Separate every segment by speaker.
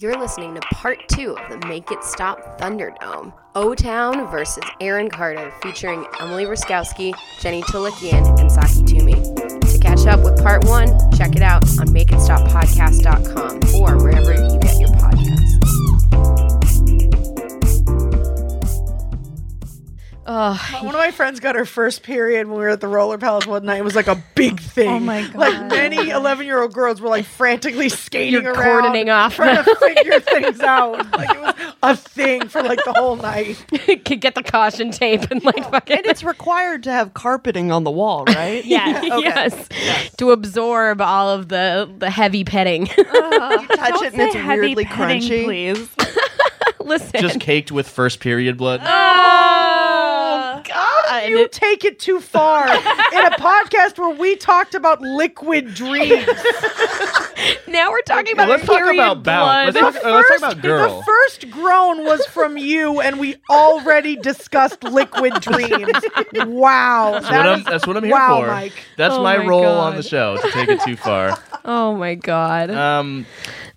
Speaker 1: You're listening to part two of the Make It Stop Thunderdome O Town versus Aaron Carter, featuring Emily Ruskowski, Jenny Tolikian, and Saki Toomey. To catch up with part one, check it out on makeitstoppodcast.com or wherever you get your podcasts.
Speaker 2: Oh, one of my friends got her first period when we were at the Roller Palace one night. It was like a big thing.
Speaker 3: Oh my god!
Speaker 2: Like many eleven-year-old girls were like frantically skating
Speaker 1: You're
Speaker 2: around,
Speaker 1: cordoning off.
Speaker 2: trying to figure things out. Like it was a thing for like the whole night.
Speaker 1: Could get the caution tape and like fucking.
Speaker 3: and it's required to have carpeting on the wall, right?
Speaker 1: Yeah, yes. To absorb all of the the heavy petting.
Speaker 3: you touch it and it's
Speaker 4: heavy
Speaker 3: weirdly
Speaker 4: petting,
Speaker 3: crunchy.
Speaker 4: Please.
Speaker 1: Listen.
Speaker 5: just caked with first period blood.
Speaker 1: Oh, God.
Speaker 2: You take it too far in a podcast where we talked about liquid dreams.
Speaker 1: Now we're talking
Speaker 5: Well,
Speaker 1: about
Speaker 5: let's talk
Speaker 1: period
Speaker 5: about bounce.
Speaker 1: blood.
Speaker 5: Let's talk, uh, let's talk about girl.
Speaker 2: The first groan was from you, and we already discussed liquid dreams. Wow,
Speaker 5: that's, what I'm, that's what I'm here
Speaker 2: wow,
Speaker 5: for.
Speaker 2: Mike.
Speaker 5: That's
Speaker 1: Oh
Speaker 5: my,
Speaker 1: my
Speaker 5: role on the
Speaker 1: God.
Speaker 5: show to take it too far.
Speaker 1: oh my god.
Speaker 5: Um,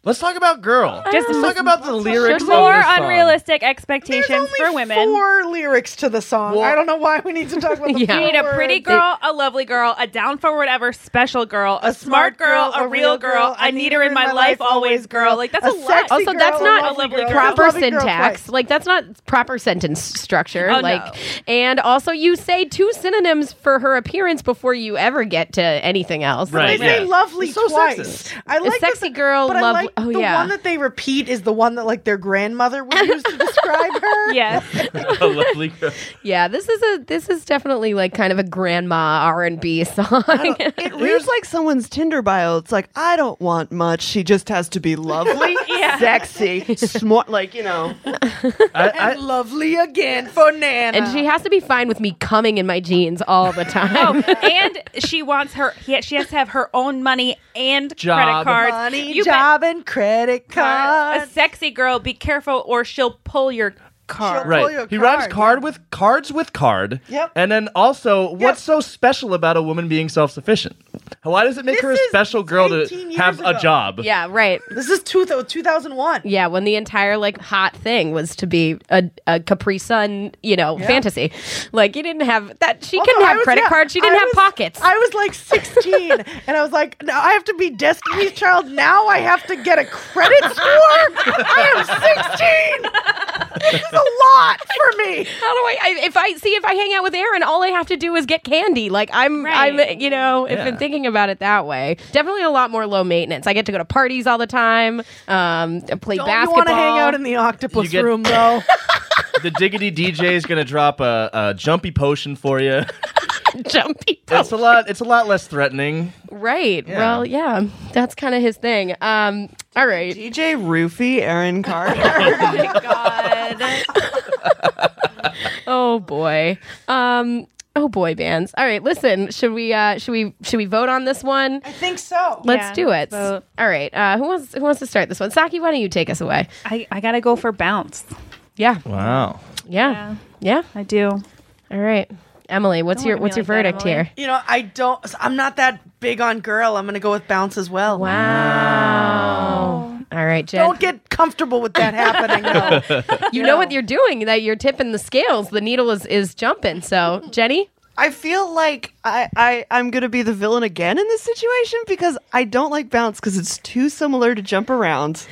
Speaker 5: let's talk about girl.
Speaker 4: Just
Speaker 5: let's talk about the lyrics. of
Speaker 4: More
Speaker 5: this song.
Speaker 4: unrealistic
Speaker 2: There's
Speaker 4: expectations
Speaker 2: only
Speaker 4: for women.
Speaker 2: Four lyrics to the song.
Speaker 5: Well-
Speaker 2: I don't know why we need to talk about the
Speaker 1: Yeah.
Speaker 4: You need a pretty
Speaker 2: four words.
Speaker 4: girl, a lovely girl, a down for whatever special girl, a, smart girl, a real girl. I need her in my life always, girl. Like that's a, lot.
Speaker 2: sexy
Speaker 1: Also,
Speaker 2: girl,
Speaker 1: that's
Speaker 2: a
Speaker 1: not
Speaker 2: lovely
Speaker 4: a lovely
Speaker 2: girl.
Speaker 4: girl.
Speaker 1: proper
Speaker 2: Lovely girl
Speaker 1: syntax.
Speaker 2: twice.
Speaker 1: like that's not proper sentence structure.
Speaker 4: Oh, no.
Speaker 1: like and also you say two synonyms for her appearance before you ever get to anything else.
Speaker 5: Right.
Speaker 2: They say
Speaker 5: yeah.
Speaker 2: lovely
Speaker 5: It's so
Speaker 2: twice.
Speaker 5: sexist.
Speaker 2: I like the-
Speaker 1: sexy girl,
Speaker 2: but I
Speaker 1: lovely-
Speaker 2: like
Speaker 1: oh,
Speaker 2: the
Speaker 1: yeah.
Speaker 2: one that they repeat is the one that like their grandmother would use to describe her.
Speaker 4: Yes.
Speaker 5: A lovely girl.
Speaker 1: Yeah, this is a this is definitely like kind of a grandma R and B song.
Speaker 3: It reads like someone's Tinder bio. It's like I don't want much. She just has to be lovely,
Speaker 4: Yeah.
Speaker 3: sexy, smart. Like you know,
Speaker 5: I,
Speaker 2: And
Speaker 5: I,
Speaker 2: lovely again for Nana.
Speaker 1: and she has to be fine with me coming in my jeans all the time.
Speaker 4: Oh, and she wants her. he- She has to have her own money and
Speaker 5: Job.
Speaker 4: credit cards.
Speaker 2: money,
Speaker 4: You
Speaker 2: job, and credit
Speaker 4: bet- A
Speaker 2: card.
Speaker 4: sexy girl, be careful, or she'll pull your car.
Speaker 2: She'll- Pull your
Speaker 5: right. He rhymes
Speaker 2: card,
Speaker 5: card with cards with card.
Speaker 2: Yep.
Speaker 5: And then also, what's so special about a woman being self sufficient? Why does it make
Speaker 2: This
Speaker 5: her a
Speaker 2: is
Speaker 5: special girl
Speaker 2: 18
Speaker 5: to
Speaker 2: years
Speaker 5: have
Speaker 2: ago.
Speaker 5: a job?
Speaker 1: yeah, right.
Speaker 2: This is two th- 2001.
Speaker 1: Yeah, when the entire like hot thing was to be a, a Capri Sun, you know, fantasy. Like you didn't have that. She
Speaker 2: Also,
Speaker 1: couldn't
Speaker 2: I
Speaker 1: have
Speaker 2: was-
Speaker 1: credit
Speaker 2: yeah,
Speaker 1: cards. She didn't
Speaker 2: I
Speaker 1: have
Speaker 2: was-
Speaker 1: pockets.
Speaker 2: I was like 16, and I was like, "No, I have to be Destiny's Child now. I have to get a credit score. I am 16. This is a lot for me.
Speaker 1: How do I, I? If I see if I hang out with Aaron, all I have to do is get candy. Like I'm,
Speaker 4: Right.
Speaker 1: I'm, you know, if I'm
Speaker 5: Yeah.
Speaker 1: thinking about it that way, definitely a lot more low maintenance. I get to go to parties all the time. Um, I play
Speaker 2: Don't you
Speaker 1: basketball.
Speaker 2: want to hang out in the octopus
Speaker 5: You get-
Speaker 2: room though?
Speaker 5: The Diggity DJ is going to drop a, a jumpy potion for you.
Speaker 1: jumpy?
Speaker 2: Oh.
Speaker 5: It's a lot. It's a lot less threatening.
Speaker 1: Right. Well, yeah, that's kind of his thing. Um, all right.
Speaker 3: DJ Roofy, Aaron Carter.
Speaker 1: Oh boy. Um oh boy bands. All right, listen, should we uh should we should we vote on this one?
Speaker 2: I think so.
Speaker 1: Let's
Speaker 4: Yeah,
Speaker 1: do it.
Speaker 4: let's vote.
Speaker 1: All right. Uh who wants who wants to start this one? Saki, why don't you take us away?
Speaker 4: I, I gotta go for bounce.
Speaker 1: Yeah.
Speaker 5: Wow.
Speaker 1: Yeah. Yeah.
Speaker 4: I do.
Speaker 1: All right. Emily, what's
Speaker 4: Don't
Speaker 1: your
Speaker 4: look at me
Speaker 1: what's your
Speaker 4: like that,
Speaker 1: verdict
Speaker 4: Emily.
Speaker 1: here?
Speaker 2: You know, I don't. I'm not that big on girl. I'm gonna go with bounce as well.
Speaker 1: Wow. All right, Jen.
Speaker 2: Don't get comfortable with that happening. though.
Speaker 1: you know what you're doing, that you're tipping the scales. The needle is is jumping. So, Jenny?
Speaker 3: I feel like I, I I'm gonna be the villain again in this situation because I don't like bounce because it's too similar to jump around.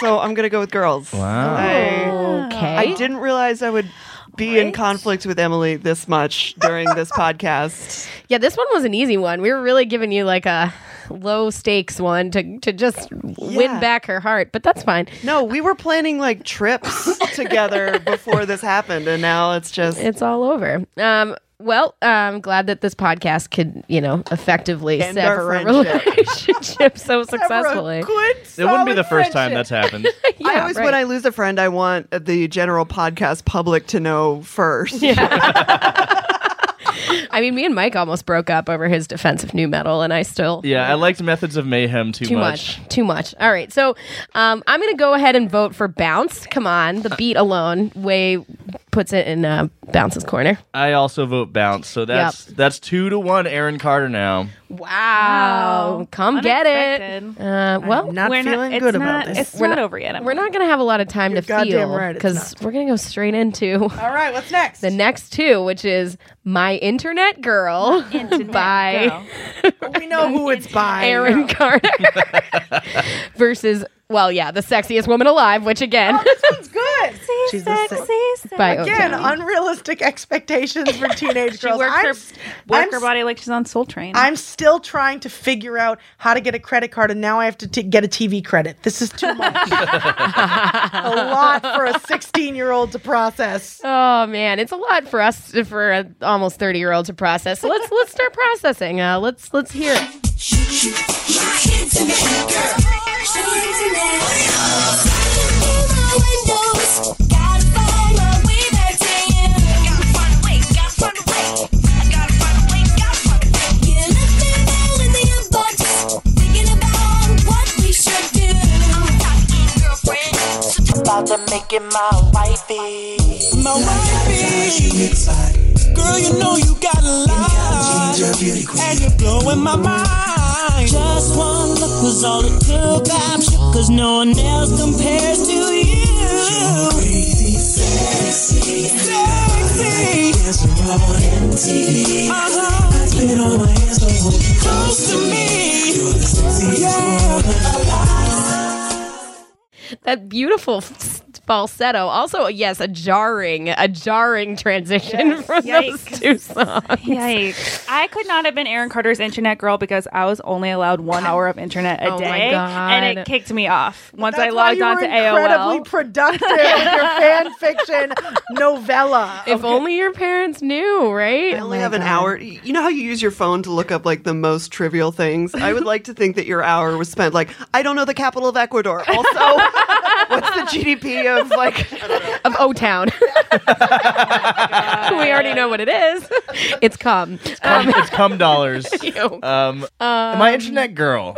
Speaker 3: so I'm gonna go with girls.
Speaker 5: Wow.
Speaker 3: I-
Speaker 1: Okay.
Speaker 3: I didn't realize I would be in conflict with Emily this much during this podcast.
Speaker 1: Yeah, this one was an easy one. We were really giving you like a low stakes one to to just win
Speaker 3: Yeah.
Speaker 1: back her heart, but that's fine.
Speaker 3: No, we were planning like trips together before this happened, and now it's just
Speaker 1: It's all over. Um, well, I'm glad that this podcast could, you know, effectively
Speaker 3: End our
Speaker 1: sever a
Speaker 3: friendship.
Speaker 1: relationship so
Speaker 2: Ever
Speaker 1: successfully.
Speaker 2: a good.
Speaker 5: It wouldn't be
Speaker 2: solid
Speaker 5: the first time
Speaker 2: friendship.
Speaker 5: that's happened.
Speaker 1: Yeah,
Speaker 3: I always,
Speaker 1: right.
Speaker 3: when I lose a friend, I want the general podcast public to know first.
Speaker 1: I mean, me and Mike almost broke up over his defense of new metal, and I still
Speaker 5: yeah, I liked Methods of Mayhem too,
Speaker 1: too much. too much. All right, so um, I'm going to go ahead and vote for Bounce. Come on, the beat alone way puts it in uh, Bounce's corner.
Speaker 5: I also vote bounce. So that's that's two to one. Aaron Carter now.
Speaker 1: Wow. Come get it.
Speaker 4: Unexpected.
Speaker 1: Uh, well,
Speaker 2: Not
Speaker 4: We're
Speaker 2: feeling
Speaker 4: it's
Speaker 2: good about
Speaker 4: not-
Speaker 2: this.
Speaker 4: It's
Speaker 1: We're
Speaker 4: not
Speaker 1: not-
Speaker 4: over yet.
Speaker 1: we're not going to have a lot of time
Speaker 2: You're
Speaker 1: to
Speaker 2: goddamn
Speaker 1: feel
Speaker 2: right it's
Speaker 1: because we're going to go straight into
Speaker 2: All right, what's next?
Speaker 1: the next two, which is My Internet Girl by
Speaker 4: Girl.
Speaker 2: we know who it's by.
Speaker 1: Aaron Carter versus, well, yeah, the sexiest woman alive, which again,
Speaker 4: Oh,
Speaker 2: It's good.
Speaker 4: She's
Speaker 2: the
Speaker 4: sexy.
Speaker 2: same.
Speaker 4: sexy.
Speaker 1: by
Speaker 2: Again,
Speaker 1: Otown.
Speaker 2: unrealistic expectations for teenage
Speaker 4: She
Speaker 2: girls.
Speaker 4: works
Speaker 2: I'm,
Speaker 4: her,
Speaker 2: s-
Speaker 4: work
Speaker 2: I'm
Speaker 4: her
Speaker 2: s-
Speaker 4: body like she's on Soul Train.
Speaker 2: I'm still trying to figure out how to get a credit card, and now I have to t- get a TV credit. This is too much. a lot for a 16 year old to process.
Speaker 1: Oh man, it's a lot for us for an almost thirty year old to process. So let's let's start processing. Uh, let's let's hear it.
Speaker 6: About to make it my wifey.
Speaker 7: my wifey. Girl, you know you got a lot, and you're blowing my mind. Just one look was all it took. I'm shook 'cause no one else compares to you. Sexy, sexy. Uh-huh. Close to me, yeah.
Speaker 1: That beautiful f- falsetto. Also, yes, a jarring a jarring transition from those
Speaker 4: Yikes.
Speaker 1: two songs.
Speaker 4: Yikes. I could not have been Aaron Carter's internet girl because I was only allowed one hour of internet a
Speaker 1: Oh my
Speaker 4: day. And
Speaker 1: God.
Speaker 4: it kicked me off once I
Speaker 2: That's why
Speaker 4: logged
Speaker 2: you
Speaker 4: on
Speaker 2: were
Speaker 4: to
Speaker 2: incredibly
Speaker 4: AOL.
Speaker 2: productive with your fan fiction novella.
Speaker 1: If only your parents knew, right?
Speaker 3: I only have an hour. You know how you use your phone to look up like the most trivial things? I would like to think that your hour was spent like, I don't know the capital of Ecuador. Also, what's the GDP of like,
Speaker 1: Of O Town. we already know what it is. It's come.
Speaker 5: Cum- it's cum dollars. Um, my internet girl.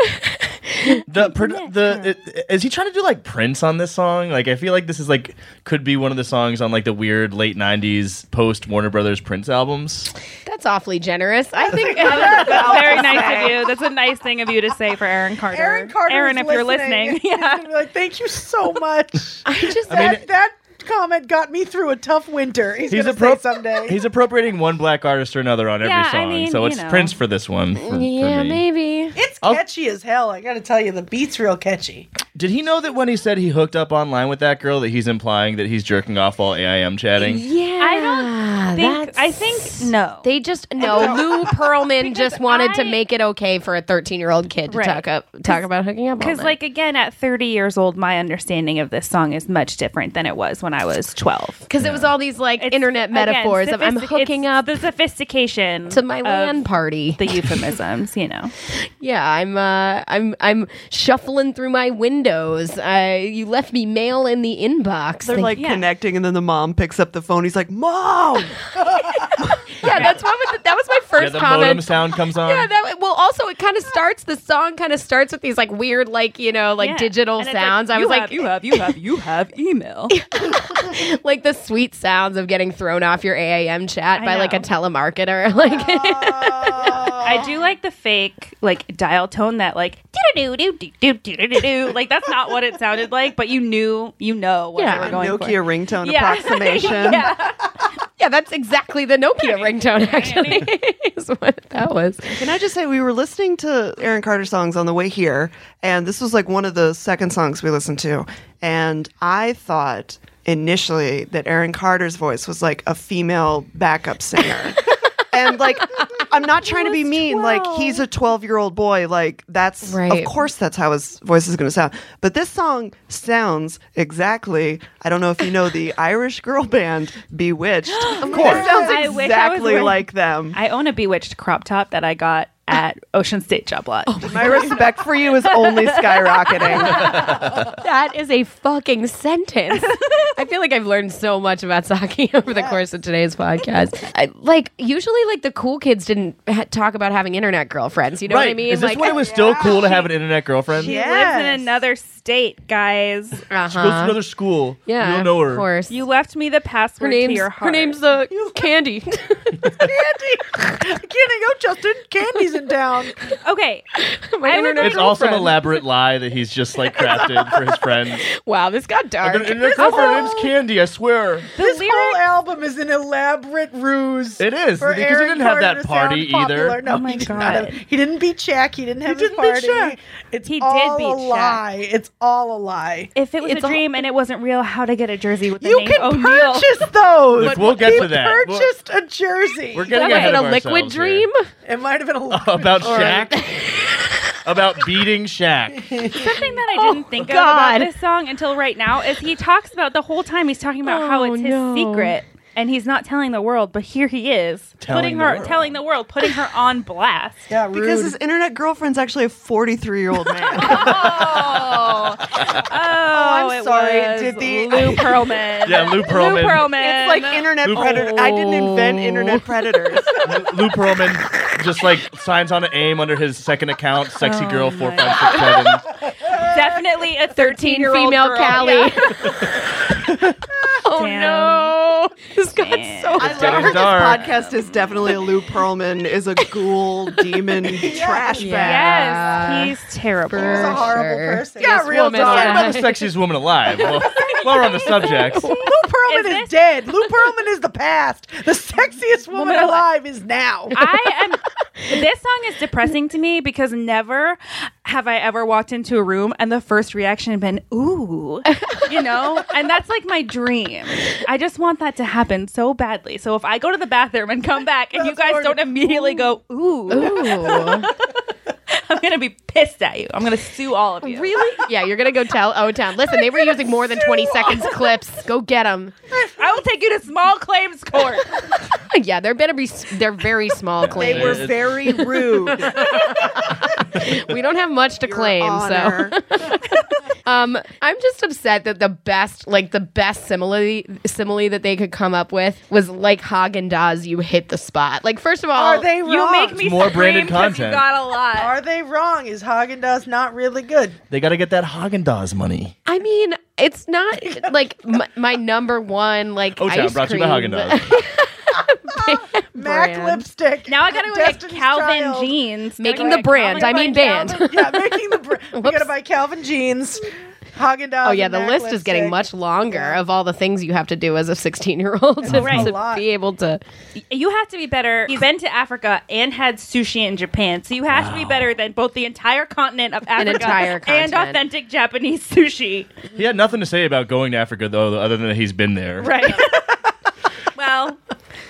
Speaker 5: The pro- the i- is he trying to do like Prince on this song? Like I feel like this is like could be one of the songs on like the weird late '90s post Warner Brothers Prince albums.
Speaker 1: That's awfully generous. I think
Speaker 4: That's very nice of you. That's a nice thing of you to say for Aaron Carter.
Speaker 2: Aaron Carter,
Speaker 4: Aaron, if you're listening, yeah.
Speaker 2: like, thank you so much.
Speaker 1: I just
Speaker 2: that,
Speaker 5: mean-
Speaker 2: that comment got me through a tough winter. He's,
Speaker 5: He's
Speaker 2: gonna
Speaker 5: appro-
Speaker 2: say someday.
Speaker 5: He's appropriating one black artist or another on
Speaker 4: Yeah,
Speaker 5: every
Speaker 4: I
Speaker 5: song,
Speaker 4: mean,
Speaker 5: so
Speaker 4: you
Speaker 5: it's
Speaker 4: know.
Speaker 5: Prince for this one. for- for
Speaker 1: yeah,
Speaker 5: me.
Speaker 1: maybe.
Speaker 2: it's
Speaker 5: I'll-
Speaker 2: catchy as hell. I gotta tell you, the beat's real catchy.
Speaker 5: Did he know that when he said he hooked up online with that girl, that he's implying that he's jerking off while AIM chatting?
Speaker 1: Yeah,
Speaker 4: I don't think. I think no.
Speaker 1: They just no. Lou Pearlman just wanted to
Speaker 4: I-
Speaker 1: make it okay for a 13 year old kid to
Speaker 4: Right.
Speaker 1: talk up talk about hooking up. all
Speaker 4: Because,
Speaker 1: night.
Speaker 4: like, again, at 30 years old, my understanding of this song is much different than it was when I was 12.
Speaker 1: because it was all these like
Speaker 4: It's,
Speaker 1: internet
Speaker 4: again,
Speaker 1: metaphors of I'm
Speaker 4: sophistic-
Speaker 1: hooking
Speaker 4: it's
Speaker 1: up
Speaker 4: the sophistication
Speaker 1: to my
Speaker 4: of
Speaker 1: land party.
Speaker 4: The euphemisms, you know.
Speaker 1: yeah, I'm uh, I'm I'm shuffling through my windows. I you left me mail in the inbox.
Speaker 3: they're
Speaker 1: Like,
Speaker 3: like
Speaker 4: Yeah.
Speaker 3: connecting, and then the mom picks up the phone. He's like, Mom!
Speaker 1: yeah, that's one with the, that was my
Speaker 5: Yeah,
Speaker 1: first
Speaker 5: the modem
Speaker 1: comment.
Speaker 5: sound comes on.
Speaker 1: Yeah, that well. Also, it kind of starts. The song kind of starts with these like weird, like you know, like
Speaker 4: Yeah.
Speaker 1: digital
Speaker 4: And it's
Speaker 1: sounds. I was like,
Speaker 4: you have, you have, you have email.
Speaker 1: like the sweet sounds of getting thrown off your AAM chat
Speaker 4: I
Speaker 1: by like a
Speaker 4: know.
Speaker 1: telemarketer. Like,
Speaker 4: I do like the fake like dial tone that like do do do do do do do do. Like that's not what it sounded like, but you knew you know what
Speaker 1: Yeah.
Speaker 4: they were going
Speaker 3: Nokia
Speaker 4: for.
Speaker 3: ringtone
Speaker 4: Yeah.
Speaker 3: approximation.
Speaker 4: yeah.
Speaker 1: yeah, that's exactly the Nokia ringtone. Actually, is what that was.
Speaker 3: Can I just say we were listening to Aaron Carter songs on the way here, and this was like one of the second songs we listened to, and I thought initially that Aaron Carter's voice was like a female backup singer. And like, I'm not trying to be mean. Like, he's a 12 year old boy. Like, that's
Speaker 1: Right.
Speaker 3: of course that's how his voice is going to sound. But this song sounds exactly. I don't know if you know the Irish girl band Bewitched. Of course, it
Speaker 4: I
Speaker 3: sounds
Speaker 4: wish I was
Speaker 3: exactly
Speaker 4: wearing-
Speaker 3: like them.
Speaker 4: I own a bewitched crop top that I got at Ocean State Job
Speaker 1: Oh,
Speaker 4: Lot.
Speaker 3: My respect for you is only skyrocketing.
Speaker 1: That is a fucking sentence. I feel like I've learned so much about Saki over the course of today's podcast. I, like usually, like the cool kids didn't ha- talk about having internet girlfriends. You know
Speaker 5: right.
Speaker 1: what I mean?
Speaker 5: Is this
Speaker 1: like,
Speaker 5: when it was still cool to have an internet girlfriend?
Speaker 4: She lives in another state, guys.
Speaker 5: She goes to another school.
Speaker 1: Uh-huh. yeah,
Speaker 5: You don't know her.
Speaker 1: Of course.
Speaker 4: You left me the
Speaker 1: her
Speaker 4: password to
Speaker 1: name's
Speaker 4: your
Speaker 1: her
Speaker 4: heart.
Speaker 1: name's uh, Candy.
Speaker 2: Candy, Candy, go, Justin. Candy's in town.
Speaker 4: okay.
Speaker 1: My
Speaker 4: I would
Speaker 1: internet
Speaker 5: It's also an
Speaker 1: girlfriend.
Speaker 5: elaborate lie that he's just like crafted for his friends.
Speaker 1: Wow, this got dark.
Speaker 5: An internet girlfriend her name's Candy, I swear.
Speaker 4: The
Speaker 2: this
Speaker 4: lyric-
Speaker 2: whole album is an elaborate ruse.
Speaker 5: It is.
Speaker 2: for
Speaker 5: Because you
Speaker 2: Aaron
Speaker 5: didn't have
Speaker 2: Carter
Speaker 5: that
Speaker 2: to sound
Speaker 5: party
Speaker 2: popular.
Speaker 5: either.
Speaker 2: No,
Speaker 4: Oh my
Speaker 2: he did
Speaker 4: God.
Speaker 2: not have- he didn't beat Shaq. He didn't have his
Speaker 5: didn't beat
Speaker 2: party.
Speaker 5: Shaq.
Speaker 2: It's
Speaker 4: He did
Speaker 2: all
Speaker 4: beat
Speaker 2: a
Speaker 4: Shaq.
Speaker 2: lie. It's all a lie.
Speaker 4: if it was
Speaker 1: It's
Speaker 4: a
Speaker 1: all-
Speaker 4: dream and it wasn't real, how to get a jersey with the
Speaker 2: You
Speaker 4: name
Speaker 2: can
Speaker 4: O'Neal?
Speaker 2: purchase those.
Speaker 5: Look, we'll get
Speaker 2: he
Speaker 5: to that. We'll-
Speaker 2: Purchased a jersey.
Speaker 5: We're Oh. getting
Speaker 1: Was
Speaker 5: ahead
Speaker 1: it a
Speaker 5: of
Speaker 1: liquid
Speaker 5: ourselves here.
Speaker 1: dream?
Speaker 2: it might have been a lie.
Speaker 5: about Shaq. about beating Shaq.
Speaker 4: Something that I didn't think of
Speaker 1: God.
Speaker 4: about this song until right now is he talks about the whole time he's talking about how
Speaker 1: Oh,
Speaker 4: it's his
Speaker 1: no.
Speaker 4: secret and he's not telling the world, but here he is
Speaker 5: Telling
Speaker 4: putting
Speaker 5: the
Speaker 4: her,
Speaker 5: world.
Speaker 4: telling the world, putting her on blast.
Speaker 2: yeah, rude.
Speaker 3: because his internet girlfriend's actually a 43 year old man.
Speaker 4: Oh, oh, I'm
Speaker 3: sorry, did the-
Speaker 4: Lou Pearlman?
Speaker 5: Yeah, Lou Pearlman.
Speaker 4: Lou Pearlman.
Speaker 3: it's like internet
Speaker 5: Oops.
Speaker 3: predator. I didn't
Speaker 5: Oh.
Speaker 3: invent internet predators.
Speaker 5: Lou Pearlman just like signs on to AIM under his second account, sexy girl four five six seven.
Speaker 4: definitely a
Speaker 1: Teen
Speaker 4: 13 year old
Speaker 1: female
Speaker 4: girl.
Speaker 1: Cali.
Speaker 4: Yeah.
Speaker 1: oh
Speaker 4: Damn.
Speaker 1: no, this got
Speaker 4: Damn.
Speaker 1: so
Speaker 3: I
Speaker 5: getting
Speaker 3: love her.
Speaker 5: dark.
Speaker 3: This podcast is definitely a Lou Pearlman is a ghoul demon trash bag.
Speaker 1: Yeah.
Speaker 4: Yes, he's terrible.
Speaker 2: He's a
Speaker 1: For
Speaker 2: horrible
Speaker 1: sure.
Speaker 2: person.
Speaker 3: Yeah, real
Speaker 1: woman,
Speaker 3: dark.
Speaker 1: yeah.
Speaker 5: About the sexiest woman alive. Well, while we're on the subject,
Speaker 2: Lou Pearlman
Speaker 4: Is
Speaker 2: is,
Speaker 4: this-
Speaker 2: dead. Lou Pearlman is the past. The sexiest woman,
Speaker 4: Woman alive.
Speaker 2: alive is now.
Speaker 4: I am. This song is depressing to me because never have I ever walked into a room and the first reaction had been "ooh," you know, and that's like my dream. I just want that to happen so badly. So if I go to the bathroom and come back and you
Speaker 2: That's
Speaker 4: guys
Speaker 2: hard.
Speaker 4: don't immediately go "ooh,"
Speaker 1: Ooh.
Speaker 4: I'm gonna be pissed at you. I'm gonna sue all of you.
Speaker 1: Really? Yeah, you're gonna go tell O Town. Listen, they were using more than 20 seconds clips. Go get them.
Speaker 4: I will take you to small claims court.
Speaker 1: Yeah, they're better be. s- They're very small
Speaker 3: They were
Speaker 1: claims.
Speaker 5: uh,
Speaker 3: very rude.
Speaker 1: We don't have much to claim, so
Speaker 3: Honor.
Speaker 1: um, I'm just upset that the best, like the best simile, simile that they could come up with was like Hagen Dazs. You hit the spot. Like first of all,
Speaker 2: Are they
Speaker 3: Oh,
Speaker 2: wrong?
Speaker 4: You make me
Speaker 5: more
Speaker 4: scream
Speaker 5: branded
Speaker 4: 'cause You
Speaker 5: content.
Speaker 4: got a lot.
Speaker 2: Are they wrong? Is Haagen Dazs not really good?
Speaker 5: they got to get that Haagen Dazs money.
Speaker 1: I mean, it's not like m- my number one like
Speaker 5: O Town
Speaker 1: ice
Speaker 5: brought you
Speaker 1: cream.
Speaker 5: the Haagen Dazs.
Speaker 2: Mac
Speaker 1: brand.
Speaker 2: lipstick.
Speaker 4: Now I gotta go
Speaker 2: Destiny's
Speaker 4: get Calvin
Speaker 2: Child.
Speaker 4: jeans.
Speaker 1: Making
Speaker 4: Gotta
Speaker 1: the
Speaker 4: go
Speaker 1: brand.
Speaker 4: get
Speaker 1: I mean, band.
Speaker 2: yeah, making the. Br- we gotta
Speaker 1: Whoops.
Speaker 2: buy Calvin jeans, Haagen Dazs.
Speaker 1: Oh yeah, the list is getting much longer of all the things you have to do as a 16 year old to,
Speaker 4: right.
Speaker 2: A
Speaker 1: to
Speaker 2: lot.
Speaker 1: be able to.
Speaker 4: You have to be better. He's been to Africa and had sushi in Japan, so you have to be better than both the entire continent of Africa
Speaker 1: entire
Speaker 4: and
Speaker 1: continent.
Speaker 4: authentic Japanese sushi.
Speaker 5: he had nothing to say about going to Africa though, other than that he's been there.
Speaker 4: Right. well,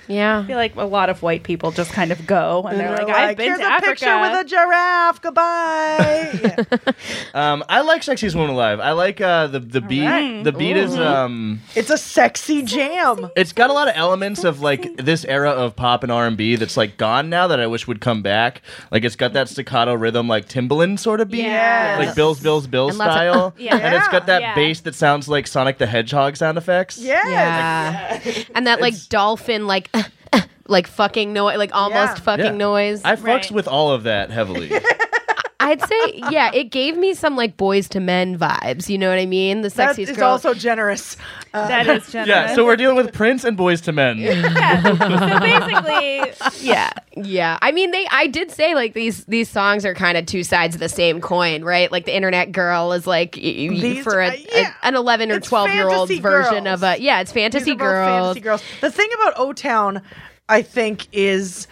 Speaker 4: I
Speaker 1: Yeah.
Speaker 4: feel like a lot of white people just kind of go and they're like, "I've been
Speaker 2: Here's
Speaker 4: to
Speaker 2: a
Speaker 4: Africa."
Speaker 2: picture with a giraffe. Goodbye. Yeah.
Speaker 5: Um, I like Sexiest Woman Alive. I like uh, the the beat. The beat is um,
Speaker 2: It's a sexy jam.
Speaker 5: it's got a lot of elements of like this era of pop and R&B that's like gone now that I wish would come back. Like it's got that staccato rhythm like Timbaland sort of beat.
Speaker 4: Yeah.
Speaker 5: Like Bills Bills Bills
Speaker 1: lots of-
Speaker 5: style.
Speaker 4: Yeah.
Speaker 5: And it's got that
Speaker 4: Yeah.
Speaker 5: bass that sounds like Sonic the Hedgehog sound effects.
Speaker 2: Yes.
Speaker 1: Yeah. And that like dolphin like uh, like fucking noise, like
Speaker 2: Yeah.
Speaker 1: almost fucking
Speaker 5: Yeah.
Speaker 1: noise.
Speaker 5: I
Speaker 1: i
Speaker 5: fucks
Speaker 4: Right.
Speaker 5: with all of that heavily.
Speaker 1: would say yeah, it gave me some like boys to men vibes. You know what I mean? The
Speaker 2: That
Speaker 1: sexiest
Speaker 2: is
Speaker 1: girl.
Speaker 2: also generous.
Speaker 4: that is generous.
Speaker 5: yeah, so we're dealing with Prince and Boys to Men.
Speaker 4: Yeah. So basically,
Speaker 1: yeah, yeah. I mean, they. I did say like these these songs are kind of two sides of the same coin, right? Like the internet girl is like y- y-
Speaker 2: These-
Speaker 1: for a,
Speaker 2: uh, yeah.
Speaker 1: a- an eleven or
Speaker 2: It's
Speaker 1: twelve year old
Speaker 2: fantasy
Speaker 1: version
Speaker 2: girls.
Speaker 1: of a yeah. It's
Speaker 2: These
Speaker 1: fantasy
Speaker 2: are both
Speaker 1: girls.
Speaker 2: fantasy girls. The thing about O Town, I think, is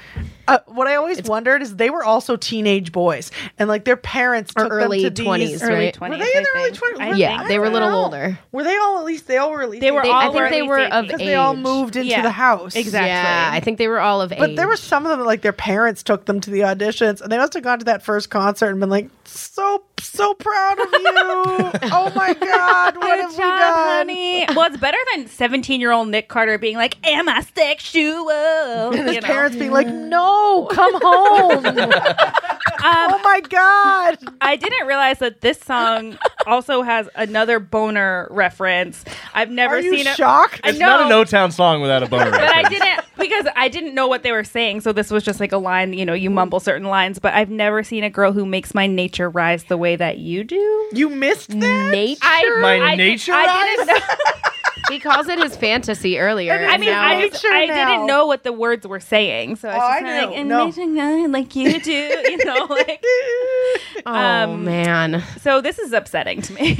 Speaker 2: uh, what I always wondered is they were also teenage boys, and like their parents
Speaker 1: Or
Speaker 2: took
Speaker 1: early
Speaker 2: them to these-
Speaker 1: 20s,
Speaker 4: early
Speaker 1: Right.
Speaker 4: 20s.
Speaker 2: Were they in
Speaker 4: I
Speaker 2: their early
Speaker 4: think.
Speaker 2: twenties?
Speaker 4: I
Speaker 1: Yeah,
Speaker 4: think
Speaker 1: they were a
Speaker 4: so.
Speaker 1: little older.
Speaker 2: Were they all at least? They all were at least.
Speaker 4: They were
Speaker 1: They-
Speaker 4: all.
Speaker 1: I think
Speaker 4: were at
Speaker 1: they
Speaker 4: least
Speaker 1: were
Speaker 4: 18.
Speaker 1: of
Speaker 2: because they all
Speaker 1: age.
Speaker 2: moved into
Speaker 4: Yeah.
Speaker 2: the house.
Speaker 4: Exactly.
Speaker 1: Yeah, I think they were all of age.
Speaker 2: But there were some of them like their parents took them to the auditions, and they must have gone to that first concert and been like, "So so proud of you! oh my god, what have
Speaker 4: Good
Speaker 2: we
Speaker 4: job,
Speaker 2: done?"
Speaker 4: honey. Well, it's better than 17 year old Nick Carter being like, Am I sexual?
Speaker 2: And his
Speaker 4: You know?
Speaker 2: parents being like, "No, No, come home.
Speaker 4: Um,
Speaker 2: oh my god.
Speaker 4: I didn't realize that this song also has another boner reference. I've never
Speaker 2: Are you
Speaker 4: seen it.
Speaker 2: shocked?
Speaker 4: I
Speaker 5: It's not
Speaker 4: know.
Speaker 5: an O Town song without a boner.
Speaker 4: but I didn't because I didn't know what they were saying. So this was just like a line, you know, you mumble certain lines. But I've never seen a girl who makes my nature rise the way that you do.
Speaker 2: You missed
Speaker 4: Mm.
Speaker 2: that?
Speaker 1: Nature.
Speaker 4: I,
Speaker 5: My
Speaker 4: I, did-
Speaker 5: nature
Speaker 4: I didn't know.
Speaker 1: he calls it his fantasy earlier.
Speaker 4: I mean,
Speaker 1: Now-
Speaker 4: I, just,
Speaker 2: Nature
Speaker 4: I
Speaker 2: now.
Speaker 4: didn't know what the words were saying, so I
Speaker 2: Oh,
Speaker 4: was
Speaker 2: I
Speaker 4: just kinda like,
Speaker 2: knew.
Speaker 4: and
Speaker 2: No.
Speaker 4: making that like you do, you know, like.
Speaker 1: oh
Speaker 4: um,
Speaker 1: man,
Speaker 4: So this is upsetting to me.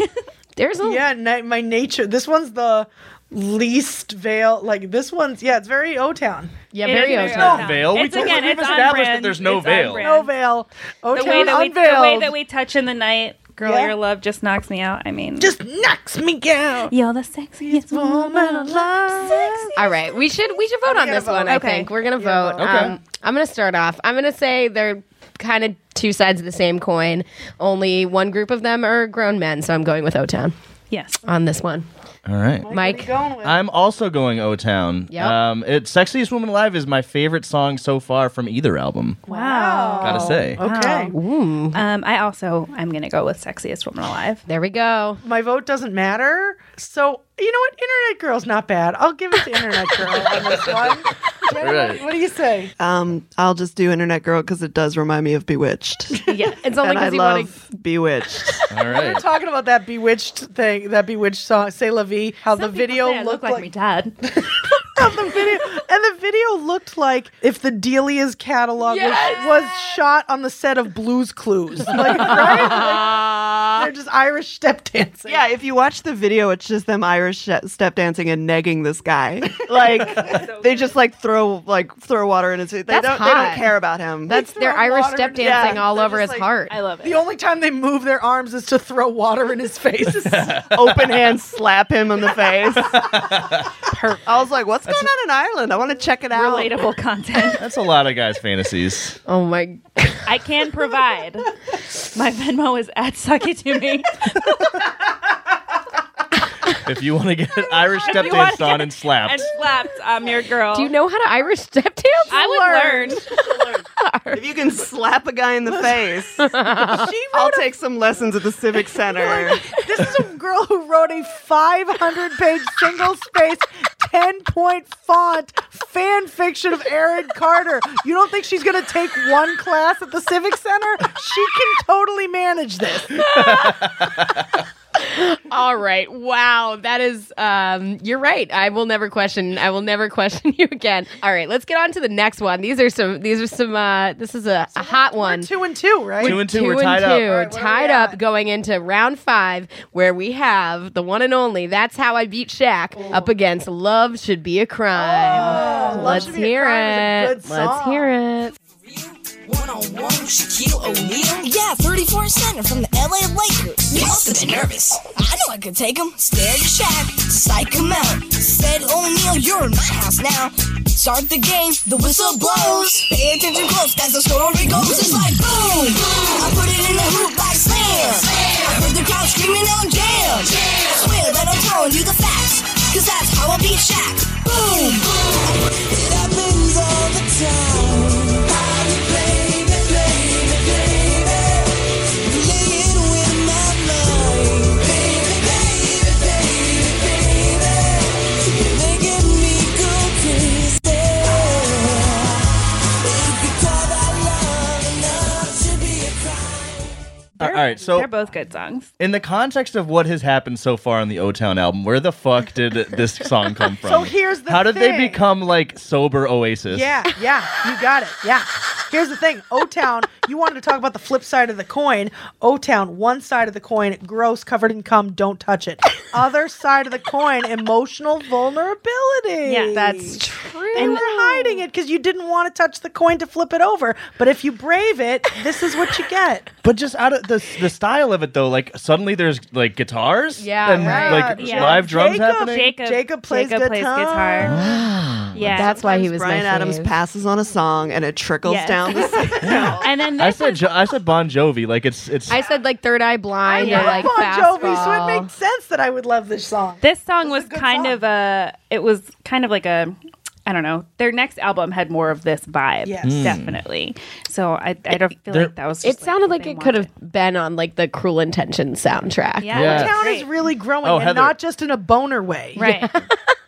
Speaker 1: there's a
Speaker 2: Yeah, na- my nature. This one's the least veil. Like this one's yeah, it's very O Town.
Speaker 1: yeah,
Speaker 4: It is Oh.
Speaker 1: very
Speaker 4: very
Speaker 1: O-Town.
Speaker 5: No veil. We
Speaker 4: It's
Speaker 5: told-
Speaker 4: again,
Speaker 5: we've
Speaker 4: it's on
Speaker 5: established that
Speaker 4: brand.
Speaker 5: there's no
Speaker 4: It's on
Speaker 5: veil.
Speaker 4: brand.
Speaker 2: No veil. O
Speaker 4: the way
Speaker 2: Town
Speaker 4: that we, the way
Speaker 2: unveiled.
Speaker 4: that we touch in the night, girl,
Speaker 2: Yeah.
Speaker 4: your love just knocks me out. I mean,
Speaker 2: just knocks me down.
Speaker 4: you're the sexiest woman alive.
Speaker 1: All right, we should we should vote on
Speaker 2: gonna
Speaker 1: this one.
Speaker 2: vote.
Speaker 1: I
Speaker 4: Okay.
Speaker 1: think we're gonna vote. Um, I'm gonna start off. I'm gonna say they're kind of two sides of the same coin. Only one group of them are grown men, so I'm going with O Town
Speaker 4: Yes.
Speaker 1: on this one.
Speaker 5: All right.
Speaker 1: Mike,
Speaker 2: Going with
Speaker 5: I'm also going O Town.
Speaker 1: Yep.
Speaker 5: Um, it, Sexiest Woman Alive is my favorite song so far from either album.
Speaker 4: Wow.
Speaker 5: Gotta say.
Speaker 2: okay.
Speaker 4: Um, I also I'm gonna go with sexiest woman alive.
Speaker 1: there we go.
Speaker 2: My vote doesn't matter. So you know what? Internet girl's not bad. I'll give it to Internet girl on this one. Jenna,
Speaker 5: All right.
Speaker 2: what, what do you say?
Speaker 3: Um, I'll just do Internet Girl because it does remind me of Bewitched,
Speaker 4: Yes.
Speaker 1: It's only
Speaker 3: and I
Speaker 1: because you want
Speaker 3: love Bewitched.
Speaker 5: All right.
Speaker 2: Talking about that Bewitched thing, that Bewitched song, "Say La Vie," how the video looked like,
Speaker 4: dad.
Speaker 2: the video, and the video looked like if the Delia's catalog was, was shot on the set of Blue's Clues. Like, right? Like, they're just Irish step dancing.
Speaker 3: Yeah, if you watch the video, it's just them Irish sh- step dancing and negging this guy. Like they just like throw like throw water in his face. They
Speaker 1: That's
Speaker 3: don't they
Speaker 1: hot.
Speaker 3: don't care about him.
Speaker 1: That's
Speaker 2: throw
Speaker 1: their Irish
Speaker 2: water
Speaker 1: step
Speaker 2: in- yeah,
Speaker 1: dancing all
Speaker 2: they're
Speaker 1: over
Speaker 2: just like-
Speaker 1: his heart.
Speaker 4: I love it.
Speaker 2: The only time they move their arms is to throw water in his face.
Speaker 3: open hand slap him in the face. I was like, what's going on in Ireland? I want to check it out.
Speaker 4: Relatable content.
Speaker 5: That's a lot of guys' fantasies.
Speaker 1: oh my!
Speaker 4: I can provide. My Venmo is at Sucky to me.
Speaker 5: If you want to get an Irish step
Speaker 4: you wanna
Speaker 5: dance on
Speaker 4: get-
Speaker 5: and slapped.
Speaker 4: And slapped. I'm your girl.
Speaker 1: Do you know how to Irish step dance?
Speaker 4: I would learn.
Speaker 3: If you can slap a guy in the face,
Speaker 2: she
Speaker 3: I'll
Speaker 2: wrote a
Speaker 3: take some lessons at the Civic Center.
Speaker 2: This is a girl who wrote a 500 page single space 10 point font fan fiction of Aaron Carter. You don't think she's going to take one class at the Civic Center? She can totally manage this.
Speaker 1: All right. Wow. That is um you're right. I will never question I will never question you again. All right, let's get on to the next one. These are some these are some uh this is a, a hot one.
Speaker 2: Two and two, right?
Speaker 5: Two and two, we're tied
Speaker 1: and
Speaker 5: up.
Speaker 1: two, tied up going into round five, where we have the one and only "That's How I Beat Shaq" up against "Love Should Be a Crime." Let's
Speaker 2: Oh, Should Be a
Speaker 1: hear
Speaker 2: Crime is a
Speaker 1: it.
Speaker 2: good
Speaker 1: Let's
Speaker 2: song.
Speaker 1: hear it.
Speaker 8: One on one, Shaquille O'Neal. Yeah, 34 center from the LA Lakers. He must have been nervous. I knew I could take him. Stared at Shaq, psych him out. Said O'Neal, you're in my house now. Start the game, the whistle blows. Pay attention close, as the story goes. It's like boom! I put it in the hoop like slam. I heard the crowd screaming on jam. Swear that I'm telling you the facts, cause that's how I beat Shaq. Boom! It happens all the time.
Speaker 5: All right, so
Speaker 4: They're both good songs.
Speaker 5: in the context of what has happened so far on the O Town album, where the fuck did this song come from?
Speaker 2: So here's the
Speaker 5: How did they
Speaker 2: thing.
Speaker 5: become like sober Oasis?
Speaker 2: Yeah, yeah, you got it. Yeah. Here's the thing O Town, you wanted to talk about the flip side of the coin. O Town, one side of the coin, gross, covered in cum, don't touch it. Other side of the coin, emotional vulnerability.
Speaker 4: Yeah,
Speaker 2: that's true. And you were hiding it because you didn't want to touch the coin to flip it over. But if you brave it, this is what you get.
Speaker 5: But just out of the the style of it though, like suddenly there's like guitars,
Speaker 1: Yeah,
Speaker 5: and
Speaker 1: right.
Speaker 5: like
Speaker 4: Yeah.
Speaker 5: live drums
Speaker 2: Jacob-
Speaker 5: happening.
Speaker 4: Jacob,
Speaker 2: Jacob plays guitar. Ah.
Speaker 4: yeah.
Speaker 1: That's why he was my
Speaker 3: Brian Adams
Speaker 1: fave.
Speaker 3: passes on a song and it trickles
Speaker 4: Yes.
Speaker 3: down the
Speaker 4: and then
Speaker 5: I
Speaker 4: this
Speaker 5: said
Speaker 4: is
Speaker 5: jo- I said Bon Jovi. Like it's it's
Speaker 1: I said like third eye blind
Speaker 4: I
Speaker 1: or like
Speaker 2: Bon
Speaker 1: fastball.
Speaker 2: Jovi, so it makes sense that I would love this song.
Speaker 4: this song was
Speaker 2: a good
Speaker 4: kind
Speaker 2: song.
Speaker 4: of a it was kind of like a I don't know. Their next album had more of this vibe,
Speaker 2: Yes.
Speaker 4: definitely. So I, I don't feel
Speaker 5: There-
Speaker 4: like that was. Just
Speaker 1: It sounded
Speaker 4: what
Speaker 1: like
Speaker 4: they
Speaker 1: it could have
Speaker 4: wanted.
Speaker 1: been on like the Cruel Intentions soundtrack.
Speaker 4: Yeah,
Speaker 5: Yeah.
Speaker 4: that's
Speaker 2: Town
Speaker 4: great.
Speaker 2: is really growing,
Speaker 5: Oh,
Speaker 2: and
Speaker 5: Heather.
Speaker 2: not just in a boner way.
Speaker 4: right.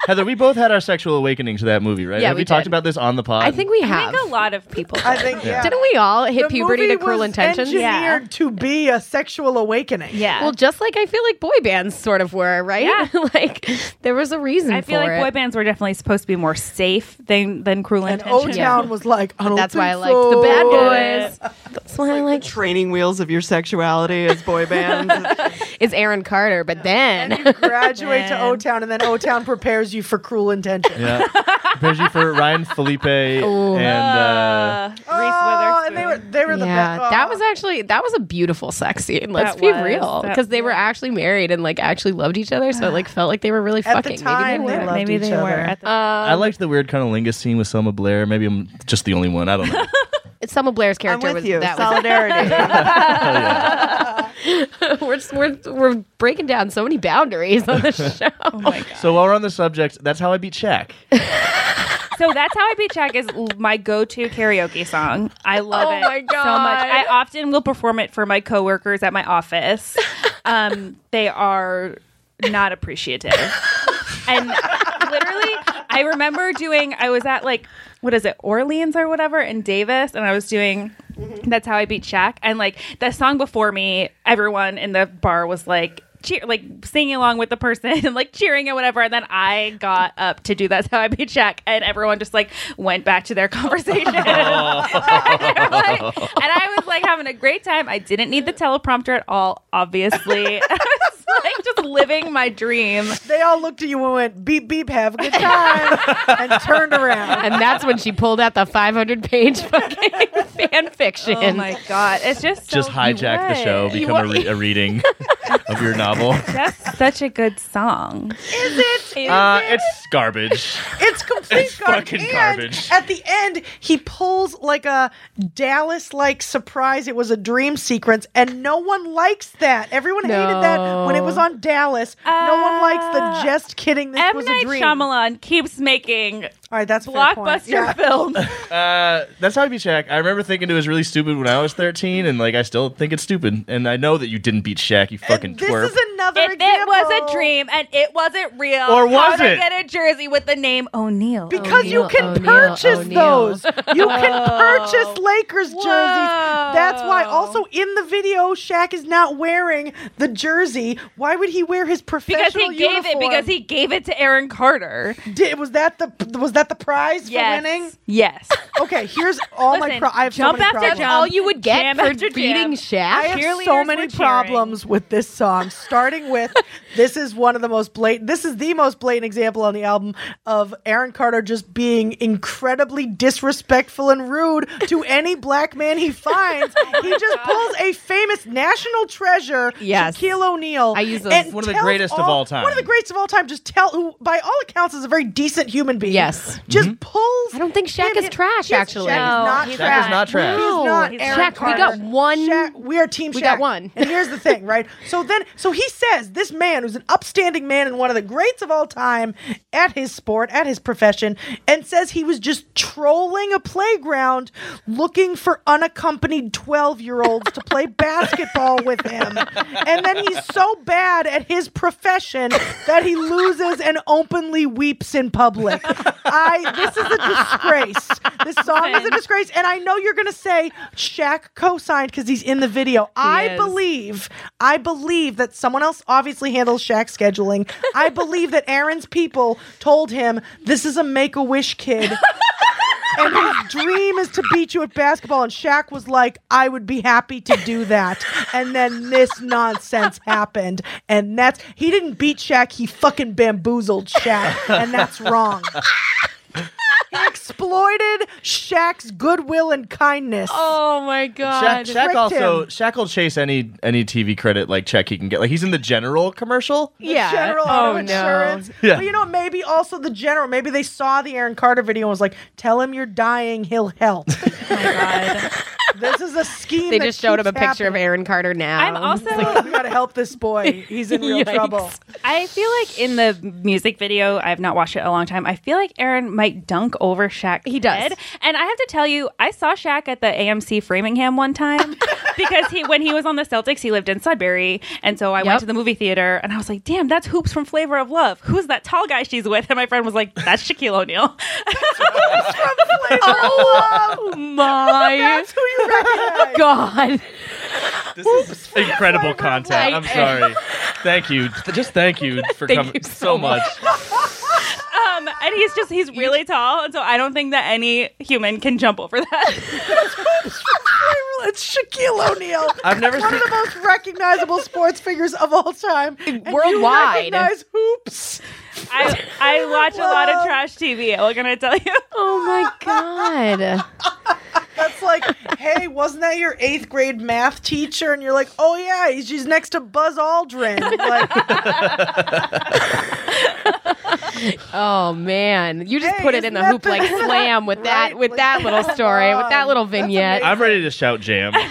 Speaker 5: Heather, we both had our sexual awakening to that movie, right?
Speaker 1: Yeah,
Speaker 5: Have
Speaker 1: we
Speaker 5: we, talked
Speaker 1: did.
Speaker 5: about this on the pod?
Speaker 1: I think we have.
Speaker 4: I think a lot of people.
Speaker 2: I think. Yeah.
Speaker 1: Didn't we all hit
Speaker 2: The
Speaker 1: puberty to
Speaker 2: movie
Speaker 1: Cruel
Speaker 2: was
Speaker 1: Intentions?
Speaker 2: Engineered to be a sexual awakening.
Speaker 4: Yeah.
Speaker 1: Well, just like I feel like boy bands sort of were, right?
Speaker 4: Yeah.
Speaker 1: like there was a reason.
Speaker 4: I feel
Speaker 1: for
Speaker 4: like
Speaker 1: it.
Speaker 4: boy bands were definitely supposed to be more safe than than cruel
Speaker 2: And
Speaker 4: intentions.
Speaker 2: O Town was like, I don't
Speaker 1: That's why I
Speaker 2: think
Speaker 1: liked the
Speaker 2: so.
Speaker 1: bad boys. That's why I like
Speaker 3: Training wheels of your sexuality as boy bands.
Speaker 1: is Aaron Carter, but then
Speaker 2: Graduate to O Town, and then O Town prepares you for cruel intentions.
Speaker 5: Yeah. Prepares you for Ryan Felipe and uh,
Speaker 4: Reese
Speaker 2: Oh,
Speaker 4: Witherspoon.
Speaker 2: and they were they were the
Speaker 1: yeah,
Speaker 2: best. Oh.
Speaker 1: that was actually that was a beautiful sex scene. Let's
Speaker 4: That
Speaker 1: be
Speaker 4: was,
Speaker 1: real,
Speaker 4: that-
Speaker 1: because they were actually married and like actually loved each other, so it like felt like they were really
Speaker 2: at
Speaker 1: fucking.
Speaker 2: the time they,
Speaker 1: Maybe they were.
Speaker 2: loved
Speaker 4: Maybe
Speaker 2: each
Speaker 4: they
Speaker 2: other. Oh
Speaker 4: were. At the-
Speaker 5: I liked the weird cunnilingus scene with Selma Blair. Maybe I'm just the only one. I don't know.
Speaker 1: Selma Blair's
Speaker 3: I'm
Speaker 1: character
Speaker 3: with
Speaker 1: was
Speaker 3: you.
Speaker 1: that was
Speaker 3: Solidarity.
Speaker 1: we're, just- we're we're breaking down so many boundaries on this show.
Speaker 5: so while we're on the subject, that's how I beat Shaq.
Speaker 4: so that's how I beat Jack is l- my go-to karaoke song. I love
Speaker 1: Oh
Speaker 4: it
Speaker 1: my
Speaker 4: so much.
Speaker 1: God.
Speaker 4: I often will perform it for my coworkers at my office. Um, they are not appreciative. and literally, I remember doing. I was at like what is it, Orleans or whatever, in Davis, and I was doing. That's how I beat Shaq. And like the song before me, everyone in the bar was like. Cheer, like singing along with the person and like cheering and whatever. And then I got up to do that's how I beat Shaq, and everyone just like went back to their conversation. like, and I was like having a great time. I didn't need the teleprompter at all, obviously. I was like just living my dream.
Speaker 2: They all looked at you and went beep beep, have a good time, and turned around.
Speaker 1: and that's when she pulled out the 500 page
Speaker 2: Oh
Speaker 1: fucking fan fiction.
Speaker 4: Oh my god, it's just so
Speaker 5: just hijack the show,
Speaker 4: good.
Speaker 5: become a, re- a reading of your novel.
Speaker 4: That's such a good song.
Speaker 5: Uh, it's garbage.
Speaker 2: It's complete
Speaker 5: It's
Speaker 2: garbage.
Speaker 5: fucking
Speaker 2: And
Speaker 5: garbage.
Speaker 2: At the end, he pulls like a Dallas like surprise. It was a dream sequence, and no one likes that. Everyone hated that when it was on Dallas. no one likes the just kidding. This
Speaker 4: Uh, M
Speaker 2: was
Speaker 4: Night
Speaker 2: a dream. All
Speaker 4: Shyamalan keeps making
Speaker 2: right, that's a fair point.
Speaker 4: blockbuster
Speaker 2: Yeah.
Speaker 4: films.
Speaker 5: Uh, that's how I beat Shaq. I remember thinking it was really stupid when I was 13, and like I still think it's stupid. And I know that you didn't beat Shaq, you fucking
Speaker 2: This
Speaker 5: twerp.
Speaker 2: is another
Speaker 4: If it
Speaker 2: example.
Speaker 4: was a dream and it wasn't real,
Speaker 5: Or was
Speaker 4: how to
Speaker 5: it?
Speaker 4: get a jersey with the name O'Neal?
Speaker 2: Because
Speaker 1: O'Neal,
Speaker 2: you can
Speaker 1: O'Neal,
Speaker 2: purchase
Speaker 1: O'Neal.
Speaker 2: those. You can purchase Lakers jerseys. That's why also in the video Shaq is not wearing the jersey. Why would he wear his
Speaker 4: because
Speaker 2: professional
Speaker 4: he gave it
Speaker 2: uniform?
Speaker 4: because he gave it to Aaron Carter.
Speaker 2: Did, was that the was that the prize
Speaker 4: Yes.
Speaker 2: for winning?
Speaker 4: Yes.
Speaker 2: Okay, here's all my
Speaker 4: Listen,
Speaker 2: pro- I have so
Speaker 4: jump
Speaker 2: many
Speaker 4: after
Speaker 2: problems.
Speaker 4: jump.
Speaker 1: All you would get
Speaker 4: Jam
Speaker 1: for
Speaker 4: after
Speaker 1: beating
Speaker 2: I
Speaker 1: Shaq.
Speaker 2: have so
Speaker 4: Cheerleaders were
Speaker 2: many
Speaker 4: cheering.
Speaker 2: problems with this song. Starting with this is one of the most blatant. This is the most blatant example on the album of Aaron Carter just being incredibly disrespectful and rude to any black man he finds.
Speaker 1: Oh
Speaker 2: he just pulls a famous national treasure,
Speaker 1: Yes.
Speaker 2: Shaquille O'Neal.
Speaker 1: I use those-
Speaker 2: and
Speaker 5: One of the
Speaker 2: tells
Speaker 5: greatest of all time.
Speaker 2: One of the greatest of all time. Just tell who, by all accounts, is a very decent human being.
Speaker 1: Yes.
Speaker 2: just pulls.
Speaker 1: I don't think Shaq
Speaker 2: him-
Speaker 1: is
Speaker 2: him-
Speaker 1: trash,
Speaker 2: yes,
Speaker 1: actually.
Speaker 2: Shaq
Speaker 1: No,
Speaker 2: is not
Speaker 5: Mm-hmm. Shaq
Speaker 2: trash.
Speaker 5: is not trash.
Speaker 2: He's not
Speaker 1: No.
Speaker 2: Aaron
Speaker 1: Shaq, we got
Speaker 2: Carter.
Speaker 1: one-
Speaker 2: Shaq- we are Team Shaq.
Speaker 1: We got one.
Speaker 2: And here's the thing, right? So then, so he says this man who's an upstanding man and one of the greats of all time at his sport, at his profession, and says he was just trolling a playground looking for unaccompanied 12 year olds to play basketball with him. And then he's so bad at his profession that he loses and openly weeps in public. I, this is a disgrace. This song is a disgrace. And I know you're going to say Shaq co signed because he's in the video. I
Speaker 1: is.
Speaker 2: believe, I believe that someone else obviously handles Shaq's scheduling. I believe that Aaron's people told him this is a make a wish kid. And his dream is to beat you at basketball. And Shaq was like, I would be happy to do that. And then this nonsense happened. And that's, he didn't beat Shaq, he fucking bamboozled Shaq. And that's wrong exploited Shaq's goodwill and kindness.
Speaker 1: Oh my
Speaker 5: Shaq,
Speaker 1: god.
Speaker 5: Shaq
Speaker 2: Tricked
Speaker 5: also
Speaker 2: him.
Speaker 5: Shaq will chase any any TV credit like check he can get. Like he's in the general commercial.
Speaker 1: yeah. Oh,
Speaker 2: General auto insurance.
Speaker 5: Yeah.
Speaker 2: But you know, maybe also the general, maybe they saw the Aaron Carter video and was like, tell him you're dying, he'll help.
Speaker 4: Oh my god.
Speaker 2: This is a scheme.
Speaker 1: They
Speaker 2: that
Speaker 1: just showed him a
Speaker 2: keeps
Speaker 1: picture of
Speaker 2: happening.
Speaker 1: Aaron Carter now.
Speaker 4: I'm also.
Speaker 2: We Oh, gotta help this boy. He's in real
Speaker 1: Yikes.
Speaker 2: trouble.
Speaker 4: I feel like in the music video, I've not watched it in a long time. I feel like Aaron might dunk over Shaq.
Speaker 1: He does.
Speaker 4: and I have to tell you, I saw Shaq at the AMC Framingham one time because he, when he was on the Celtics, he lived in Sudbury, and so I
Speaker 1: Yep.
Speaker 4: went to the movie theater and I was like, "Damn, that's Hoops from Flavor of Love. Who's that tall guy she's with?" And my friend was like, "That's Shaquille O'Neal."
Speaker 1: Oh my
Speaker 2: That's who you recognize.
Speaker 1: god!
Speaker 5: This is incredible content. I'm sorry. Thank you. Th- Just thank you for
Speaker 1: Thank
Speaker 5: coming
Speaker 1: you so
Speaker 5: so much.
Speaker 4: Um, and he's just he's really tall, and so I don't think that any human can jump over that.
Speaker 2: it's Shaquille O'Neal.
Speaker 5: I've never
Speaker 2: one of the
Speaker 5: seen-
Speaker 2: most recognizable sports figures of all time. And you
Speaker 1: Worldwide.
Speaker 2: recognize hoops.
Speaker 4: I I watch a lot of trash TV. What can I tell you?
Speaker 1: Oh my god!
Speaker 2: That's like, hey, wasn't that your eighth grade math teacher? And you're like, oh yeah, he's- she's next to Buzz Aldrin. Like,
Speaker 1: Oh man! You just
Speaker 2: Hey,
Speaker 1: put it
Speaker 2: isn't
Speaker 1: in the
Speaker 2: that
Speaker 1: hoop like
Speaker 2: the-
Speaker 1: slam with that
Speaker 2: Right?
Speaker 1: with
Speaker 2: Like,
Speaker 1: that little
Speaker 2: come
Speaker 1: story with that
Speaker 2: on.
Speaker 1: little vignette.
Speaker 5: I'm ready to shout jam. All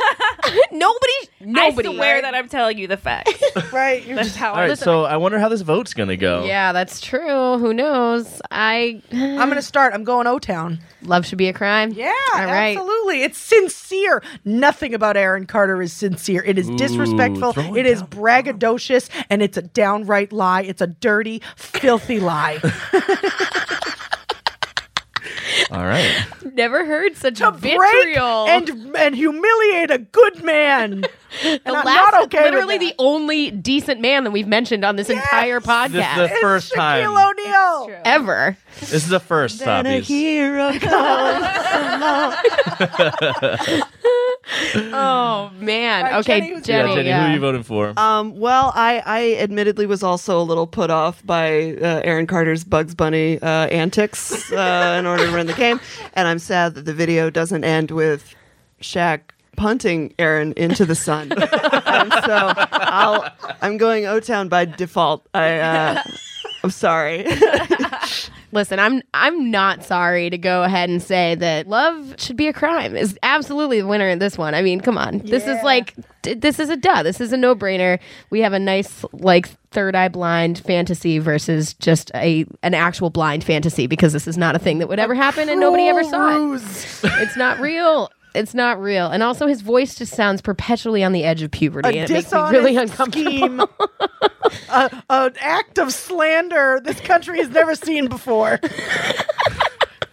Speaker 1: Nobody, nobody.
Speaker 4: I swear that I'm telling you the facts.
Speaker 2: right? You're
Speaker 4: That's
Speaker 2: just,
Speaker 4: how I
Speaker 5: right, so I wonder how this vote's gonna go.
Speaker 1: Yeah, that's true. Who knows? I
Speaker 2: I'm gonna start. I'm going O Town.
Speaker 1: love should be a crime.
Speaker 2: Yeah,
Speaker 1: All right.
Speaker 2: absolutely. It's sincere. Nothing about Aaron Carter is sincere. It is disrespectful.
Speaker 5: throw
Speaker 2: It
Speaker 5: it
Speaker 2: is braggadocious, and it's a downright lie. It's a dirty, filthy lie.
Speaker 5: All right.
Speaker 1: Never heard such
Speaker 2: to break
Speaker 1: vitriol.
Speaker 2: and and humiliate a good man. the
Speaker 1: the last, literally the only decent man that we've mentioned on this entire
Speaker 5: This
Speaker 1: podcast
Speaker 5: is the first time.
Speaker 2: Shaquille O'Neal.
Speaker 1: ever.
Speaker 5: This is the first stop.
Speaker 3: hero
Speaker 1: Oh man. okay,
Speaker 2: Jenny,
Speaker 1: Jenny.
Speaker 2: who's-
Speaker 5: Yeah, Jenny, who
Speaker 1: yeah.
Speaker 5: are you voting for?
Speaker 3: Um, well, I, I admittedly was also a little put off by uh, Aaron Carter's Bugs Bunny uh, antics uh, in order to win the game, and I'm sad that the video doesn't end with Shaq punting Aaron into the sun. and so I'll, I'm going O Town by default. I uh, I'm sorry.
Speaker 1: Listen, I'm I'm not sorry to go ahead and say that love should be a crime is absolutely the winner in this one. I mean, come on, this is like d- this is a duh. This is a no brainer. We have a nice like third eye blind fantasy versus just a an actual blind fantasy because this is not a thing that would ever happen and nobody ever saw it. It's not real. It's not real. And also, his voice just sounds perpetually on the edge of puberty.
Speaker 2: A
Speaker 1: and it makes me
Speaker 2: dishonest
Speaker 1: really uncomfortable.
Speaker 2: scheme. a, an act of slander this country has never seen before.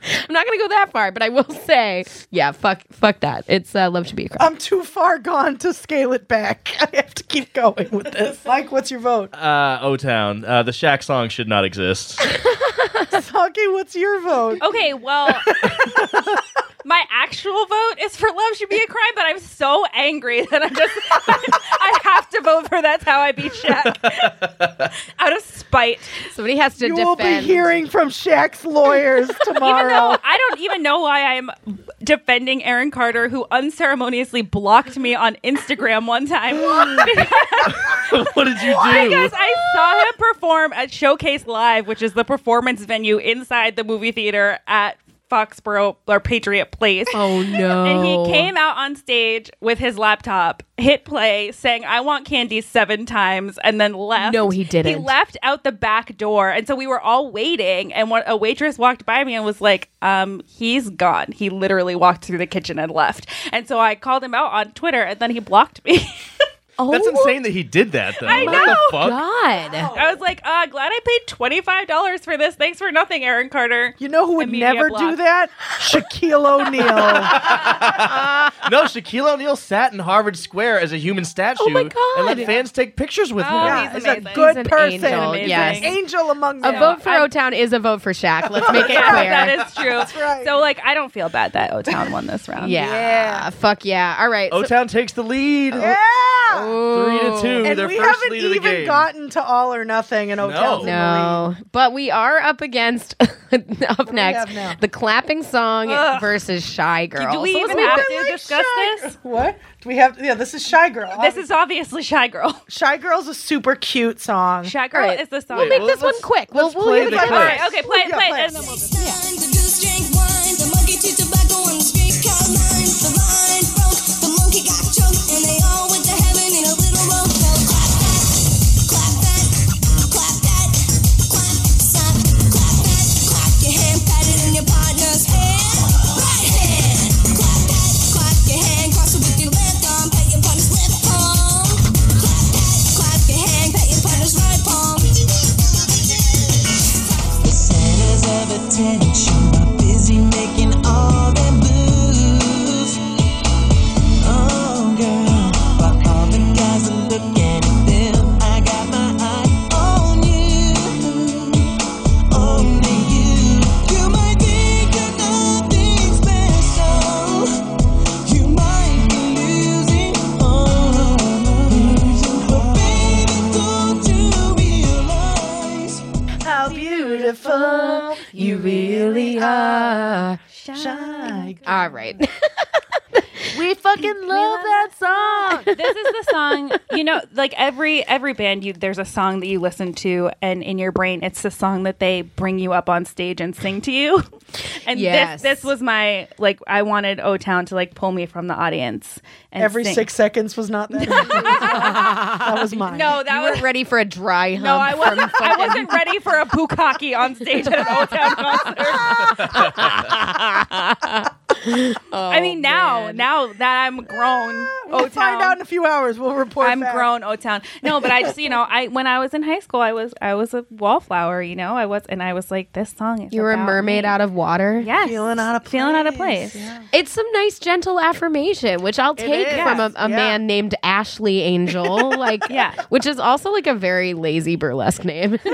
Speaker 1: I'm not gonna go that far, but I will say, yeah, fuck, fuck that. It's uh, love should be a crime.
Speaker 2: I'm too far gone to scale it back. I have to keep going with this. Mike, what's your vote?
Speaker 5: Uh, o Town. Uh, the Shaq song should not exist.
Speaker 2: Saki, what's your vote?
Speaker 4: Okay, well, my actual vote is for love should be a crime, but I'm so angry that I'm just, I have to vote for that's how I beat Shaq. Out of spite.
Speaker 1: Somebody has to
Speaker 2: You
Speaker 1: defend.
Speaker 2: will be hearing from Shaq's lawyers
Speaker 4: Even though
Speaker 2: tomorrow.
Speaker 4: I don't even know why I'm defending Aaron Carter, who unceremoniously blocked me on Instagram one time. because
Speaker 5: what did you do?
Speaker 4: because I saw him perform at Showcase Live, which is the performance venue inside the movie theater at Foxborough or Patriot Place.
Speaker 1: Oh no!
Speaker 4: And he came out on stage with his laptop, hit play, saying, I want candy seven times, and then left.
Speaker 1: No, he didn't.
Speaker 4: He left out the back door. And so we were all waiting, and one, a waitress walked by me and was like, um, He's gone. He literally walked through the kitchen and left. And so I called him out on Twitter, and then he blocked me.
Speaker 5: That's insane that he did that, though.
Speaker 4: I
Speaker 5: what the
Speaker 4: know.
Speaker 5: fuck?
Speaker 1: God.
Speaker 4: I was like, uh, Glad I paid $25 for this. Thanks for nothing, Aaron Carter.
Speaker 2: You know who
Speaker 4: A
Speaker 2: would
Speaker 4: media
Speaker 2: never
Speaker 4: block.
Speaker 2: do that? Shaquille O'Neal.
Speaker 5: No, Shaquille O'Neal sat in Harvard Square as a human statue
Speaker 1: my God.
Speaker 5: and let fans take pictures with
Speaker 4: Oh,
Speaker 5: him.
Speaker 2: Yeah,
Speaker 4: he's
Speaker 2: he's,
Speaker 4: amazing.
Speaker 2: a good
Speaker 1: He's an
Speaker 2: person.
Speaker 1: angel,
Speaker 4: Amazing.
Speaker 1: yes.
Speaker 2: Angel among
Speaker 1: A
Speaker 2: them.
Speaker 1: vote for O Town is a vote for Shaq. Let's make it clear.
Speaker 4: That is true.
Speaker 2: right.
Speaker 4: So, like, I don't feel bad that O Town won this round.
Speaker 1: yeah. Fuck yeah. All right.
Speaker 5: O Town takes the lead.
Speaker 2: Yeah.
Speaker 5: Three to two.
Speaker 2: and
Speaker 5: their
Speaker 2: we
Speaker 5: first
Speaker 2: haven't
Speaker 5: lead of the
Speaker 2: even
Speaker 5: game.
Speaker 2: gotten to all or nothing in O'Town.
Speaker 1: no, but we are up against up next
Speaker 2: have now?
Speaker 1: the clapping song
Speaker 4: Ugh.
Speaker 1: versus Shy Girl.
Speaker 4: Do we
Speaker 1: So let's
Speaker 4: even
Speaker 1: move
Speaker 4: have
Speaker 1: it-
Speaker 4: to discuss this?
Speaker 2: What? Do we have yeah, this is Shy Girl.
Speaker 4: This is obviously Shy Girl.
Speaker 2: Shy Girl's a super cute song.
Speaker 4: Shy Girl is the song.
Speaker 5: Wait,
Speaker 1: make
Speaker 5: well,
Speaker 1: this one
Speaker 5: let's-
Speaker 1: quick. We'll,
Speaker 5: let's
Speaker 1: we'll
Speaker 5: play
Speaker 1: give it
Speaker 5: the
Speaker 1: a
Speaker 5: clip.
Speaker 4: All right, okay, play it,
Speaker 2: Yeah,
Speaker 4: play
Speaker 2: play
Speaker 4: it.
Speaker 2: it.
Speaker 4: And then we'll-
Speaker 8: The goose drank wine, the monkey chewed tobacco, and the street cat lined the line. Broke
Speaker 6: attention, but busy making all them moves. Oh, girl, while all the guys are looking at them, I got my eye on you. Only you. You might think you're nothing special. You might be losing all. But baby, don't you realize?
Speaker 2: How beautiful you really are. Shy.
Speaker 1: All right.
Speaker 2: We fucking love that song.
Speaker 4: this is the song you know like every every band you there's a song that you listen to and in your brain it's the song that they bring you up on stage and sing to you and
Speaker 1: Yes.
Speaker 4: this this was my like i wanted o town to like pull me from the audience and
Speaker 2: Every
Speaker 4: sing.
Speaker 2: six seconds was not that. that was mine.
Speaker 4: no that
Speaker 1: I was
Speaker 4: was
Speaker 1: ready for a dry hump.
Speaker 4: no, I
Speaker 1: from
Speaker 4: wasn't. I wasn't ready for a bukkake on stage at an old town concert. I mean,
Speaker 1: Oh,
Speaker 4: now, now that I'm grown,
Speaker 2: We'll
Speaker 4: O
Speaker 2: find out in a few hours. We'll report.
Speaker 4: I'm
Speaker 2: back.
Speaker 4: grown O town. No, but I just you know I when I was in high school I was I was a wallflower. You know I was and I was like this song. Is
Speaker 1: You were a
Speaker 4: about
Speaker 1: mermaid
Speaker 4: me.
Speaker 1: out of water.
Speaker 4: Yes,
Speaker 2: Feeling out of
Speaker 4: feeling out of
Speaker 2: place.
Speaker 4: place.
Speaker 1: It's some nice, gentle affirmation, which I'll take
Speaker 2: is.
Speaker 1: from a, a
Speaker 2: Yeah.
Speaker 1: man named Ashley Angel. Like,
Speaker 4: Yeah.
Speaker 1: which is also like a very lazy burlesque name. um,
Speaker 2: So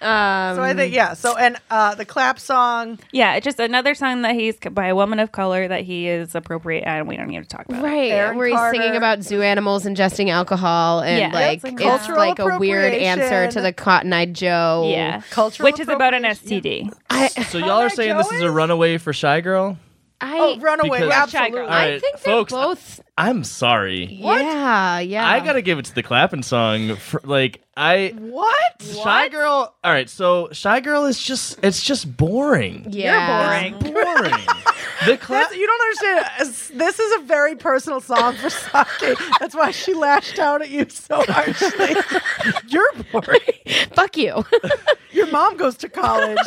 Speaker 2: I think yeah. So and uh, the clap song.
Speaker 4: Yeah, it's just another song that he's c- by a woman of color that he is appropriate, and we don't need to talk about. It.
Speaker 1: right,
Speaker 2: Aaron
Speaker 1: where he's singing
Speaker 2: Carter.
Speaker 1: about zoo animals ingesting alcohol and
Speaker 4: Yeah.
Speaker 1: like
Speaker 4: That's like
Speaker 1: it's
Speaker 2: cultural
Speaker 1: like a weird answer to
Speaker 2: appropriation.
Speaker 1: the Cotton Eye Joe.
Speaker 4: Yeah,
Speaker 2: Cultural
Speaker 4: which is about an
Speaker 2: appropriation.
Speaker 4: STD.
Speaker 5: So y'all are
Speaker 2: that
Speaker 5: saying this is a
Speaker 2: Joey's?
Speaker 5: runaway for Shy Girl?
Speaker 1: I
Speaker 2: Oh, Runaway.
Speaker 5: Because-
Speaker 2: Absolutely.
Speaker 4: All
Speaker 1: I
Speaker 5: right,
Speaker 1: think they're
Speaker 5: folks,
Speaker 1: both.
Speaker 5: I'm sorry.
Speaker 1: Yeah, yeah.
Speaker 5: I gotta give it to the clapping song. For, like I
Speaker 2: What?
Speaker 5: Shy Girl. All right, so Shy Girl is just it's just boring.
Speaker 1: Yeah.
Speaker 4: boring.
Speaker 5: Boring. the clap.
Speaker 2: That's, you don't understand. As- This is a very personal song for Saki. That's why she lashed out at you so harshly. You're boring.
Speaker 1: Fuck you.
Speaker 2: Your mom goes to college.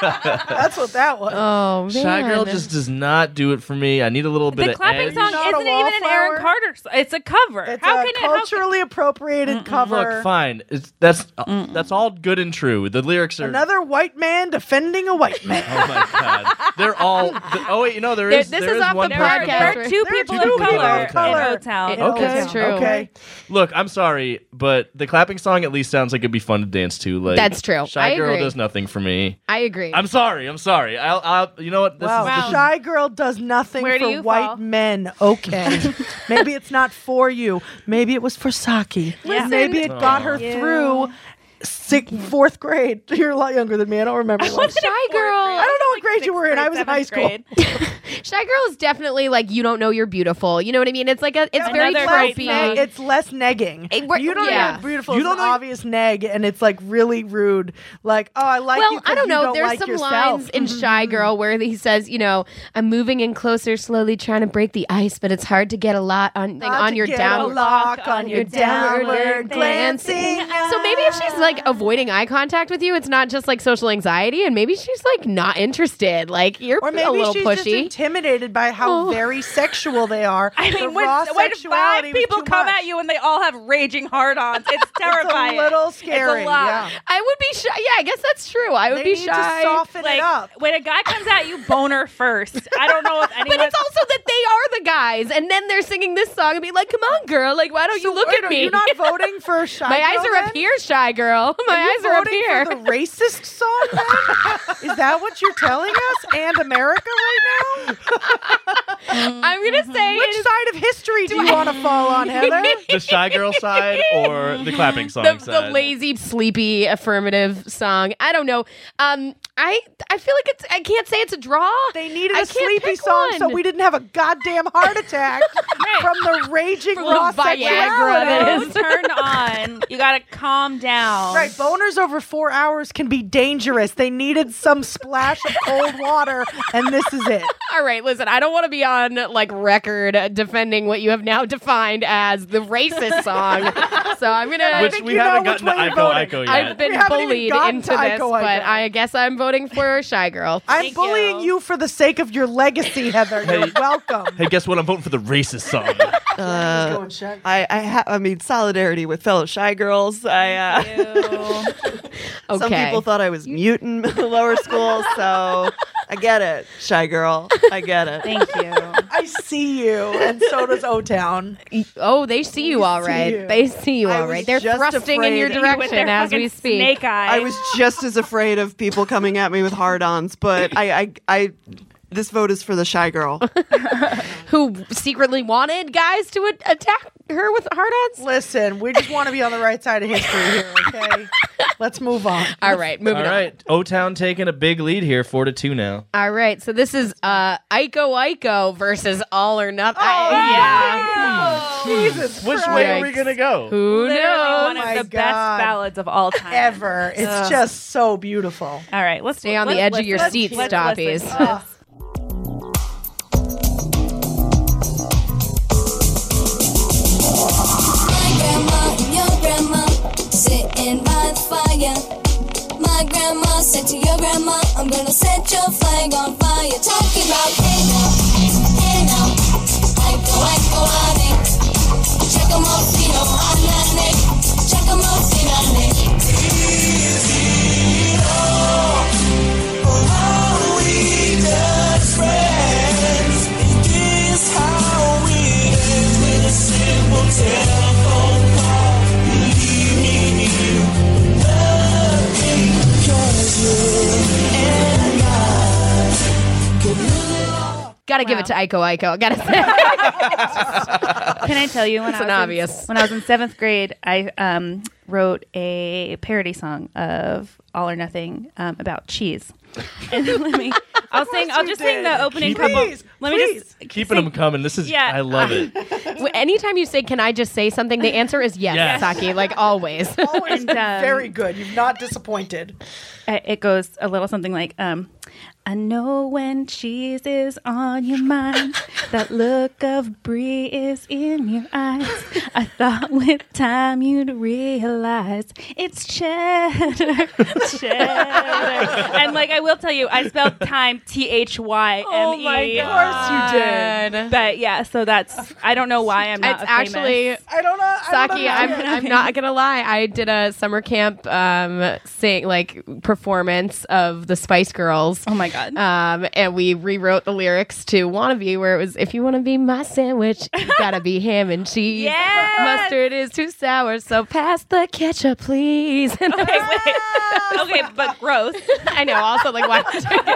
Speaker 2: That's what that was.
Speaker 4: Uh,
Speaker 1: oh man.
Speaker 5: Shy Girl just does not do it for me. I need a little bit
Speaker 4: The
Speaker 5: of
Speaker 4: clapping
Speaker 5: edge.
Speaker 4: song
Speaker 2: Not a
Speaker 4: isn't even an Aaron
Speaker 2: wallflower.
Speaker 4: Carter. s- It's a cover.
Speaker 2: it's
Speaker 4: how
Speaker 2: a
Speaker 4: can it? How can,
Speaker 2: culturally appropriated cover.
Speaker 5: Look, fine. It's, that's that's all good and true. The lyrics are
Speaker 2: Another white man defending a white man.
Speaker 5: Oh my god, they're all. th- oh wait, you know there
Speaker 1: There-
Speaker 5: is.
Speaker 1: this
Speaker 5: there
Speaker 1: is
Speaker 5: is
Speaker 1: off the
Speaker 5: one
Speaker 4: there, are,
Speaker 5: person-
Speaker 1: podcast.
Speaker 4: there are two
Speaker 2: There are
Speaker 4: people
Speaker 5: two
Speaker 4: of
Speaker 5: people of
Speaker 4: color
Speaker 5: color.
Speaker 4: in O Town.
Speaker 1: It- Okay.
Speaker 2: That's
Speaker 1: It's true.
Speaker 2: Okay.
Speaker 5: Look, I'm sorry, but the clapping song at least sounds like it'd be fun to dance to. Like
Speaker 1: That's true.
Speaker 5: Shy
Speaker 1: I
Speaker 5: girl
Speaker 1: agree.
Speaker 5: does nothing for me.
Speaker 1: I agree.
Speaker 5: I'm sorry. I'm sorry. I'll. I'll you know what? This
Speaker 2: Wow.
Speaker 5: is, this
Speaker 2: Shy Girl does nothing
Speaker 4: Where do
Speaker 2: for
Speaker 4: you
Speaker 2: white
Speaker 4: fall?
Speaker 2: men. Okay. Maybe it's not for you. Maybe it was for Saki.
Speaker 4: Listen
Speaker 2: Maybe it got her
Speaker 4: to
Speaker 2: through sixth, fourth grade. You're a lot younger than me. I don't remember. what.
Speaker 1: Shy Girl.
Speaker 2: I don't know what grade you were in. I was in high school.
Speaker 1: Shy Girl is definitely like you don't know you're beautiful. You know what I mean? It's like a it's very
Speaker 4: Another
Speaker 2: less
Speaker 4: great
Speaker 1: tropey.
Speaker 4: song.
Speaker 2: neg- it's less negging.
Speaker 1: It- we're-
Speaker 2: you don't know
Speaker 1: yeah.
Speaker 2: how beautiful.
Speaker 5: You
Speaker 2: You
Speaker 5: don't
Speaker 2: don't
Speaker 5: know-
Speaker 2: obvious neg, and it's like really rude. Like, oh, I like you.
Speaker 1: well,
Speaker 2: 'cause
Speaker 1: I don't
Speaker 2: you
Speaker 1: know. There's
Speaker 2: like
Speaker 1: some
Speaker 2: yourself. Mm-hmm.
Speaker 1: lines in Shy Girl where he says, you know, I'm moving in closer, slowly trying to break the ice, but it's hard to get a lot on like,
Speaker 2: Hard
Speaker 1: on
Speaker 2: to
Speaker 1: your
Speaker 2: get
Speaker 1: downward
Speaker 2: a lock on your downward glancing.
Speaker 1: So maybe if she's like avoiding eye contact with you, it's not just like social anxiety, and maybe she's like not interested. Like you're
Speaker 2: Or maybe
Speaker 1: a little
Speaker 2: she's just
Speaker 1: pushy.
Speaker 2: intimidated by how
Speaker 1: Oh.
Speaker 2: very sexual they are.
Speaker 4: I
Speaker 2: The
Speaker 4: mean, when,
Speaker 2: raw
Speaker 4: when five
Speaker 2: sexuality was
Speaker 4: people
Speaker 2: too
Speaker 4: come
Speaker 2: much.
Speaker 4: at you and they all have raging hard-ons, it's terrifying.
Speaker 2: little scary,
Speaker 4: It's a lot.
Speaker 2: yeah.
Speaker 1: I would be shy. Yeah, I guess that's true. I would
Speaker 2: they
Speaker 1: be
Speaker 2: need
Speaker 1: shy.
Speaker 2: to soften
Speaker 4: Like
Speaker 2: it up.
Speaker 4: when a guy comes at you, boner first. I don't know if anyone.
Speaker 1: But it's also that they are the guys, and then they're singing this song and be like, "Come on, girl! Like, why don't you look
Speaker 2: Wait,
Speaker 1: at
Speaker 2: are
Speaker 1: me?
Speaker 2: you not voting for shy.
Speaker 1: My eyes
Speaker 2: Girl
Speaker 1: are up
Speaker 2: then?
Speaker 1: here, shy girl. My eyes
Speaker 2: you
Speaker 1: are up
Speaker 2: voting
Speaker 1: here."
Speaker 2: For the racist song. Then? Is that what you're telling us and America right now?
Speaker 1: I'm gonna say
Speaker 2: Mm-hmm. Which
Speaker 1: it is
Speaker 2: side of history do you want to fall on, Heather?
Speaker 5: the shy girl side or the clapping song
Speaker 1: the,
Speaker 5: side.
Speaker 1: the lazy, sleepy, affirmative song. I don't know. Um, I I feel like it's. I can't say it's a draw.
Speaker 2: They needed
Speaker 1: I
Speaker 2: a
Speaker 1: can't
Speaker 2: sleepy
Speaker 1: pick
Speaker 2: song so
Speaker 1: one.
Speaker 2: we didn't have a goddamn heart attack from the raging
Speaker 1: From
Speaker 2: raw
Speaker 1: the Viagra
Speaker 2: sexuality.
Speaker 1: that
Speaker 4: so
Speaker 1: is.
Speaker 4: turned on. You gotta calm down.
Speaker 2: Right, boners over four hours can be dangerous. They needed some splash of cold water, and this is it.
Speaker 1: All right, listen. I don't want to be on like record uh, defending what you have now defined as the racist song. so I'm gonna.
Speaker 5: Which we haven't gotten to Ico Ico yet.
Speaker 1: I've been
Speaker 2: We haven't even
Speaker 1: bullied
Speaker 2: gotten
Speaker 1: into
Speaker 2: to
Speaker 1: this,
Speaker 2: Ico
Speaker 1: but
Speaker 2: Ico.
Speaker 1: I guess I'm voting for Shy Girl.
Speaker 2: I'm bullying you. for the sake of your legacy, Heather. You're
Speaker 5: Hey.
Speaker 2: welcome.
Speaker 5: hey, guess what? I'm voting for the racist song.
Speaker 3: Uh, I I, ha- I mean solidarity with fellow shy girls. I uh,
Speaker 1: Okay.
Speaker 3: some people thought I was mute in lower school, so I get it, shy girl. I get it.
Speaker 4: Thank you.
Speaker 2: I see you, and so does O Town.
Speaker 1: oh, they see you all right.
Speaker 2: you.
Speaker 1: They see you
Speaker 3: I
Speaker 1: all
Speaker 3: was
Speaker 1: right. They're
Speaker 3: just
Speaker 1: thrusting in your
Speaker 3: afraid-
Speaker 4: With
Speaker 1: direction
Speaker 4: their
Speaker 1: as we
Speaker 4: fucking
Speaker 1: speak.
Speaker 4: Snake eyes.
Speaker 3: I was just as afraid of people coming at me with hard-ons, but I I, I this vote is for the shy girl.
Speaker 1: Who secretly wanted guys to a- attack her with hard-ons?
Speaker 2: Listen, we just want to be on the right side of history here, okay? Let's move on.
Speaker 1: All right, moving
Speaker 5: All
Speaker 1: on.
Speaker 5: right, O Town taking a big lead here, four to two now.
Speaker 1: All right, so this is uh Ico Ico versus All or Nothing.
Speaker 2: Jesus
Speaker 5: Which
Speaker 2: Christ.
Speaker 5: way are we gonna go?
Speaker 1: Who
Speaker 4: literally one
Speaker 1: knows?
Speaker 4: of
Speaker 2: my
Speaker 4: the best
Speaker 2: God.
Speaker 4: ballads of all time.
Speaker 2: Ever. It's just so beautiful.
Speaker 4: All right, let's
Speaker 1: Stay on the edge of your seat, stoppies.
Speaker 8: My grandma and your grandma sitting by the fire. My grandma said to your grandma, I'm gonna set your flag on fire. Talking about hey now, hey now, I go, I go, I think. Check 'em out, you know, I'm not Nick. Check 'em out, you know, Nick.
Speaker 1: Gotta give it to Ico Ico. Gotta say.
Speaker 4: Can I tell you when
Speaker 1: It's
Speaker 4: I
Speaker 1: an
Speaker 4: was in-
Speaker 1: obvious.
Speaker 4: when I was in seventh grade, I um, wrote a parody song of All or Nothing um, about cheese. And let me, I'll sing. I'll just sing the opening
Speaker 5: Keep it.
Speaker 4: couple.
Speaker 2: Please,
Speaker 4: Let me
Speaker 2: please.
Speaker 4: just
Speaker 5: Keeping them coming. This is
Speaker 4: Yeah.
Speaker 5: I love it.
Speaker 1: W- Anytime you say, "Can I just say something?" the answer is yes,
Speaker 5: Yes.
Speaker 1: Saki. Like always.
Speaker 2: Always
Speaker 4: And, um,
Speaker 2: very good. You've not disappointed.
Speaker 4: I- it goes a little something like um I know when cheese is on your mind, that look of brie is in your eyes. I thought with time you'd realize it's cheddar, cheddar. And like I will tell you, I spelled time T H Y M E.
Speaker 2: Of course you did.
Speaker 4: But yeah, so that's I don't know why I'm not
Speaker 1: it's
Speaker 4: a famous-
Speaker 1: actually
Speaker 2: I don't know. I don't
Speaker 1: Saki.
Speaker 2: know.
Speaker 1: I'm, I'm not gonna lie. I did a summer camp um, sing like performance of the Spice Girls.
Speaker 4: Oh my god.
Speaker 1: Um, and we rewrote the lyrics to "Wannabe," where it was, "If you wanna be my sandwich, you gotta be ham and cheese.
Speaker 4: Yes!
Speaker 1: Mustard is too sour, so pass the ketchup, please." And I was-
Speaker 4: okay, but gross.
Speaker 1: I know. Also, like, why? did you get-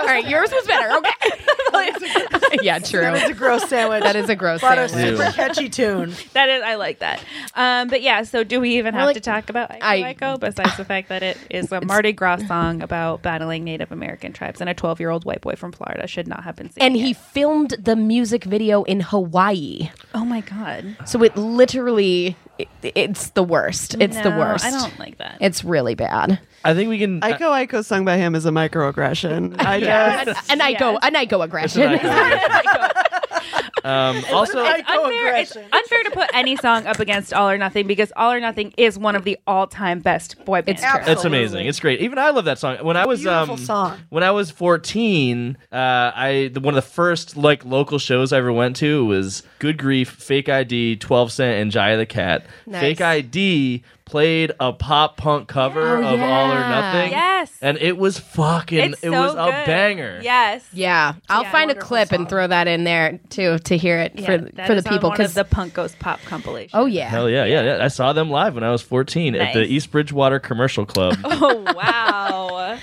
Speaker 1: All right, yours was better. Okay. yeah, true.
Speaker 2: That is a gross sandwich.
Speaker 1: That is a gross
Speaker 2: But a
Speaker 1: sandwich.
Speaker 2: super catchy tune.
Speaker 4: That is, I like that. Um, but yeah, so do we even have
Speaker 1: like-
Speaker 4: to talk about Ico
Speaker 1: I-
Speaker 4: Ico besides the fact that it is a Mardi Gras song about battling Native American tribes and a 12 year old white boy from Florida should not have been singing
Speaker 1: And he
Speaker 4: it.
Speaker 1: filmed the music video in Hawaii,
Speaker 4: oh my god,
Speaker 1: so it literally, it, it's the worst. It's the
Speaker 4: No,
Speaker 1: worst.
Speaker 4: I don't like that.
Speaker 1: It's really bad.
Speaker 5: I think we can. uh,
Speaker 3: Ico Ico sung by him is a microaggression. I just
Speaker 1: And, and I go, and I go
Speaker 5: It's an
Speaker 1: aggression.
Speaker 5: Ico. um, also,
Speaker 4: It's unfair, it's
Speaker 2: Icoaggression.
Speaker 4: unfair to put any song up against All or Nothing because All or Nothing is one of the all time best boy bands.
Speaker 1: true.
Speaker 5: It's amazing. It's great. Even I love that song. When I was
Speaker 2: Beautiful
Speaker 5: um,
Speaker 2: song.
Speaker 5: when I was fourteen, uh, I the, one of the first like local shows I ever went to was Good Grief, Fake ID, Twelve Cent, and Jaya the Cat.
Speaker 1: Nice.
Speaker 5: Fake ID played a pop punk cover
Speaker 1: Oh,
Speaker 5: of All or
Speaker 1: yeah.
Speaker 5: Nothing.
Speaker 4: Yes.
Speaker 5: and it was fucking.
Speaker 4: It's
Speaker 5: it
Speaker 4: so
Speaker 5: was a
Speaker 4: good.
Speaker 5: banger.
Speaker 4: Yes.
Speaker 1: Yeah, I'll
Speaker 4: Yeah,
Speaker 1: find a
Speaker 2: wonderful
Speaker 1: clip
Speaker 2: song.
Speaker 1: and throw that in there too to hear it
Speaker 4: Yeah,
Speaker 1: for
Speaker 4: that
Speaker 1: for the
Speaker 4: is on
Speaker 1: people.
Speaker 4: one of
Speaker 1: Because
Speaker 4: the Punk Goes Pop compilation.
Speaker 1: oh yeah,
Speaker 5: Hell yeah, yeah, yeah! I saw them live when I was fourteen at the
Speaker 4: Nice.
Speaker 5: East Bridgewater Commercial Club.
Speaker 4: Oh, wow.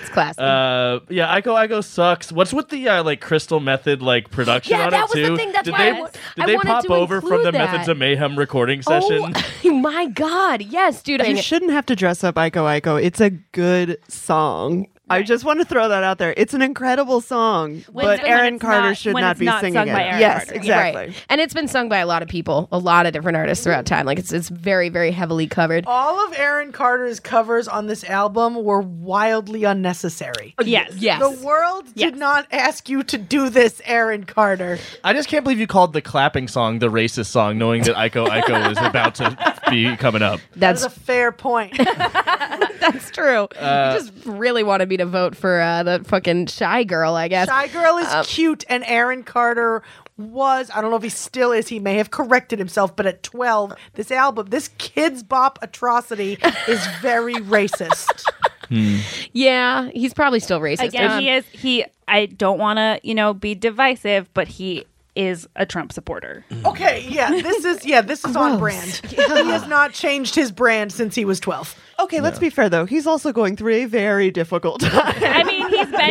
Speaker 1: it's classic.
Speaker 5: Uh, yeah, Ico Ico sucks. What's with the uh, like Crystal Method like production
Speaker 1: Yeah,
Speaker 5: on
Speaker 1: that
Speaker 5: it
Speaker 1: was the
Speaker 5: too?
Speaker 1: thing, that's
Speaker 5: did
Speaker 1: why I
Speaker 5: they
Speaker 1: wa-
Speaker 5: did
Speaker 1: I
Speaker 5: they
Speaker 1: wanted
Speaker 5: pop
Speaker 1: to
Speaker 5: over from the
Speaker 1: include that.
Speaker 5: Methods of Mayhem recording session?
Speaker 1: Oh my god, yes, dude. I-
Speaker 3: you shouldn't have to dress up Ico Ico. It's a good song. I just want to throw that out there. It's an incredible song,
Speaker 4: When-
Speaker 3: but
Speaker 4: when
Speaker 3: Aaron
Speaker 4: it's
Speaker 3: Carter
Speaker 4: not-
Speaker 3: should
Speaker 4: when
Speaker 3: not
Speaker 4: it's
Speaker 3: be
Speaker 4: not
Speaker 3: singing
Speaker 4: sung
Speaker 3: it.
Speaker 4: by Aaron
Speaker 3: yes,
Speaker 4: Carter.
Speaker 3: exactly.
Speaker 1: Right. And it's been sung by a lot of people, a lot of different artists throughout
Speaker 4: Mm-hmm.
Speaker 1: time. Like it's it's very very heavily covered.
Speaker 4: Oh,
Speaker 2: All of Aaron Carter's covers on this album were wildly unnecessary.
Speaker 4: Yes.
Speaker 1: Yes.
Speaker 2: The world
Speaker 4: Yes.
Speaker 2: did not ask you to do this, Aaron Carter.
Speaker 5: I just can't believe you called the clapping song the racist song, knowing that Ico Ico is about to be coming up.
Speaker 1: That's
Speaker 2: That's a fair point.
Speaker 1: that's true.
Speaker 5: Uh,
Speaker 1: you just really wanted me to vote for uh, the fucking shy girl, I guess.
Speaker 2: Shy Girl is cute, and Aaron Carter was, I don't know if he still is, he may have corrected himself, but at 12, this album, this kids bop atrocity is very racist.
Speaker 1: Yeah, he's probably still racist.
Speaker 4: Again,
Speaker 1: Um,
Speaker 4: he is he. I don't want to you know be divisive, but he is a Trump supporter.
Speaker 2: Okay, yeah, this is, yeah, this is on brand. He has not changed his brand since he was 12.
Speaker 3: Okay, let's be fair though. He's also going through a very difficult time.
Speaker 4: I mean, he's been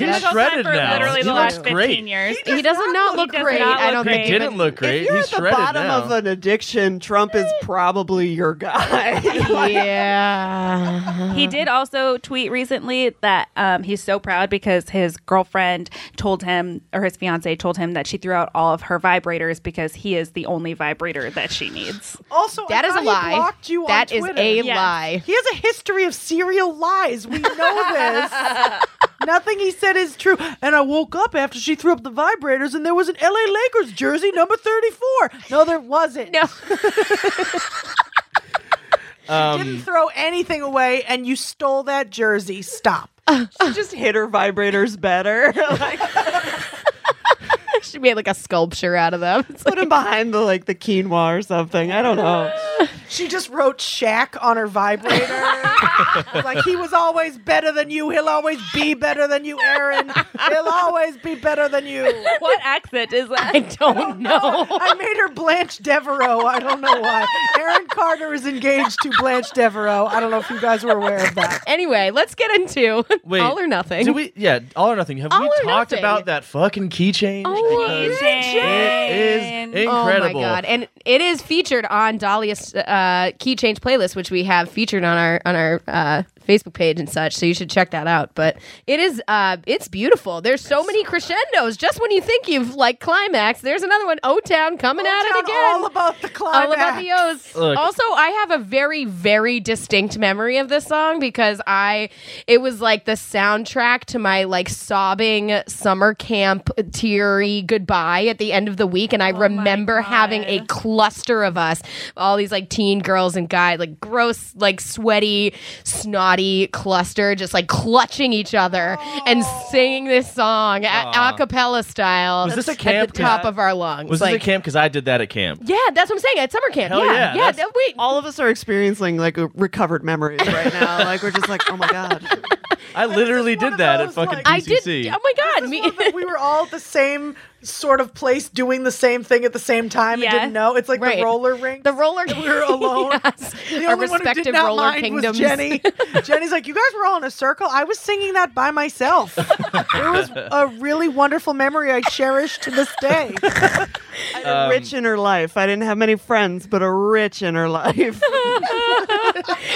Speaker 4: going through a
Speaker 5: that's-
Speaker 4: difficult time
Speaker 5: shredded
Speaker 4: for
Speaker 5: now.
Speaker 4: literally
Speaker 5: He
Speaker 4: the last
Speaker 5: looks great.
Speaker 4: fifteen years.
Speaker 1: he does not look
Speaker 4: he does
Speaker 1: great.
Speaker 4: not
Speaker 1: I don't
Speaker 4: look
Speaker 1: think
Speaker 4: great.
Speaker 5: He didn't look great.
Speaker 3: If you're
Speaker 5: He's
Speaker 3: at the
Speaker 5: shredded
Speaker 3: bottom
Speaker 5: now.
Speaker 3: of an addiction, Trump is probably your guy.
Speaker 1: yeah.
Speaker 4: He did also tweet recently that um, he's so proud because his girlfriend told him, or his fiance told him, that she threw out all of her vibrators because he is the only vibrator that she needs.
Speaker 2: Also,
Speaker 1: That
Speaker 2: I
Speaker 1: is
Speaker 2: thought
Speaker 1: a
Speaker 2: he
Speaker 1: lie.
Speaker 2: blocked you
Speaker 1: That
Speaker 2: on
Speaker 1: is
Speaker 2: Twitter.
Speaker 1: a
Speaker 4: Yes.
Speaker 1: lie.
Speaker 2: He has a history of serial lies. We know this. Nothing he said is true. And I woke up after she threw up the vibrators and there was an LA Lakers jersey number 34. No, there wasn't. No.
Speaker 3: Um,
Speaker 2: Didn't throw anything away and you stole that jersey. Stop.
Speaker 3: Just hit her vibrators better. like,
Speaker 1: She made like a sculpture out of them. It's like-
Speaker 3: put him behind the like the quinoa or something. I don't know.
Speaker 2: She just wrote Shaq on her vibrator. like he was always better than you. He'll always be better than you, Aaron. He'll always be better than you.
Speaker 4: What accent is that?
Speaker 1: I don't know.
Speaker 2: I made her Blanche Devereaux. I don't know why. Aaron Carter is engaged to Blanche Devereaux. I don't know if you guys were aware of that.
Speaker 1: Anyway, let's get into
Speaker 5: Wait,
Speaker 1: all or nothing.
Speaker 5: Do we? Yeah, all or nothing. Have
Speaker 1: All
Speaker 5: we
Speaker 1: or
Speaker 5: talked
Speaker 1: nothing.
Speaker 5: about that fucking key change?
Speaker 1: Oh,
Speaker 5: Because
Speaker 4: key
Speaker 5: It
Speaker 4: change.
Speaker 5: is incredible.
Speaker 1: Oh my god! And it is featured on Dahlia's uh, key change playlist, which we have featured on our on our uh, Facebook page and such. So you should check that out. But it is uh, it's beautiful. There's so many crescendos. Just when you think you've like climax, there's another one. O Town coming at it
Speaker 2: Town
Speaker 1: again.
Speaker 2: All about the climax.
Speaker 4: Oh,
Speaker 1: All about the O's.
Speaker 5: Look.
Speaker 1: Also, I have a very, very distinct memory of this song because I, it was like the soundtrack to my like sobbing summer camp teary goodbye at the end of the week, and I remember having a cluster of us, all these like teen girls and guys, like gross, like sweaty, snotty cluster, just like clutching each other and singing this song a cappella style
Speaker 5: Was this a
Speaker 1: at
Speaker 5: camp?
Speaker 1: the top
Speaker 5: Yeah.
Speaker 1: of our lungs.
Speaker 5: Was
Speaker 1: like,
Speaker 5: this a camp? Because I did that at camp.
Speaker 1: yeah, that's what I'm saying. At summer camp.
Speaker 5: Hell
Speaker 1: yeah.
Speaker 5: yeah,
Speaker 1: Yeah.
Speaker 5: that's-
Speaker 1: that- wait.
Speaker 3: All of us are experiencing like a recovered memories right now. Like we're just like, oh my god.
Speaker 5: I literally
Speaker 2: one of
Speaker 5: did that at
Speaker 2: those,
Speaker 5: fucking
Speaker 2: like-
Speaker 1: I did.
Speaker 5: PCC.
Speaker 1: Oh my God.
Speaker 2: This
Speaker 1: Me,
Speaker 2: one that we were all at the same sort of place doing the same thing at the same time
Speaker 4: Yeah.
Speaker 2: and didn't know. It's like
Speaker 1: Right.
Speaker 2: the roller rink.
Speaker 1: the roller.
Speaker 2: we were alone.
Speaker 1: Yes.
Speaker 2: The
Speaker 1: Our
Speaker 2: only one who did
Speaker 1: respective
Speaker 2: not
Speaker 1: roller
Speaker 2: mind was
Speaker 1: kingdoms.
Speaker 2: Jenny. Jenny's like, you guys were all in a circle. I was singing that by myself. it was a really wonderful memory I cherish to this day.
Speaker 3: rich inner life. I didn't have many friends, but a rich inner life.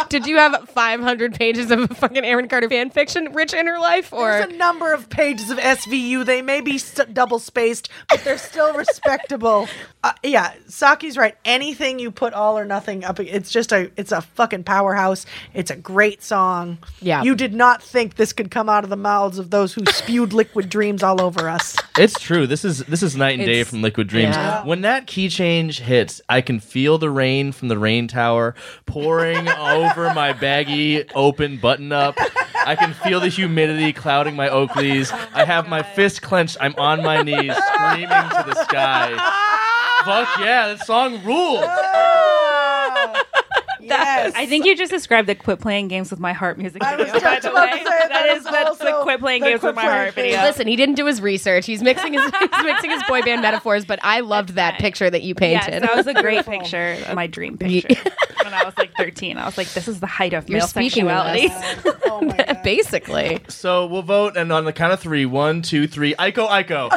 Speaker 1: Did you have 500 pages of fucking Aaron Carter fan fiction, rich inner life, or
Speaker 2: There's a number of pages of SVU. They may be s double spaced, but they're still respectable. Uh, yeah, Saki's right. Anything you put all or nothing up, it's just a, it's a fucking powerhouse. It's a great song.
Speaker 1: Yeah.
Speaker 2: you did not think this could come out of the mouths of those who spewed liquid dreams all over us.
Speaker 5: It's true. This is this is night and day
Speaker 1: It's-
Speaker 5: from Liquid Dreams.
Speaker 1: yeah.
Speaker 5: When that key change hits, I can feel the rain from the rain tower pouring over my baggy open button up. I can feel the humidity clouding my Oakleys. I have my fist clenched. I'm on my knees, screaming to the sky. Fuck yeah, that song rules.
Speaker 2: yes,
Speaker 4: I think you just described the quit playing games with my heart music.
Speaker 2: I was
Speaker 4: video,
Speaker 2: just
Speaker 4: by the
Speaker 2: about to
Speaker 4: way.
Speaker 2: say, that
Speaker 4: that is
Speaker 2: is
Speaker 4: that's the
Speaker 2: also
Speaker 4: quit playing
Speaker 2: the
Speaker 4: games
Speaker 2: quit
Speaker 4: with my
Speaker 2: playing
Speaker 4: heart video.
Speaker 2: thing.
Speaker 1: listen, he didn't do his research. He's mixing his he's mixing his boy band metaphors, but I loved that picture that you
Speaker 4: Yes,
Speaker 1: painted.
Speaker 4: that was a great picture. My dream picture. when I was like 13, I was like, "This is the height of
Speaker 1: You're
Speaker 4: male
Speaker 1: speaking to us.
Speaker 4: sexuality."
Speaker 2: Oh my God.
Speaker 1: Basically,
Speaker 5: So we'll vote, and on the count of three, one, two, three, Ico, Ico.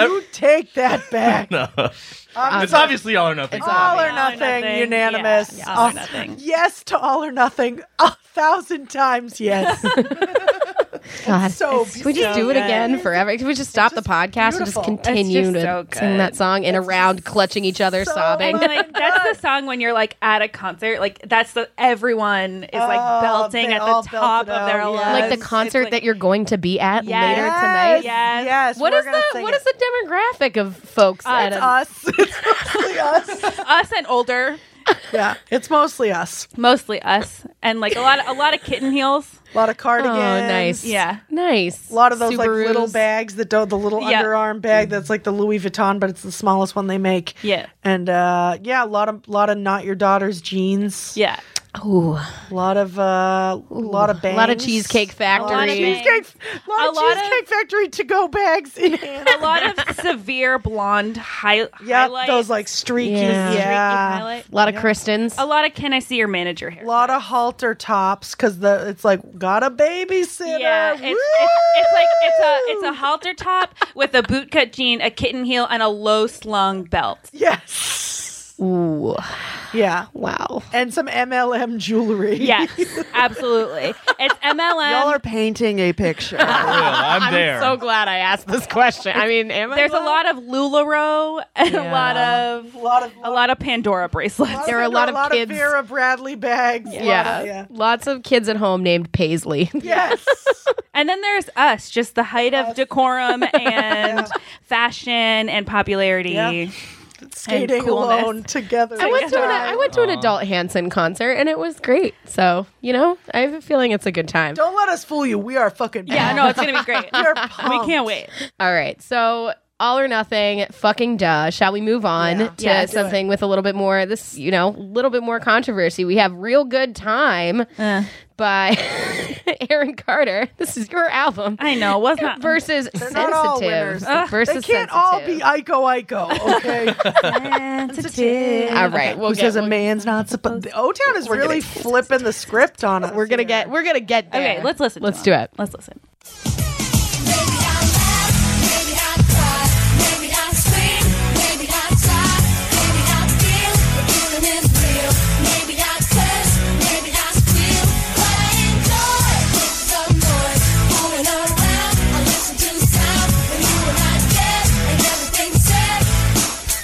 Speaker 2: You take that back.
Speaker 5: it's obviously all or nothing.
Speaker 2: All or
Speaker 4: All or
Speaker 2: nothing,
Speaker 4: nothing.
Speaker 2: unanimous.
Speaker 4: Yeah, yeah, all or
Speaker 2: Uh,
Speaker 4: nothing.
Speaker 2: Yes to all or nothing. A thousand times yes.
Speaker 1: God.
Speaker 2: so
Speaker 1: Can we just do it again forever? Can we just stop the podcast and just
Speaker 2: beautiful. It's
Speaker 1: continue
Speaker 4: just
Speaker 1: to
Speaker 4: so good.
Speaker 1: sing that song in a round, clutching each other, sobbing?
Speaker 4: Well, like, that's the song when you're like at a concert. Like that's the everyone is
Speaker 2: Oh,
Speaker 4: like belting
Speaker 2: they
Speaker 4: at
Speaker 2: all
Speaker 4: the
Speaker 2: belt
Speaker 4: top
Speaker 2: it
Speaker 4: of their
Speaker 2: out,
Speaker 4: lungs.
Speaker 2: yes.
Speaker 1: like the
Speaker 2: It's
Speaker 1: concert
Speaker 4: like-
Speaker 1: that you're going to be at
Speaker 4: Yes.
Speaker 1: later tonight.
Speaker 4: Yes.
Speaker 2: Yes.
Speaker 1: What
Speaker 2: we're
Speaker 1: is
Speaker 2: gonna
Speaker 1: the
Speaker 2: sing it.
Speaker 1: what
Speaker 2: Uh,
Speaker 1: is the demographic of folks at
Speaker 2: It's
Speaker 1: a,
Speaker 2: us. It's mostly us.
Speaker 4: us and older,
Speaker 2: Yeah, it's mostly us.
Speaker 4: mostly us, and like a lot of a lot of kitten heels.
Speaker 2: A lot of cardigans.
Speaker 1: Oh, nice.
Speaker 4: Yeah.
Speaker 1: Nice.
Speaker 2: A lot of those like little
Speaker 1: Subarus.
Speaker 2: bags that don't the little
Speaker 4: Yeah.
Speaker 2: underarm bag that's like the Louis Vuitton, but it's the smallest one they make.
Speaker 4: Yeah.
Speaker 2: And uh, yeah, a lot of lot of not your daughter's jeans.
Speaker 4: Yeah.
Speaker 1: Ooh.
Speaker 2: A lot of uh, a lot of bangs.
Speaker 1: A lot of Cheesecake Factory.
Speaker 4: lot of bangs.
Speaker 2: Cheesecake, lot
Speaker 4: A
Speaker 2: of
Speaker 4: lot of-
Speaker 2: cheesecake factory to go bags in hand.
Speaker 4: A lot of severe blonde high
Speaker 2: Yeah,
Speaker 4: highlights.
Speaker 2: those like streaky, yeah,
Speaker 1: Yeah. Streaky
Speaker 4: highlight.
Speaker 1: a lot of Kristens.
Speaker 4: A lot of can I see your manager hair?
Speaker 2: a lot of halter tops because the it's like got a babysitter.
Speaker 4: Yeah, it's, it's, it's like it's a it's a halter top with a bootcut jean, a kitten heel, and a low slung belt.
Speaker 2: yes,
Speaker 1: Ooh.
Speaker 2: yeah,
Speaker 1: Wow.
Speaker 2: and some MLM jewelry.
Speaker 4: Yes, absolutely. It's MLM.
Speaker 3: Y'all are painting a picture.
Speaker 5: For real, I'm, there.
Speaker 1: so glad I asked this question. I mean, am I
Speaker 4: There's a
Speaker 1: glad?
Speaker 4: lot of Lularoe and a
Speaker 1: Yeah.
Speaker 4: lot of
Speaker 2: a lot of
Speaker 4: a lot of Pandora bracelets.
Speaker 1: There are a lot of kids-
Speaker 2: Vera Bradley bags. a lot of-
Speaker 1: Yeah.
Speaker 2: yeah.
Speaker 1: Lots of kids at home named Paisley.
Speaker 2: Yes.
Speaker 4: And then there's us, just the height of decorum and fashion and popularity.
Speaker 2: Yeah. Skating
Speaker 4: coolness.
Speaker 2: alone together.
Speaker 1: I went, to an, I went to an adult Hanson concert and it was great. So, you know, I have a feeling it's a good time.
Speaker 2: Don't let us fool you. We are fucking.
Speaker 4: Yeah, no, it's gonna be great.
Speaker 2: We're
Speaker 4: we
Speaker 2: pumped.
Speaker 4: can't wait.
Speaker 1: All right. So, all or nothing, fucking duh. Shall we move on
Speaker 2: Yeah.
Speaker 1: to
Speaker 4: Yeah, let's do
Speaker 1: something with a little bit more, this, you know, a little bit more controversy? We have Real Good Time
Speaker 2: Uh.
Speaker 1: by Aaron Carter. This is your album.
Speaker 4: I know. Was not
Speaker 1: Versus
Speaker 2: not all
Speaker 1: sensitive.
Speaker 2: winners.
Speaker 1: versus
Speaker 2: They can't all be
Speaker 1: sensitive.
Speaker 2: Ico Ico, okay?
Speaker 4: sensitive.
Speaker 1: all right. We'll
Speaker 2: Who
Speaker 1: get,
Speaker 2: says a
Speaker 1: we'll,
Speaker 2: man's not supposed? O Town is really flipping the script on us.
Speaker 1: we're gonna get we're gonna get there.
Speaker 4: Okay, let's listen. to
Speaker 1: Let's
Speaker 4: him.
Speaker 1: do it.
Speaker 4: Let's listen.
Speaker 6: Maybe I laugh, maybe I cry, maybe I scream, maybe I sigh, maybe I feel the feeling is real. Maybe I curse, maybe I squeal, but I enjoy the noise. Moving around, I listen to sound when you and I dance and everything said.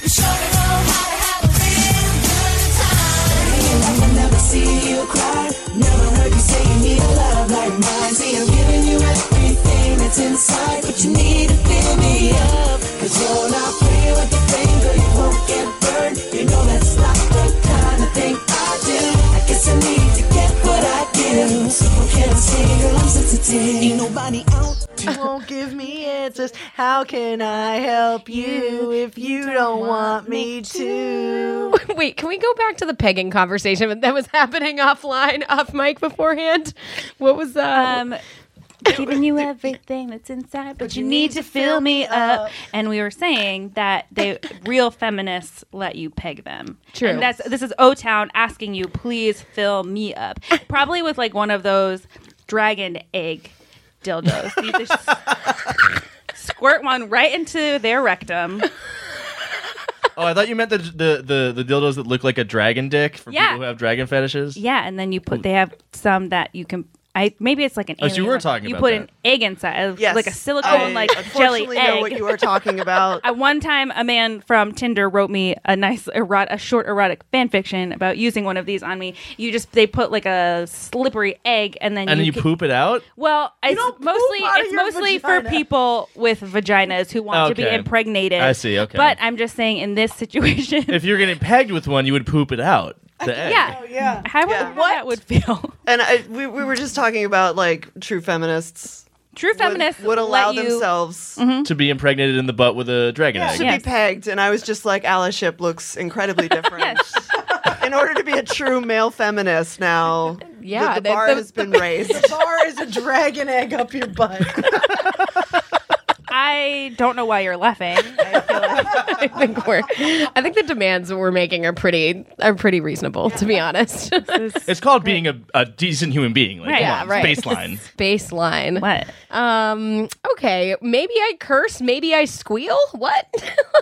Speaker 6: You sure to know how to have a real good time. I can never see you cry, never heard you say you need a love like mine. See, I'm giving you everything that's inside, but you need to fill me up. Cause you're not free with the thing, girl, you won't get burned. You know that's not the kind of thing I do. I guess I need to get what I give. So can I see, girl, I'm sensitive. Ain't nobody out
Speaker 2: You won't give me answers. How can I help you if you don't want me to?
Speaker 1: Wait, can we go back to the pegging conversation that was happening offline, off mic beforehand? What was uh, that?
Speaker 4: Um, giving you everything that's inside, but, you need to fill me up. And we were saying that they real feminists let you peg them.
Speaker 1: True.
Speaker 4: And that's this is O Town asking you, please fill me up. Probably with like one of those dragon egg dildos. You just squirt one right into their rectum.
Speaker 5: Oh, I thought you meant the, the the the dildos that look like a dragon dick for
Speaker 4: Yeah.
Speaker 5: people who have dragon fetishes.
Speaker 4: Yeah, and then you put. They have some that you can. I maybe it's like an.
Speaker 5: Hmm. Oh, so
Speaker 4: alien
Speaker 5: you were
Speaker 4: one.
Speaker 5: talking
Speaker 4: You
Speaker 5: about
Speaker 4: put
Speaker 5: that.
Speaker 4: an egg inside, uh,
Speaker 3: Yes.
Speaker 4: like a silicone,
Speaker 3: I
Speaker 4: like jelly
Speaker 3: Unfortunately,
Speaker 4: egg.
Speaker 3: know what you were talking about.
Speaker 4: At one time, a man from Tinder wrote me a nice erot, a short erotic fan fiction about using one of these on me. You just they put like a slippery egg, and then
Speaker 5: And
Speaker 4: you,
Speaker 5: you
Speaker 4: can-
Speaker 5: poop it out.
Speaker 4: Well, it's
Speaker 2: don't poop
Speaker 4: mostly
Speaker 2: out of
Speaker 4: it's
Speaker 2: your
Speaker 4: mostly for
Speaker 2: vagina.
Speaker 4: people with vaginas who want to be
Speaker 5: Okay.
Speaker 4: impregnated.
Speaker 5: I see, okay.
Speaker 4: but I'm just saying in this situation,
Speaker 5: If you're getting pegged with one, you would poop it out. The egg.
Speaker 4: yeah,
Speaker 2: Oh yeah.
Speaker 4: how would
Speaker 3: Yeah.
Speaker 4: what that would feel?
Speaker 3: And I, we, we were just talking about like true feminists
Speaker 4: True
Speaker 3: would-
Speaker 4: feminists
Speaker 3: would, allow
Speaker 4: let you-
Speaker 3: themselves
Speaker 4: Mm-hmm.
Speaker 5: To be impregnated in the butt with a dragon egg.
Speaker 3: to
Speaker 4: Yes.
Speaker 3: be pegged. And I was just like, Alice Ship looks incredibly different. In order to be a true male feminist now,
Speaker 1: Yeah,
Speaker 3: the, the
Speaker 1: the-
Speaker 3: bar
Speaker 1: the-
Speaker 3: has been raised.
Speaker 2: Bar is a dragon egg up your butt.
Speaker 4: I don't know why you're laughing. I feel like
Speaker 1: I think we're. I think the demands that we're making are pretty are pretty reasonable, to be honest.
Speaker 5: It's called being a, a decent human being. Like,
Speaker 4: Right.
Speaker 5: come
Speaker 4: Yeah,
Speaker 5: on,
Speaker 1: right.
Speaker 5: it's Baseline.
Speaker 1: Baseline.
Speaker 4: what?
Speaker 1: Um. Okay. Maybe I curse. Maybe I squeal. What?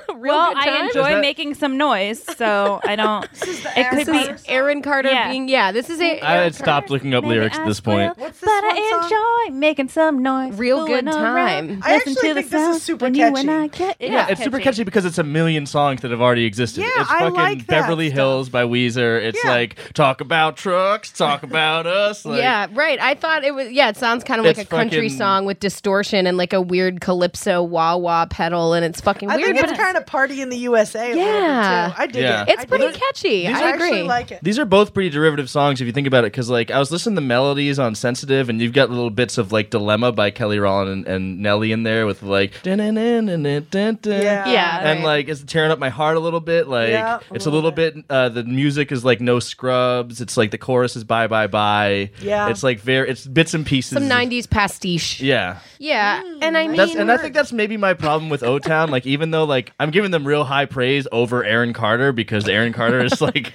Speaker 1: Real
Speaker 4: Well,
Speaker 1: good
Speaker 4: I
Speaker 1: time?
Speaker 4: enjoy
Speaker 5: Is that-
Speaker 4: making some noise, so I don't. it could
Speaker 1: This
Speaker 4: be.
Speaker 1: is Aaron Carter
Speaker 4: Yeah.
Speaker 1: being. Yeah. This is a
Speaker 5: I had stopped looking up
Speaker 4: Maybe
Speaker 5: lyrics
Speaker 4: I
Speaker 5: at this
Speaker 4: squeal,
Speaker 5: point.
Speaker 2: What's this
Speaker 4: but
Speaker 2: one
Speaker 4: I enjoy making some noise.
Speaker 1: Real
Speaker 4: going
Speaker 1: good
Speaker 4: around.
Speaker 1: time.
Speaker 2: I
Speaker 4: Listen
Speaker 2: actually
Speaker 4: to the
Speaker 2: think this is
Speaker 4: sounds
Speaker 2: super
Speaker 4: when you
Speaker 2: catchy.
Speaker 4: and I get-
Speaker 5: Yeah, it's super catchy because it's a million songs that have already existed.
Speaker 2: Yeah,
Speaker 5: it's
Speaker 2: I
Speaker 5: fucking
Speaker 2: like that
Speaker 5: Beverly
Speaker 2: stuff.
Speaker 5: Hills by Weezer. It's
Speaker 2: Yeah.
Speaker 5: like talk about trucks, talk about us. Like,
Speaker 1: yeah, right. I thought it was. Yeah, it sounds kind of like a
Speaker 5: It's
Speaker 1: country
Speaker 5: fucking-
Speaker 1: song with distortion and like a weird calypso wah wah pedal, and it's fucking
Speaker 2: I
Speaker 1: weird.
Speaker 2: think
Speaker 1: but
Speaker 2: it's kind of party in the USA. A
Speaker 1: Yeah.
Speaker 2: yeah, too. I dig
Speaker 5: Yeah.
Speaker 2: it.
Speaker 1: it's
Speaker 2: I
Speaker 1: pretty
Speaker 2: dig it.
Speaker 1: catchy.
Speaker 2: These
Speaker 1: I
Speaker 2: I actually
Speaker 1: agree.
Speaker 2: like it.
Speaker 5: These are both pretty derivative songs if you think about it, because like I was listening to melodies on "Sensitive," and you've got little bits of like "Dilemma" by Kelly Rowland and, and Nelly in there with like
Speaker 2: Yeah.
Speaker 4: uh,
Speaker 5: yeah,
Speaker 1: yeah,
Speaker 5: and
Speaker 1: right.
Speaker 5: like it's tearing up my heart a little bit. Like
Speaker 2: Yeah, a
Speaker 5: it's a little bit. uh, the music is like no scrubs. It's like the chorus is bye bye bye.
Speaker 2: Yeah.
Speaker 5: it's like very it's bits and pieces.
Speaker 1: some '90s pastiche.
Speaker 5: Yeah,
Speaker 1: Yeah, and
Speaker 2: Mm.
Speaker 1: I mean,
Speaker 5: That's and I think that's maybe my problem with O Town. Like, even though like I'm giving them real high praise over Aaron Carter because Aaron Carter is like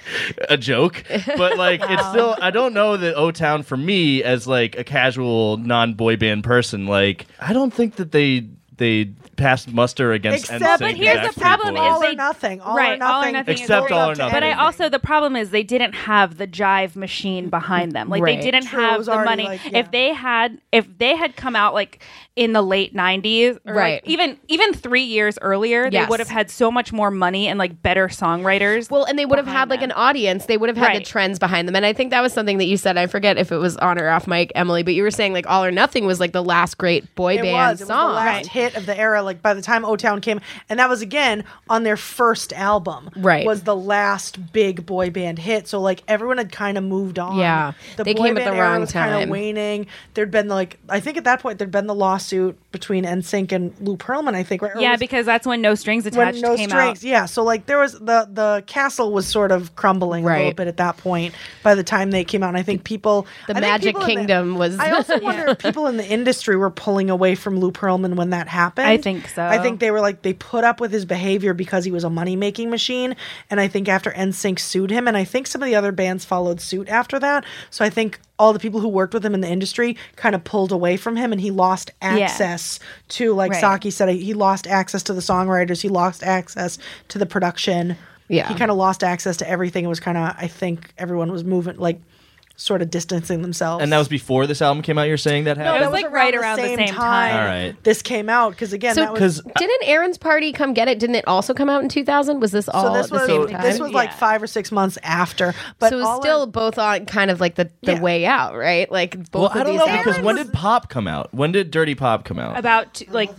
Speaker 5: a joke, but like it's still I don't know that O Town for me as like a casual non boy band person. Like, I don't think that they they passed muster against.
Speaker 2: Except-
Speaker 5: NSYNC
Speaker 4: But
Speaker 5: and
Speaker 4: here's the
Speaker 5: Backstreet
Speaker 4: problem
Speaker 5: Boys.
Speaker 4: is
Speaker 2: All
Speaker 4: they
Speaker 2: or nothing. All or
Speaker 4: right,
Speaker 2: nothing.
Speaker 4: all or nothing is
Speaker 5: Except
Speaker 4: all
Speaker 5: all
Speaker 2: or
Speaker 5: or nothing.
Speaker 4: But I
Speaker 5: anything.
Speaker 4: also the problem is they didn't have the drive machine behind them. Like
Speaker 1: Right.
Speaker 4: they didn't
Speaker 2: True, it
Speaker 4: have
Speaker 2: was
Speaker 4: the
Speaker 2: already,
Speaker 4: money.
Speaker 2: like, yeah.
Speaker 4: If they had if they had come out like in the late 90s or like,
Speaker 1: Right.
Speaker 4: even even 3 years earlier
Speaker 1: Yes.
Speaker 4: they would have had so much more money and like better songwriters.
Speaker 1: Well, and they would have had
Speaker 4: behind
Speaker 1: like
Speaker 4: them.
Speaker 1: an audience. They would have had the
Speaker 4: Right.
Speaker 1: trends behind them. And I think that was something that you said. I forget if it was on or off mic, Emily, but you were saying like All or Nothing was like the last great boy
Speaker 2: It
Speaker 1: band
Speaker 2: was. It was the
Speaker 1: song.
Speaker 2: last hit of the era. Like by the time O Town came, and that was again on their first album.
Speaker 1: Right.
Speaker 2: was the last big boy band hit. So like everyone had kind of moved on.
Speaker 1: Yeah.
Speaker 2: the
Speaker 1: They
Speaker 2: boy
Speaker 1: came at
Speaker 2: band
Speaker 1: the
Speaker 2: era
Speaker 1: wrong
Speaker 2: was Kind
Speaker 1: time.
Speaker 2: of waning. There'd been like I think at that point there'd been the lawsuit between NSYNC and Lou Pearlman. I think right. Or
Speaker 4: yeah,
Speaker 2: was-
Speaker 4: because that's when No Strings Attached
Speaker 2: when no
Speaker 4: came
Speaker 2: strings,
Speaker 4: out.
Speaker 2: yeah. So like there was the the castle was sort of crumbling a
Speaker 1: Right.
Speaker 2: little bit at that point. By the time they came out, and I think people
Speaker 1: The
Speaker 2: I think
Speaker 1: Magic
Speaker 2: people in the-
Speaker 1: Kingdom was-
Speaker 2: I also wonder if people in the industry were pulling away from Lou Pearlman when that happened.
Speaker 4: I think so.
Speaker 2: I think they were like they put up with his behavior because he was a money making machine, and I think after NSYNC sued him, and I think some of the other bands followed suit after that. So I think all the people who worked with him in the industry kind of pulled away from him, and he lost access to like
Speaker 4: Right.
Speaker 2: Saki said he lost access to the songwriters he lost access to the production
Speaker 1: Yeah.
Speaker 2: he kind of lost access to everything it was kind of i think everyone was moving like sort of distancing themselves
Speaker 5: and that was before this album came out. You're saying that
Speaker 4: it
Speaker 5: happened.
Speaker 4: was, like right around the same time.
Speaker 5: All right.
Speaker 2: this came out because again
Speaker 1: So
Speaker 2: that was
Speaker 5: Because
Speaker 1: Didn't Aaron's Party come get it? Didn't it also come out in 2000? Was this
Speaker 2: so
Speaker 1: all
Speaker 2: this
Speaker 1: at the
Speaker 2: was
Speaker 1: same time?
Speaker 2: this was like
Speaker 4: Yeah.
Speaker 2: five or six months after but
Speaker 1: so it
Speaker 2: all
Speaker 1: was
Speaker 2: in-
Speaker 1: still both on kind of like the, the
Speaker 2: Yeah.
Speaker 1: way out, right? Like
Speaker 5: well,
Speaker 1: both
Speaker 5: I
Speaker 1: of
Speaker 5: don't
Speaker 1: these
Speaker 5: know
Speaker 1: albums.
Speaker 5: because when did pop come out? When did Dirty Pop come out?
Speaker 4: About t- like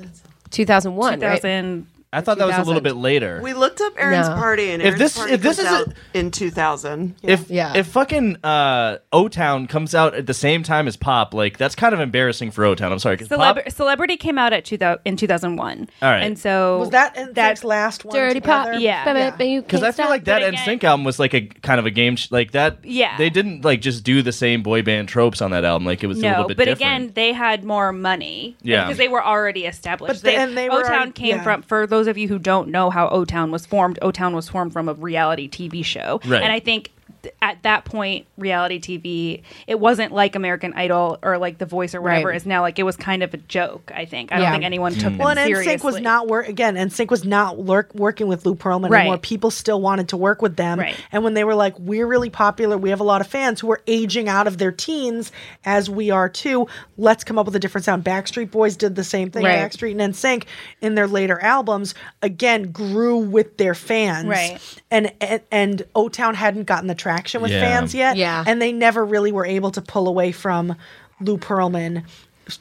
Speaker 1: 2001, right?
Speaker 4: 2000
Speaker 5: I thought that was a
Speaker 1: 2000.
Speaker 5: little bit later.
Speaker 3: We looked up Aaron's
Speaker 1: No.
Speaker 3: party, and
Speaker 5: If
Speaker 3: Aaron's
Speaker 5: this-
Speaker 3: party
Speaker 5: if this
Speaker 3: comes
Speaker 5: is a-
Speaker 3: out in 2000.
Speaker 5: If
Speaker 1: Yeah.
Speaker 5: if fucking uh, O Town comes out at the same time as Pop, like that's kind of embarrassing for O Town. I'm sorry, 'cause Pop-
Speaker 4: Celebr- Celebrity came out at 2000 in 2001.
Speaker 5: All right.
Speaker 4: And so
Speaker 2: was that NSYNC's last one
Speaker 1: Dirty Pop.
Speaker 2: together?
Speaker 4: Yeah.
Speaker 5: Because I feel like that
Speaker 4: But
Speaker 5: NSYNC album was like a kind of a game, sh- like that.
Speaker 4: Yeah.
Speaker 5: they didn't like just do the same boy band tropes on that album. Like it was a
Speaker 4: No,
Speaker 5: little
Speaker 4: but
Speaker 5: bit different.
Speaker 4: again, they had more money.
Speaker 5: Yeah.
Speaker 4: because they were already established.
Speaker 2: But the- and they were
Speaker 4: O-Town
Speaker 2: already-
Speaker 4: came
Speaker 2: yeah.
Speaker 4: from. For those of you who don't know how O Town was formed, O Town was formed from a reality TV show,
Speaker 5: Right.
Speaker 4: and I think. th- At that point, reality TV, it wasn't like American Idol or like The Voice or whatever
Speaker 1: Right.
Speaker 4: it is now. Like it was kind of a joke. I think I
Speaker 1: Yeah.
Speaker 4: don't think anyone
Speaker 5: Mm.
Speaker 4: took
Speaker 2: Well,
Speaker 4: them
Speaker 2: and
Speaker 4: seriously.
Speaker 2: NSYNC was not work again. NSYNC was not lurk- working with Lou Pearlman
Speaker 4: Right.
Speaker 2: anymore. People still wanted to work with them.
Speaker 4: Right.
Speaker 2: And when they were like, "We're really popular. We have a lot of fans who are aging out of their teens, as we are too. Let's come up with a different sound." Backstreet Boys did the same thing.
Speaker 1: Right.
Speaker 2: Backstreet and NSYNC in their later albums again grew with their fans.
Speaker 4: Right.
Speaker 2: And and, and O Town hadn't gotten the traction with
Speaker 5: Yeah.
Speaker 2: fans yet.
Speaker 1: Yeah.
Speaker 2: And they never really were able to pull away from Lou Pearlman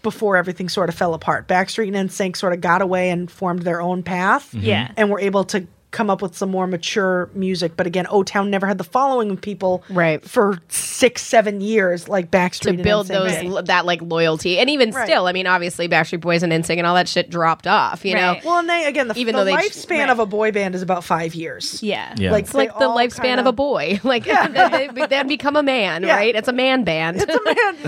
Speaker 2: before everything
Speaker 1: Mm-hmm.
Speaker 2: sort of fell apart. Backstreet and NSYNC sort of got away and formed their own path.
Speaker 4: Yeah.
Speaker 2: And were able to come up with some more mature music. But again, O Town never had the following of people
Speaker 1: Right.
Speaker 2: for six, seven years like Backstreet
Speaker 1: to
Speaker 2: and
Speaker 1: build
Speaker 2: NSYNC.
Speaker 1: those lo- that like loyalty, and even
Speaker 2: Right.
Speaker 1: still, I mean, obviously, Backstreet Boys and NSYNC and all that shit dropped off. You
Speaker 4: Right.
Speaker 1: know,
Speaker 2: Well, and they again the,
Speaker 1: Even
Speaker 2: the
Speaker 1: though they-
Speaker 2: lifespan of a boy band is about five years.
Speaker 4: Yeah.
Speaker 5: Yeah.
Speaker 2: Like
Speaker 1: it's like
Speaker 2: they
Speaker 1: the
Speaker 2: all
Speaker 1: lifespan
Speaker 2: kinda-
Speaker 1: of a boy. Like then, they, then become a man,
Speaker 2: Yeah.
Speaker 1: right? It's a man band.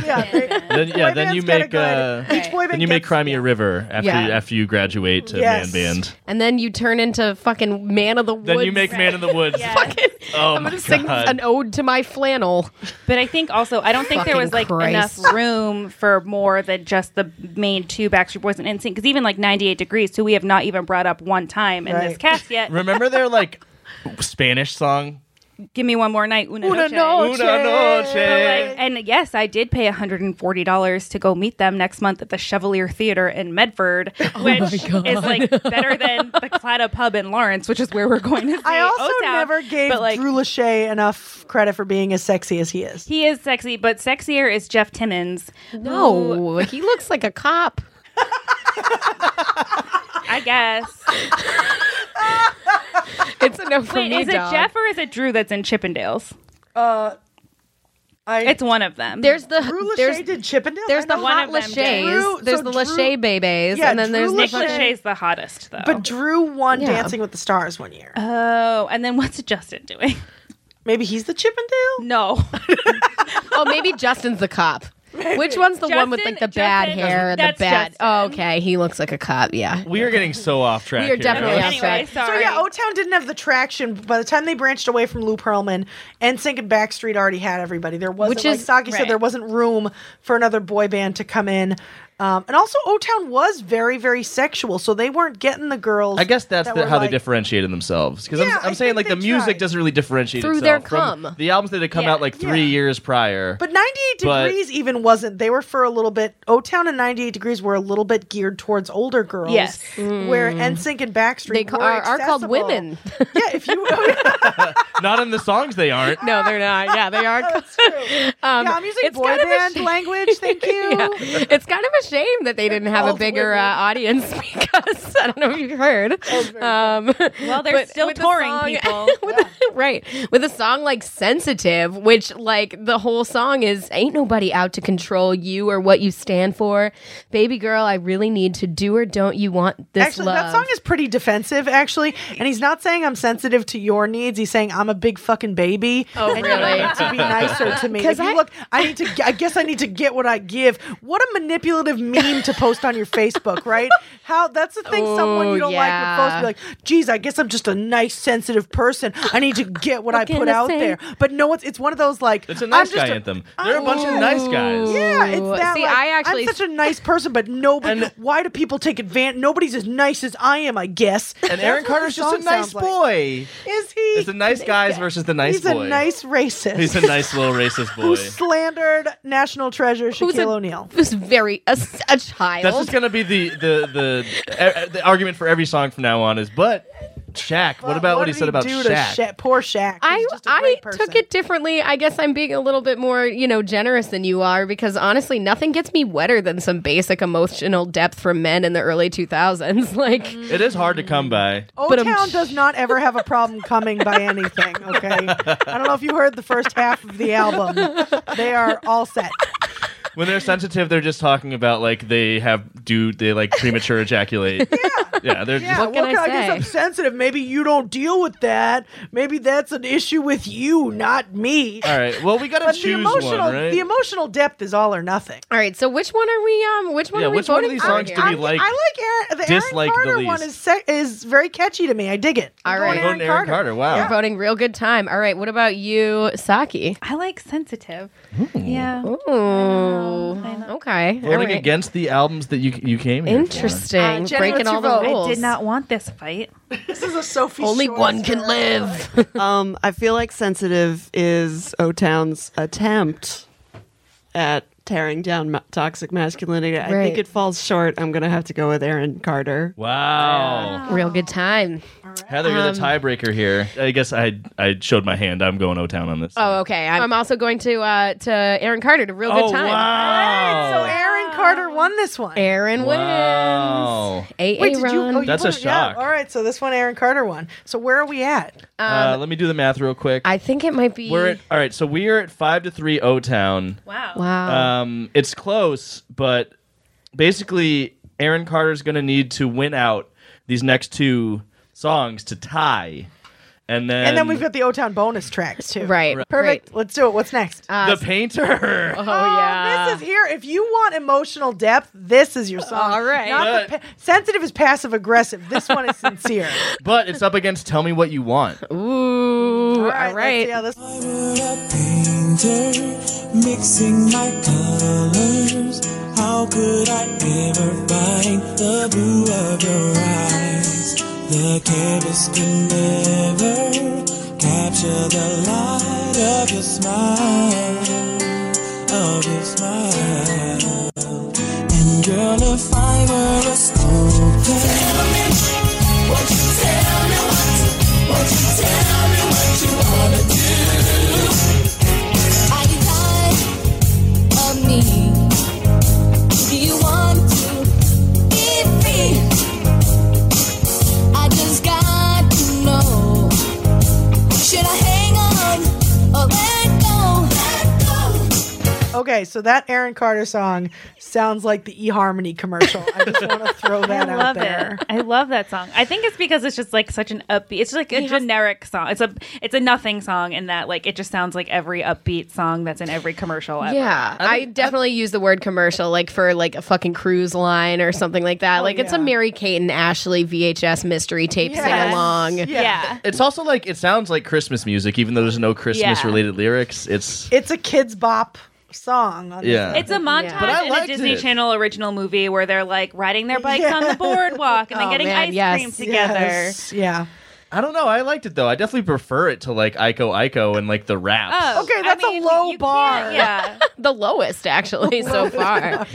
Speaker 2: yeah, they-
Speaker 5: Then, yeah,
Speaker 2: boy
Speaker 5: then you
Speaker 2: band's gotta
Speaker 5: make
Speaker 2: go
Speaker 5: uh,
Speaker 2: ahead. Each boy
Speaker 5: then
Speaker 2: band
Speaker 5: you make
Speaker 2: gets-
Speaker 5: Cry Me a River after
Speaker 1: Yeah.
Speaker 5: after you graduate to
Speaker 2: Yes.
Speaker 5: man band.
Speaker 1: and then you turn into fucking man of the woods.
Speaker 5: Then you make Man in the Woods.
Speaker 1: fucking.
Speaker 5: Oh
Speaker 1: I'm
Speaker 5: my
Speaker 1: gonna sing
Speaker 5: God.
Speaker 1: an ode to my flannel.
Speaker 4: But I think also I don't think there was like
Speaker 1: Fucking Christ.
Speaker 4: enough room for more than just the main two Backstreet Boys and NSYNC because even like 98 Degrees, who we have not even brought up one time in this
Speaker 2: Right.
Speaker 4: cast yet.
Speaker 5: Remember their like Spanish song?
Speaker 4: Give me one more night, una,
Speaker 2: Una
Speaker 4: noche. Oh,
Speaker 2: noche.
Speaker 5: Una noche.
Speaker 4: Like, and yes, I did pay $140 to go meet them next month at the Chevalier Theater in Medford,
Speaker 2: Oh
Speaker 4: which is like better than the Clatta Pub in Lawrence, which is where we're going to see.
Speaker 2: I also
Speaker 4: O-Town.
Speaker 2: never gave
Speaker 4: but, like,
Speaker 2: Drew Lachey enough credit for being as sexy as he is.
Speaker 4: He is sexy, but sexier is Jeff Timmons.
Speaker 1: No, he looks like a cop.
Speaker 4: I guess.
Speaker 1: It's a no for
Speaker 4: Wait,
Speaker 1: me,
Speaker 4: is it
Speaker 1: dog.
Speaker 4: Jeff or is it Drew that's in Chippendales?
Speaker 2: I,
Speaker 4: It's one of them.
Speaker 1: There's the
Speaker 2: Drew Lachey
Speaker 1: there's
Speaker 2: did Chippendale.
Speaker 1: there's the
Speaker 4: one
Speaker 1: hot
Speaker 4: of them did.
Speaker 1: Lachey's.
Speaker 2: Drew-
Speaker 1: There's
Speaker 2: so
Speaker 1: the
Speaker 2: Drew-
Speaker 1: Lachey babies,
Speaker 2: Yeah,
Speaker 1: and then
Speaker 2: Drew
Speaker 1: there's
Speaker 4: Nick
Speaker 1: the
Speaker 2: Lachey-
Speaker 4: Lachey's the hottest though.
Speaker 2: but Drew won
Speaker 1: Yeah.
Speaker 2: Dancing with the Stars one year.
Speaker 4: oh, and then what's Justin doing?
Speaker 2: Maybe he's the Chippendale.
Speaker 4: No,
Speaker 1: oh, maybe Justin's the cop. Which one's the one with like the
Speaker 4: Justin-
Speaker 1: bad
Speaker 4: Justin-
Speaker 1: hair and the
Speaker 4: that's
Speaker 1: bad?
Speaker 4: Justin.
Speaker 1: Oh, okay, he looks like a cop. Yeah,
Speaker 5: We are getting so off track.
Speaker 1: We are
Speaker 5: here.
Speaker 1: definitely off
Speaker 4: anyway,
Speaker 1: right. oh,
Speaker 2: So
Speaker 4: sorry.
Speaker 2: yeah, O Town didn't have the traction. By the time they branched away from Lou Pearlman, NSYNC and Backstreet already had everybody. There wasn't,
Speaker 1: Which
Speaker 2: like
Speaker 1: is-
Speaker 2: Saki
Speaker 4: right.
Speaker 2: said, there wasn't room for another boy band to come in. Um, and also, O Town was very, very sexual, so they weren't getting the girls.
Speaker 5: I guess that's
Speaker 2: that
Speaker 5: the,
Speaker 2: were
Speaker 5: how
Speaker 2: like-
Speaker 5: they differentiated themselves. Because
Speaker 2: Yeah,
Speaker 5: I'm,
Speaker 2: I
Speaker 5: I'm saying
Speaker 2: think
Speaker 5: like the
Speaker 2: they
Speaker 5: music
Speaker 2: tried.
Speaker 5: doesn't really differentiate
Speaker 1: Through
Speaker 5: itself
Speaker 1: their
Speaker 5: from
Speaker 1: cum.
Speaker 5: the albums that had come
Speaker 4: Yeah.
Speaker 5: out like three
Speaker 2: Yeah.
Speaker 5: years prior.
Speaker 2: But 98
Speaker 5: But-
Speaker 2: Degrees even wasn't. They were for a little bit. O Town and 98 Degrees were a little bit geared towards older girls.
Speaker 4: Yes.
Speaker 2: Where NSYNC and Backstreet
Speaker 1: Mm. they ca-
Speaker 2: were
Speaker 1: are, are called
Speaker 2: accessible.
Speaker 1: women.
Speaker 2: yeah, if you.
Speaker 5: Not in the songs they aren't.
Speaker 1: no, they're not. Yeah, they are.
Speaker 2: That's true.
Speaker 1: Um,
Speaker 2: yeah, I'm using
Speaker 1: it's
Speaker 2: boy
Speaker 1: kind of a
Speaker 2: band
Speaker 1: sh-
Speaker 2: language. Thank you. Oh,
Speaker 1: Yeah. It's kind of a shame that they didn't have a
Speaker 2: called
Speaker 1: bigger uh,
Speaker 2: women.
Speaker 1: audience because I don't know if you've heard.
Speaker 2: Oh,
Speaker 1: Um,
Speaker 4: Well, they're
Speaker 1: but
Speaker 4: still
Speaker 1: with a
Speaker 4: touring,
Speaker 1: song-
Speaker 4: people.
Speaker 1: with a- right. With a song like Sensitive, which, like, the whole song is Ain't Nobody Out to Control You or What You Stand For. Baby girl, I really need to do or don't you want this
Speaker 2: Actually,
Speaker 1: love.
Speaker 2: that song is pretty defensive, actually. And he's not saying I'm sensitive to your needs. He's saying I'm a big fucking baby.
Speaker 1: Oh,
Speaker 2: and
Speaker 1: really?
Speaker 2: You need to be nicer to me.
Speaker 1: 'Cause
Speaker 2: If you
Speaker 1: I-
Speaker 2: look, I need to. g- I guess I need to get what I give. What a manipulative meme to post on your Facebook, right? How that's the thing someone
Speaker 1: Oh,
Speaker 2: you don't
Speaker 1: yeah.
Speaker 2: like would post. Be like, geez, I guess I'm just a nice, sensitive person. I need to get what I
Speaker 1: can
Speaker 2: put
Speaker 1: I
Speaker 2: out
Speaker 1: say?
Speaker 2: there. But no, it's it's one of those like
Speaker 5: It's a
Speaker 2: I'm
Speaker 5: nice
Speaker 2: just Oh.
Speaker 5: guy anthem. They're a bunch of nice guys.
Speaker 2: yeah, it's
Speaker 1: Ooh.
Speaker 2: that.
Speaker 1: See,
Speaker 2: like,
Speaker 1: I actually-
Speaker 2: I'm such a nice person, but nobody.
Speaker 5: And-
Speaker 2: why do people take advantage? Nobody's as nice as I am, I guess.
Speaker 5: And Aaron
Speaker 2: That's what
Speaker 5: Carter's
Speaker 2: the
Speaker 5: just a
Speaker 2: song
Speaker 5: nice
Speaker 2: sounds like.
Speaker 5: boy.
Speaker 2: Is he?
Speaker 5: It's the nice guys versus the nice
Speaker 2: He's
Speaker 5: boy.
Speaker 2: a nice racist.
Speaker 5: He's a nice little racist
Speaker 2: who
Speaker 5: boy.
Speaker 2: slandered national treasure
Speaker 1: Who's a-
Speaker 2: Shaquille O'Neal.
Speaker 1: Who's very, a, a child.
Speaker 5: That's just gonna be the the the, e- the argument for every song from now on. Is but Shaq. What about what, he
Speaker 2: did
Speaker 5: said about
Speaker 2: do to
Speaker 5: Shaq?
Speaker 2: Sha- poor Shaq.
Speaker 1: I
Speaker 2: He's just a
Speaker 1: I
Speaker 2: great person.
Speaker 1: took it differently. I guess I'm being a little bit more, you know, generous than you are because honestly, nothing gets me wetter than some basic emotional depth from men in the early 2000s. Like,
Speaker 5: It is hard to come by.
Speaker 2: O
Speaker 1: I'm-
Speaker 2: Town does not ever have a problem coming by anything. Okay, I don't know if you heard the first half of the album. They are all set.
Speaker 5: When they're sensitive, they're just talking about like they have do they like premature ejaculate. Yeah, they're
Speaker 2: Yeah,
Speaker 5: just
Speaker 1: What can
Speaker 2: well,
Speaker 1: I
Speaker 2: I guess
Speaker 1: say?
Speaker 2: I'm sensitive. Maybe you don't deal with that. Maybe that's an issue with you, not me.
Speaker 5: all right. Well, we gotta
Speaker 2: But the
Speaker 5: choose
Speaker 2: emotional,
Speaker 5: one, right?
Speaker 2: the emotional depth is all or nothing.
Speaker 1: all right, so which one are we? Um, which one
Speaker 5: Yeah,
Speaker 1: are we
Speaker 5: which one of
Speaker 1: voting
Speaker 5: these
Speaker 1: for
Speaker 5: songs
Speaker 1: here?
Speaker 5: do we
Speaker 2: I,
Speaker 5: like,
Speaker 2: I like Aaron. The
Speaker 5: dislike
Speaker 2: Aaron
Speaker 5: the
Speaker 2: Carter one
Speaker 5: least.
Speaker 2: is se- is very catchy to me. I dig it.
Speaker 1: All right.
Speaker 5: Voting Aaron Carter. Wow.
Speaker 1: We're voting real good time. All right, what about you, Saki?
Speaker 4: I like sensitive.
Speaker 1: Hmm.
Speaker 4: Yeah.
Speaker 1: Ooh, okay. all
Speaker 5: Voting
Speaker 1: right.
Speaker 5: against the albums that you you came here for.
Speaker 1: Interesting.
Speaker 2: Uh, Jenny,
Speaker 1: Breaking
Speaker 2: what's
Speaker 1: all
Speaker 2: your
Speaker 1: the
Speaker 2: vote? I
Speaker 1: rules.
Speaker 4: I did not want this fight.
Speaker 2: This is a Sophie.
Speaker 1: Only
Speaker 2: Choice
Speaker 1: one can
Speaker 2: or-
Speaker 1: live.
Speaker 3: Um, I feel like sensitive is O Town's attempt at tearing down ma- toxic masculinity. I
Speaker 1: Right.
Speaker 3: think it falls short. I'm gonna have to go with Aaron Carter.
Speaker 5: Wow.
Speaker 1: Real good time.
Speaker 5: Heather, you're the tiebreaker here. I guess I I showed my hand. I'm going O Town on this.
Speaker 1: Oh, okay. I'm, I'm also going to uh, to Aaron Carter to real Oh, good
Speaker 5: Oh,
Speaker 1: time.
Speaker 5: wow.
Speaker 2: So Aaron Carter won this one.
Speaker 1: Um, Aaron
Speaker 5: Wow.
Speaker 1: wins. AA
Speaker 2: Wait, did you?
Speaker 1: Ron.
Speaker 2: oh, you
Speaker 5: That's a
Speaker 2: put it- yeah,
Speaker 5: shock.
Speaker 2: all right, so this one Aaron Carter won. So where are we at?
Speaker 5: uh, let me do the math real quick.
Speaker 1: I think it might be.
Speaker 5: We're at, all right, so we are at five to three O Town.
Speaker 4: Wow.
Speaker 1: wow.
Speaker 5: Um, it's close, but basically, Aaron Carter's going to need to win out these next two songs to tie, and then
Speaker 2: And, then we've got the O Town bonus tracks too.
Speaker 1: right. Uh,
Speaker 2: Perfect. Let's do it. What's next?
Speaker 5: the painter.
Speaker 1: Right. Oh yeah.
Speaker 2: Um, This is here. If you want emotional depth, this is your song.
Speaker 1: All right.
Speaker 2: Not the pa- sensitive is passive aggressive. This one is sincere.
Speaker 5: but it's up against "Tell Me What You Want."
Speaker 1: Ooh. All
Speaker 2: All right. let's see how this-
Speaker 6: were a painter mixing my colors. How could I ever find the blue of your eyes? The canvas can never capture the light of your smile, of your smile. And girl, if I were a stone tell me, won't you tell me what, won't you tell me what you wanna do?
Speaker 8: Are you tired of me? Do you want to be free? I just got to know. Should I hang on or let go? Let go.
Speaker 2: Okay, so that Aaron Carter song sounds like the eHarmony commercial. I just want to throw that
Speaker 4: I
Speaker 2: out
Speaker 4: love
Speaker 2: there.
Speaker 4: it. I love that song. I think it's because it's just like such an upbeat. It's just like a generic song. It's a it's a nothing song in that like it just sounds like every upbeat song that's in every commercial. Ever.
Speaker 1: Yeah, I definitely use the word commercial, like for like a fucking cruise line or something like that. like it's a
Speaker 2: Oh, yeah.
Speaker 1: Mary Kate and Ashley VHS mystery tape
Speaker 2: Yes.
Speaker 1: sing along.
Speaker 2: Yeah.
Speaker 4: Yeah.
Speaker 5: It's also like it sounds like Christmas music, even though there's no Christmas-related lyrics. It's
Speaker 2: It's a kids bop song. On this
Speaker 5: Yeah.
Speaker 2: one.
Speaker 4: It's a montage
Speaker 5: But I
Speaker 4: in a
Speaker 5: liked
Speaker 4: Disney
Speaker 5: it.
Speaker 4: Channel original movie where they're like riding their bikes on the boardwalk and then
Speaker 1: Oh,
Speaker 4: getting
Speaker 1: man,
Speaker 4: ice
Speaker 1: yes.
Speaker 4: cream together.
Speaker 2: Yes, Yeah.
Speaker 5: I don't know. I liked it though. I definitely prefer it to like Ico Ico and like the raps.
Speaker 4: Oh,
Speaker 2: Okay,
Speaker 4: I
Speaker 2: that's a
Speaker 4: mean,
Speaker 2: low
Speaker 4: you can't-
Speaker 2: bar.
Speaker 4: Yeah.
Speaker 1: The lowest, actually, so far.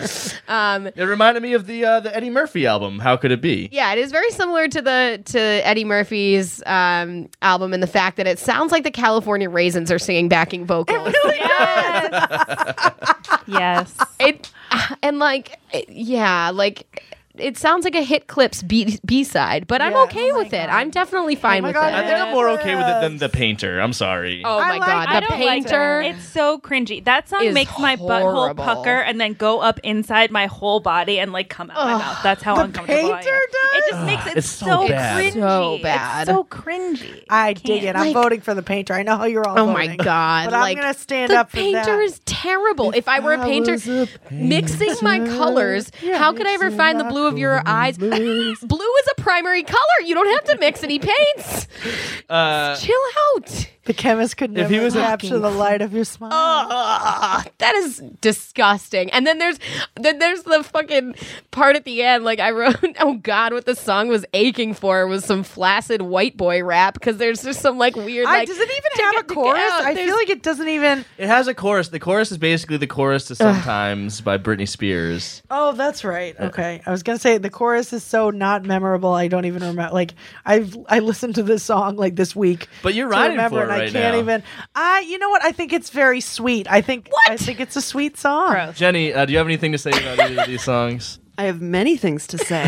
Speaker 1: Um,
Speaker 5: It reminded me of the uh, the Eddie Murphy album. How could it be?
Speaker 1: yeah, it is very similar to the to Eddie Murphy's um, album in the fact that it sounds like the California Raisins are singing backing vocals.
Speaker 4: yes. yes.
Speaker 1: It and like it- yeah, like it sounds like a hit clips B B side, but I'm
Speaker 2: Yeah. Oh
Speaker 1: okay with it. I'm definitely fine
Speaker 2: my
Speaker 1: with
Speaker 2: God,
Speaker 1: it.
Speaker 5: I think I'm more okay with it than the painter. I'm sorry.
Speaker 1: Oh
Speaker 2: I
Speaker 1: my
Speaker 2: like-
Speaker 1: god,
Speaker 4: I
Speaker 1: the
Speaker 4: don't like
Speaker 1: painter.
Speaker 4: that. it's so cringy. That
Speaker 1: is
Speaker 4: song makes my butthole
Speaker 1: horrible.
Speaker 4: pucker and then go up inside my whole body and like come out my mouth. That's how uncomfortable I am.
Speaker 2: painter does?
Speaker 4: It just makes it
Speaker 5: it's so
Speaker 4: so,
Speaker 5: bad.
Speaker 4: cringy.
Speaker 1: It's so bad.
Speaker 4: It's so cringy.
Speaker 2: I dig it.
Speaker 4: can't.
Speaker 2: I'm
Speaker 1: Like-
Speaker 2: voting for the painter. I know how you're all
Speaker 1: Oh
Speaker 2: voting.
Speaker 1: my god!
Speaker 2: But
Speaker 1: like
Speaker 2: I'm going to stand
Speaker 1: the
Speaker 2: up for
Speaker 1: painter
Speaker 2: that.
Speaker 1: is terrible. If, I were a painter, mixing my colors, how could I ever find the blue of your eyes? blue is a primary color. You don't have to mix any paints.
Speaker 5: Uh,
Speaker 1: Chill out.
Speaker 2: the chemist could never
Speaker 5: he was a-
Speaker 2: capture the light of your smile.
Speaker 1: Oh, Ugh, that is disgusting. And then there's then there's the fucking part at the end. Like I wrote, oh god, what the song was aching for was some flaccid white boy rap because there's just some like weird.
Speaker 2: I,
Speaker 1: like,
Speaker 2: does it
Speaker 1: take
Speaker 2: even have a
Speaker 1: it, take it
Speaker 2: chorus?
Speaker 1: out.
Speaker 2: I
Speaker 1: oh, There's-
Speaker 2: feel like it doesn't even.
Speaker 5: it has a chorus. The chorus is basically the chorus to "Sometimes" by Britney Spears.
Speaker 2: Oh, that's right. Okay, I was gonna say the chorus is so not memorable. I don't even remember. Like I've I listened to this song like this week,
Speaker 5: But you're
Speaker 2: to
Speaker 5: riding
Speaker 2: remember,
Speaker 5: for it
Speaker 2: and I
Speaker 5: right
Speaker 2: can't
Speaker 5: now.
Speaker 2: even. I you know what? I think it's very sweet. I think I think it's a sweet song.
Speaker 5: Jenny, uh, do you have anything to say about either of these songs?
Speaker 3: I have many things to say.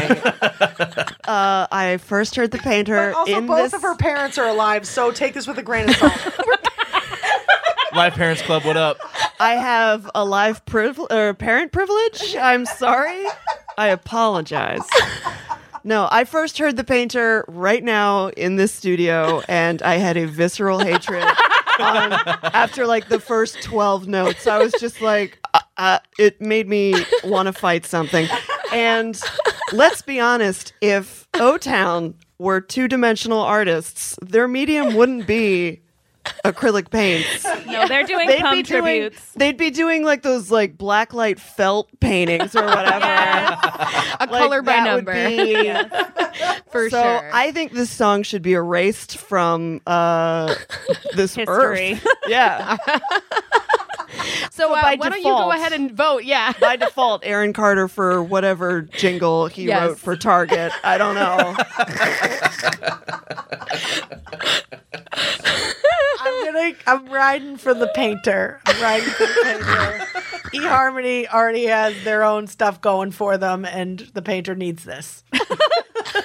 Speaker 3: uh, I first heard the painter
Speaker 2: But also,
Speaker 3: in
Speaker 2: both
Speaker 3: this.
Speaker 2: of her parents are alive, so take this with a grain of salt.
Speaker 5: Live Parents Club, what up?
Speaker 3: I have a live privilege or parent privilege. I'm sorry. I apologize. No, I first heard the painter right now in this studio, and I had a visceral hatred on, after like the first 12 notes. I was just like, uh, uh, it made me want to fight something. And let's be honest if O Town were two dimensional artists, their medium wouldn't be acrylic paints
Speaker 4: No, they're doing
Speaker 3: they'd
Speaker 4: cum
Speaker 3: be doing
Speaker 4: tributes.
Speaker 3: they'd be doing like those like blacklight felt paintings or whatever.
Speaker 1: a color by number for
Speaker 3: so
Speaker 1: sure.
Speaker 3: I think this song should be erased from uh, this
Speaker 4: History.
Speaker 3: earth. Yeah,
Speaker 1: so uh,
Speaker 3: by
Speaker 1: why don't you go
Speaker 3: default-
Speaker 1: ahead and vote? Yeah.
Speaker 3: by default, Aaron Carter for whatever jingle he
Speaker 1: Yes.
Speaker 3: wrote for Target. I don't know.
Speaker 2: I'm gonna. I'm riding for the painter. I'm riding for the painter. eHarmony already has their own stuff going for them, and the painter needs this.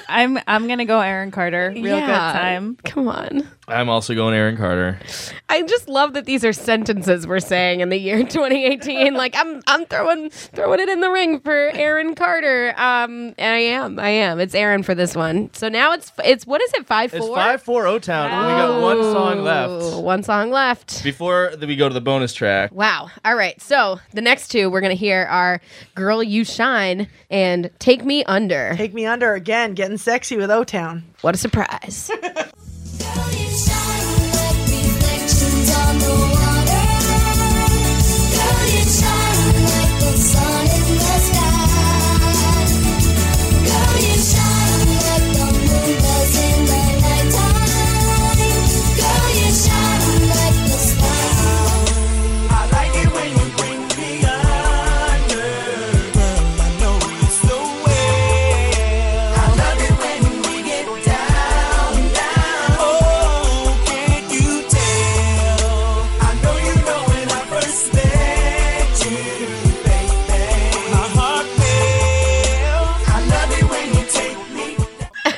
Speaker 4: I'm I'm gonna go Aaron Carter. Real good
Speaker 1: Yeah.
Speaker 4: time.
Speaker 1: Come on.
Speaker 5: I'm also going Aaron Carter.
Speaker 1: I just love that these are sentences we're saying in the year 2018. like I'm, I'm throwing, throwing it in the ring for Aaron Carter. Um, I am, I am. It's Aaron for this one. So now it's, it's what is it? Five
Speaker 5: It's
Speaker 1: four.
Speaker 5: five four O Town. We got one song
Speaker 1: Ooh,
Speaker 5: left
Speaker 1: One song left.
Speaker 5: before th- we go to the bonus track.
Speaker 1: Wow. All right. So the next two we're gonna hear are "Girl You Shine" and "Take Me Under."
Speaker 2: Take me under again, getting sexy with O Town.
Speaker 1: What a surprise!
Speaker 9: Girl, you shine like reflections on the water. Girl, you shine like the sun in the sky. Girl, you shine like the moon does in the nighttime. Girl, you shine like the stars.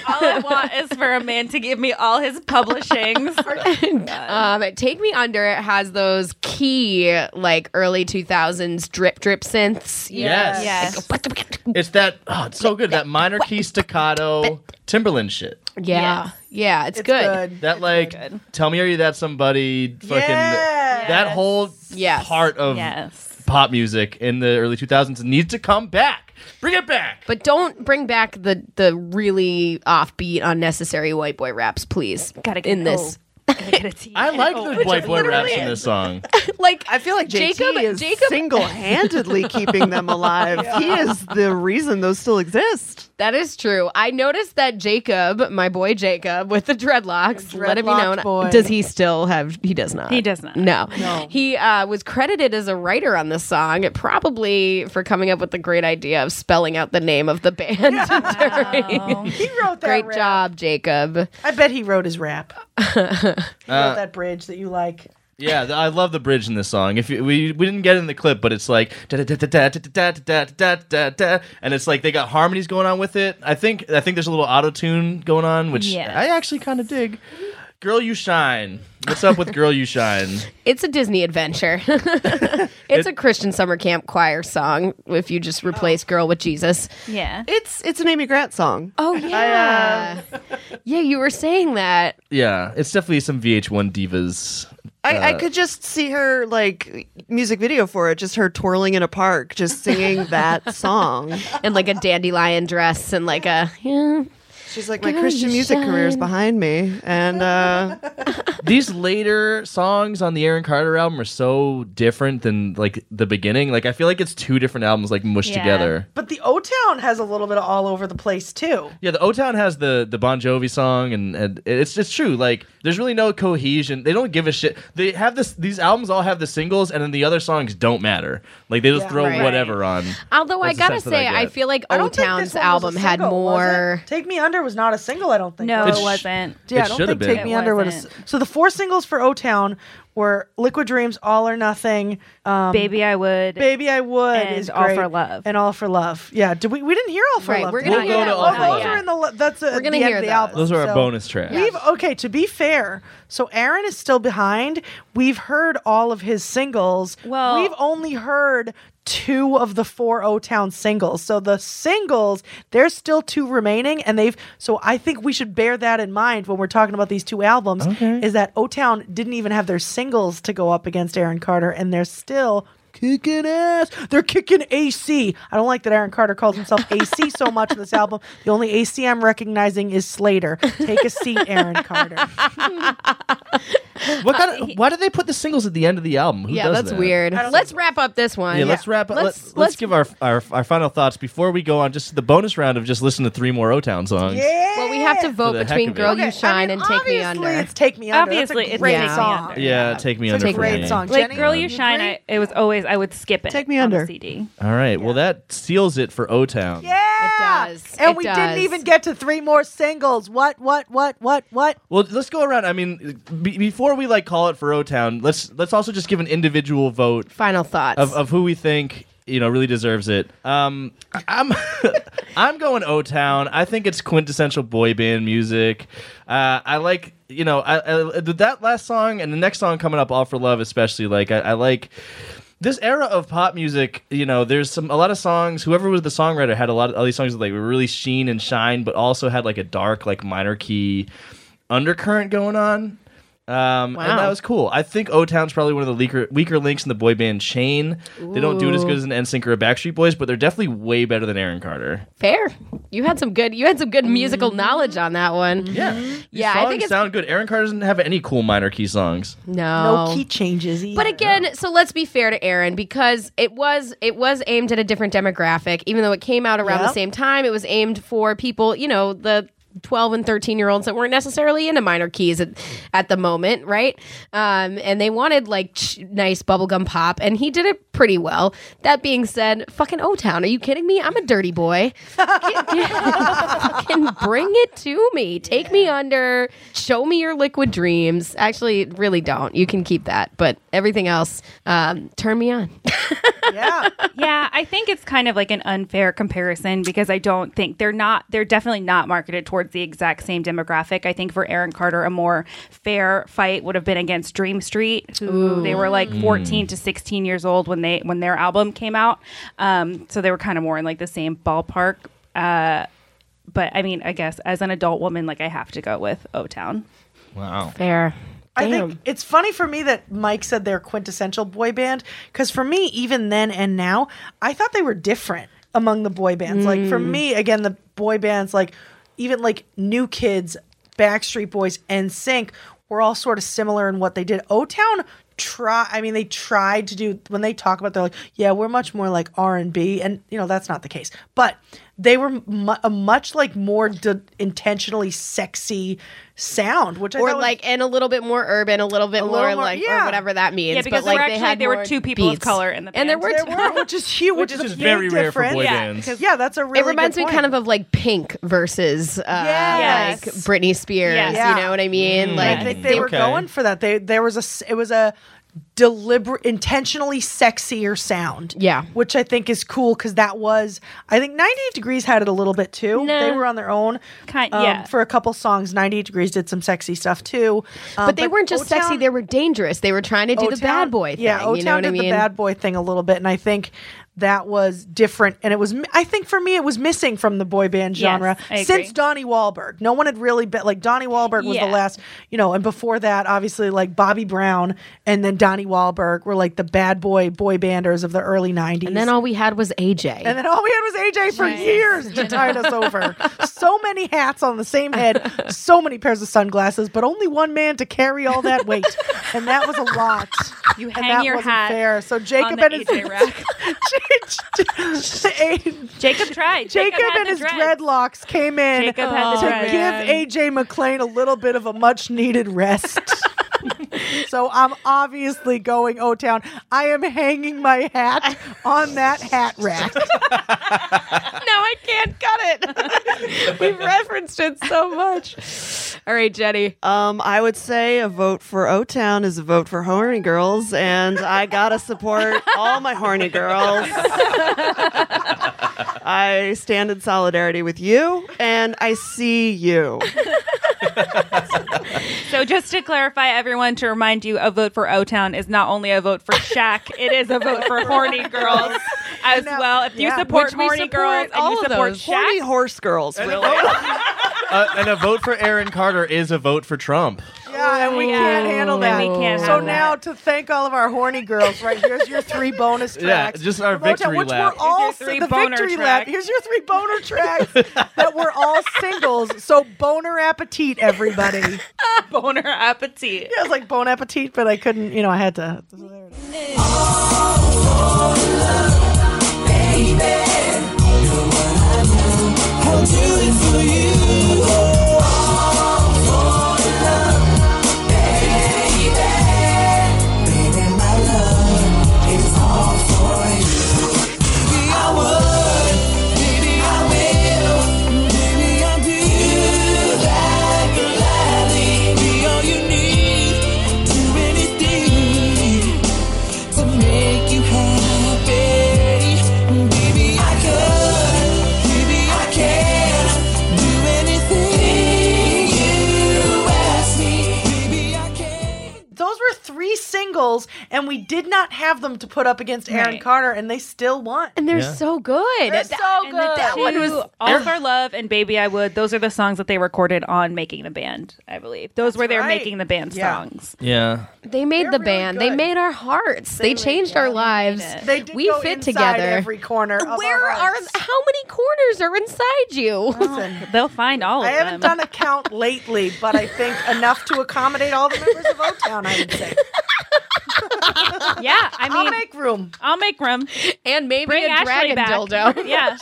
Speaker 4: All I want is for a man to give me all his publishings.
Speaker 1: Um, Take Me Under has those key like early 2000s drip drip synths. you
Speaker 5: Yes.
Speaker 4: yes.
Speaker 5: It's that. Oh, it's so good. That minor key staccato Timberland shit.
Speaker 1: Yeah. Yeah, it's, good.
Speaker 5: That like, tell me are you that somebody? Fucking that whole
Speaker 1: Yes.
Speaker 5: part of
Speaker 4: Yes.
Speaker 5: pop music in the early 2000s needs to come back. Bring it back.
Speaker 1: But don't bring back the the really offbeat unnecessary white boy raps, please.
Speaker 4: Gotta get
Speaker 1: in this.
Speaker 5: I like
Speaker 4: oh,
Speaker 5: the white boy raps in this song.
Speaker 1: Like
Speaker 3: I feel like JT
Speaker 1: Jacob-
Speaker 3: is
Speaker 1: Jacob-
Speaker 3: single-handedly keeping them alive. He is the reason those still exist.
Speaker 1: that is true. I noticed that Jacob, my boy Jacob with the dreadlocks, let it be
Speaker 2: dreadlocked
Speaker 1: known.
Speaker 2: boy.
Speaker 1: Does he still have he does not.
Speaker 4: He does not.
Speaker 1: No. He uh, was credited as a writer on this song, probably for coming up with the great idea of spelling out the name of the band during
Speaker 2: He wrote that.
Speaker 1: Great
Speaker 2: rap.
Speaker 1: job, Jacob.
Speaker 2: I bet he wrote his rap. he
Speaker 5: Uh,
Speaker 2: wrote that bridge that you like.
Speaker 5: Yeah, th- I love the bridge in this song. If you, we we didn't get it in the clip, but it's like da da da da da da da da da da da, and it's like they got harmonies going on with it. I think I think there's a little auto tune going on, which
Speaker 4: Yes.
Speaker 5: I actually kind of dig. Girl, you shine. What's up with Girl, you shine?
Speaker 1: It's a Disney adventure. it's a Christian summer camp choir song if you just replace girl with Jesus.
Speaker 4: Yeah.
Speaker 3: It's it's an Amy Grant song.
Speaker 1: Oh yeah. yeah, you were saying that.
Speaker 5: Yeah, it's definitely some VH1 divas.
Speaker 3: I, I
Speaker 4: Uh.
Speaker 3: could just see her like music video for it, just her twirling in a park, just singing that song.
Speaker 1: And like a dandelion dress and like a yeah.
Speaker 3: She's like, my Christian music career is behind me, and uh,
Speaker 5: These later songs on the Aaron Carter album are so different than like the beginning. Like I feel like it's two different albums like mushed
Speaker 4: Yeah.
Speaker 5: together.
Speaker 2: But the O Town has a little bit of all over the place too.
Speaker 5: Yeah, the O Town has the the Bon Jovi song, and, and it's it's true. Like, there's really no cohesion. They don't give a shit. They have this; these albums all have the singles, and then the other songs don't matter. Like, they just throw
Speaker 1: right.
Speaker 5: whatever on.
Speaker 1: Although
Speaker 5: That's the
Speaker 1: I gotta
Speaker 5: sense that I
Speaker 1: say, I,
Speaker 5: get.
Speaker 1: feel like
Speaker 2: I
Speaker 1: Old
Speaker 2: don't think
Speaker 1: Town's
Speaker 2: this one was a
Speaker 1: album had
Speaker 2: single, was
Speaker 1: more.
Speaker 2: it? Take Me Under was not a single, I don't think.
Speaker 4: No,
Speaker 2: was
Speaker 4: it
Speaker 5: sh-
Speaker 4: wasn't.
Speaker 2: Yeah,
Speaker 5: It
Speaker 2: I don't
Speaker 5: should have
Speaker 2: think
Speaker 5: been.
Speaker 2: Take Me
Speaker 4: It
Speaker 2: Under would have.
Speaker 4: wasn't.
Speaker 2: So the four singles for O Town were Liquid Dreams, All or Nothing, um,
Speaker 4: Baby, I would.
Speaker 2: Baby I Would,
Speaker 4: And
Speaker 2: is
Speaker 4: All
Speaker 2: great,
Speaker 4: for Love.
Speaker 2: and All for Love. Yeah, did we we didn't hear All for
Speaker 1: Right,
Speaker 2: Love.
Speaker 1: we're
Speaker 2: did
Speaker 1: gonna
Speaker 5: We'll
Speaker 2: we?
Speaker 1: hear
Speaker 5: go
Speaker 1: that
Speaker 5: to
Speaker 1: one.
Speaker 5: All
Speaker 2: Oh,
Speaker 5: for
Speaker 2: those
Speaker 5: Love.
Speaker 2: are in the. li- That's at
Speaker 1: We're gonna
Speaker 2: the end
Speaker 1: hear
Speaker 2: of the
Speaker 1: those.
Speaker 2: album.
Speaker 5: Those are our
Speaker 2: so-
Speaker 5: bonus tracks.
Speaker 2: We've okay. To be fair, so Aaron is still behind. We've heard all of his singles.
Speaker 4: Well-
Speaker 2: we've only heard two of the four O Town singles. So the singles, there's still two remaining, and they've. So I think we should bear that in mind when we're talking about these two albums. Is that O Town didn't even have their singles to go up against Aaron Carter, and they're still. Kicking ass. They're kicking AC. I don't like that Aaron Carter calls himself AC so much in this album. The only AC I'm recognizing is Slater. Take a seat, Aaron Carter.
Speaker 5: What kind of, why do they put the singles at the end of the album? Who
Speaker 1: Yeah,
Speaker 5: does
Speaker 1: that's
Speaker 5: that?
Speaker 1: weird. Let's wrap up this one.
Speaker 5: Yeah, let's wrap. up. Let's, let's, give our, our our final thoughts before we go on. Just the bonus round of just listen to three more O Town songs.
Speaker 1: Well, we have to vote
Speaker 5: the heck
Speaker 1: between
Speaker 5: of it.
Speaker 1: "Girl
Speaker 5: Okay,
Speaker 1: You Shine"
Speaker 2: mean,
Speaker 1: and "Take Me
Speaker 2: obviously
Speaker 1: Under."
Speaker 2: It's Take Me Under.
Speaker 4: Obviously,
Speaker 2: That's
Speaker 4: it's
Speaker 2: a great
Speaker 1: Take Me
Speaker 2: song.
Speaker 4: Under.
Speaker 5: Yeah, take me
Speaker 2: It's
Speaker 5: under.
Speaker 2: a
Speaker 5: for
Speaker 2: great
Speaker 5: me.
Speaker 2: song.
Speaker 4: Like
Speaker 2: Jenny,
Speaker 4: Girl You
Speaker 2: agree?
Speaker 4: Shine, I, it was always always, I would skip it.
Speaker 3: Take me
Speaker 4: on
Speaker 3: under.
Speaker 4: the CD.
Speaker 5: All right. Well, that seals it for O Town.
Speaker 2: Yeah.
Speaker 1: It does.
Speaker 2: And
Speaker 1: It
Speaker 2: we
Speaker 1: does.
Speaker 2: didn't even get to three more singles. What, what, what, what, what?
Speaker 5: Well, let's go around. I mean, be- before we like call it for O Town, let's let's also just give an individual vote
Speaker 1: Final thoughts.
Speaker 5: of, of who we think you know really deserves it. Um, I- I'm I'm going O Town. I think it's quintessential boy band music. Uh, I like you know I, I, that last song and the next song coming up, All for Love, especially. Like I, I like this era of pop music, you know, there's some a lot of songs. Whoever was the songwriter had a lot of all these songs that like were really sheen and shine, but also had like a dark, like minor key undercurrent going on. Um, And that was cool. I think O Town's probably one of the weaker, weaker links in the boy band chain. They don't do it as good as an NSYNC or a Backstreet Boys, but they're definitely way better than Aaron Carter.
Speaker 1: Fair. You had some good. You had some good
Speaker 2: Mm-hmm.
Speaker 1: musical knowledge on that one.
Speaker 5: Yeah, These
Speaker 1: Mm-hmm. Yeah, I
Speaker 5: songs
Speaker 1: think it's-
Speaker 5: sound good. Aaron Carter doesn't have any cool minor key songs.
Speaker 1: No.
Speaker 2: No Oh, key changes either.
Speaker 1: But again, so let's be fair to Aaron because it was it was aimed at a different demographic, even though it came out around the
Speaker 2: Yep.
Speaker 1: same time. It was aimed for people, you know, the. 12 and 13 year olds that weren't necessarily into minor keys at, at the moment, right? Um, and they wanted like ch- nice bubblegum pop, and he did it pretty well. That being said, fucking O Town, are you kidding me? I'm a dirty boy. fucking bring it to me. Take me under. Show me your liquid dreams. Actually, really don't. You can keep that, but everything else, um, turn me on.
Speaker 2: yeah.
Speaker 4: yeah, I think it's kind of like an unfair comparison because I don't think they're not they're definitely not marketed towards the exact same demographic. I think for Aaron Carter, a more fair fight would have been against Dream Street, who they were like 14 to 16 years old when they when their album came out. Um, so they were kind of more in like the same ballpark. Uh, but I mean, I guess as an adult woman, like I have to go with O Town.
Speaker 5: Wow.
Speaker 1: Fair.
Speaker 2: I think it's funny for me that Mike said they're quintessential boy band because for me, even then and now, I thought they were different among the boy bands. Like
Speaker 1: Mm.
Speaker 2: for me, again, the boy bands, like even like New Kids, Backstreet Boys, and Sync were all sort of similar in what they did. O Town try I mean they tried to do when they talk about they're like yeah we're much more like R&B and you know that's not the case but they were mu- a much like more d- intentionally sexy sound which I
Speaker 1: Or
Speaker 2: thought was-
Speaker 1: like, and a little bit more urban, a little bit more
Speaker 2: little more-
Speaker 1: like, or
Speaker 2: yeah.
Speaker 1: whatever that means.
Speaker 4: Yeah, because
Speaker 1: but, like,
Speaker 4: there were actually
Speaker 1: had
Speaker 4: there were
Speaker 1: more
Speaker 4: two people of
Speaker 1: beats.
Speaker 4: color in the band.
Speaker 1: and there were.
Speaker 2: There
Speaker 1: two-
Speaker 2: were, which is huge, which,
Speaker 5: Which is
Speaker 2: is, a
Speaker 5: just
Speaker 2: big
Speaker 5: very rare for
Speaker 2: difference.
Speaker 5: boy
Speaker 4: Yeah,
Speaker 5: bands.
Speaker 4: 'cause-
Speaker 2: Yeah, that's a really.
Speaker 1: it reminds
Speaker 2: good
Speaker 1: me
Speaker 2: point.
Speaker 1: kind of of like Pink versus uh,
Speaker 2: Yes.
Speaker 1: like Britney Spears.
Speaker 2: Yeah.
Speaker 1: You know what I
Speaker 4: Mm.
Speaker 1: mean? Like
Speaker 2: Mm. I think they were
Speaker 5: Okay.
Speaker 2: going for that. They there was a s- it was a deliberate, intentionally sexier sound.
Speaker 1: Yeah.
Speaker 2: which I think is cool because that was I think 98 Degrees had it a little bit too.
Speaker 4: Nah.
Speaker 2: They were on their own.
Speaker 4: Kind-
Speaker 2: um,
Speaker 4: yeah.
Speaker 2: for a couple songs, 98 Degrees did some sexy stuff too. Um,
Speaker 1: but they weren't just sexy;
Speaker 2: O-Town-
Speaker 1: they were dangerous. They were trying to do the
Speaker 2: O-Town-
Speaker 1: bad boy thing.
Speaker 2: Yeah, O Town
Speaker 1: you know what
Speaker 2: did
Speaker 1: I mean?
Speaker 2: the bad boy thing a little bit, and I think that was different. And it was, mi- I think for me, it was missing from the boy band
Speaker 4: Yes,
Speaker 2: genre
Speaker 4: I
Speaker 2: since
Speaker 4: agree.
Speaker 2: Donnie Wahlberg. No one had really been like Donnie Wahlberg was
Speaker 4: Yeah.
Speaker 2: the last, you know, and before that, obviously like Bobby Brown and then Donnie Wahlberg were like the bad boy boy banders of the early '90s.
Speaker 1: And then all we had was AJ.
Speaker 2: And then all we had was AJ for years to tide us over. So many hats on the same head, so many pairs of sunglasses, but only one man to carry all that weight. And that was a lot.
Speaker 4: You
Speaker 2: and
Speaker 4: hang
Speaker 2: that
Speaker 4: your
Speaker 2: wasn't
Speaker 4: hat
Speaker 2: fair. So
Speaker 4: on
Speaker 2: Jacob
Speaker 4: the
Speaker 2: and his
Speaker 4: AJ rack. Jacob tried.
Speaker 2: Jacob
Speaker 4: had
Speaker 2: and
Speaker 4: the
Speaker 2: his
Speaker 4: dreads.
Speaker 2: dreadlocks came in
Speaker 4: Jacob had the
Speaker 2: to
Speaker 4: dreads.
Speaker 2: give AJ McLean a little bit of a much needed rest. so I'm obviously going O Town. I am hanging my hat on that hat rack.
Speaker 1: No, I can't cut it. We've referenced it so much. All right, Jenny.
Speaker 3: Um, I would say a vote for O Town is a vote for horny girls, and I gotta support all my horny girls. I stand in solidarity with you, and I see you.
Speaker 4: So just to clarify, everyone, to remind you, a vote for O Town is not only a vote for Shaq; it is a vote for horny girls as
Speaker 2: No,
Speaker 4: well. If you
Speaker 2: yeah.
Speaker 4: support
Speaker 1: Which we
Speaker 4: horny
Speaker 1: support
Speaker 4: girls and
Speaker 1: all
Speaker 4: you
Speaker 1: of
Speaker 4: support
Speaker 1: those.
Speaker 4: Shaq,
Speaker 3: Horny horse girls, really.
Speaker 5: Uh, and a vote for Aaron Carter is a vote for Trump.
Speaker 2: Yeah, and we
Speaker 4: Yeah.
Speaker 2: can't handle
Speaker 4: And
Speaker 2: that.
Speaker 4: we can't
Speaker 2: so
Speaker 4: handle
Speaker 2: now to thank all of our horny girls, right? Here's your three bonus
Speaker 5: Yeah,
Speaker 2: tracks.
Speaker 5: just our
Speaker 2: Motown,
Speaker 5: victory
Speaker 2: which
Speaker 5: lap.
Speaker 2: Were all
Speaker 4: Here's your three
Speaker 2: the
Speaker 4: boner
Speaker 2: victory
Speaker 4: track.
Speaker 2: lap. Here's your three boner tracks that were all singles. So boner appetit, everybody. I
Speaker 4: boner appetit.
Speaker 2: was like bon appetit, but I couldn't. You know, I had to.
Speaker 6: I'll do it for you. All for love, baby. Baby, my love is all
Speaker 2: and we did not have them to put up against Aaron
Speaker 4: Right.
Speaker 2: Carter, and they still won.
Speaker 1: And they're
Speaker 5: Yeah.
Speaker 1: so good.
Speaker 2: They're so
Speaker 4: And the
Speaker 2: good.
Speaker 4: two, All of Our Love and Baby I Would, those are the songs that they recorded on Making the Band, I believe. Those were their
Speaker 2: right.
Speaker 4: Making the Band
Speaker 2: Yeah.
Speaker 4: songs.
Speaker 5: Yeah.
Speaker 1: They made
Speaker 2: They're
Speaker 1: the
Speaker 2: really
Speaker 1: band. they
Speaker 2: good.
Speaker 1: made our hearts. They, changed our lives.
Speaker 2: They did
Speaker 1: we
Speaker 2: go
Speaker 1: fit
Speaker 2: inside
Speaker 1: together.
Speaker 2: Every corner. of our
Speaker 1: Where are
Speaker 2: hearts.
Speaker 1: how many corners are inside you?
Speaker 4: They'll find all of
Speaker 2: I haven't
Speaker 4: them.
Speaker 2: done a count lately, but I think enough to accommodate all the members of O Town. I would say.
Speaker 4: yeah, I mean,
Speaker 2: I'll make room.
Speaker 4: I'll make room.
Speaker 1: and maybe
Speaker 4: Bring
Speaker 1: a
Speaker 4: Ashley
Speaker 1: dragon
Speaker 4: back.
Speaker 1: dildo.
Speaker 4: Yeah.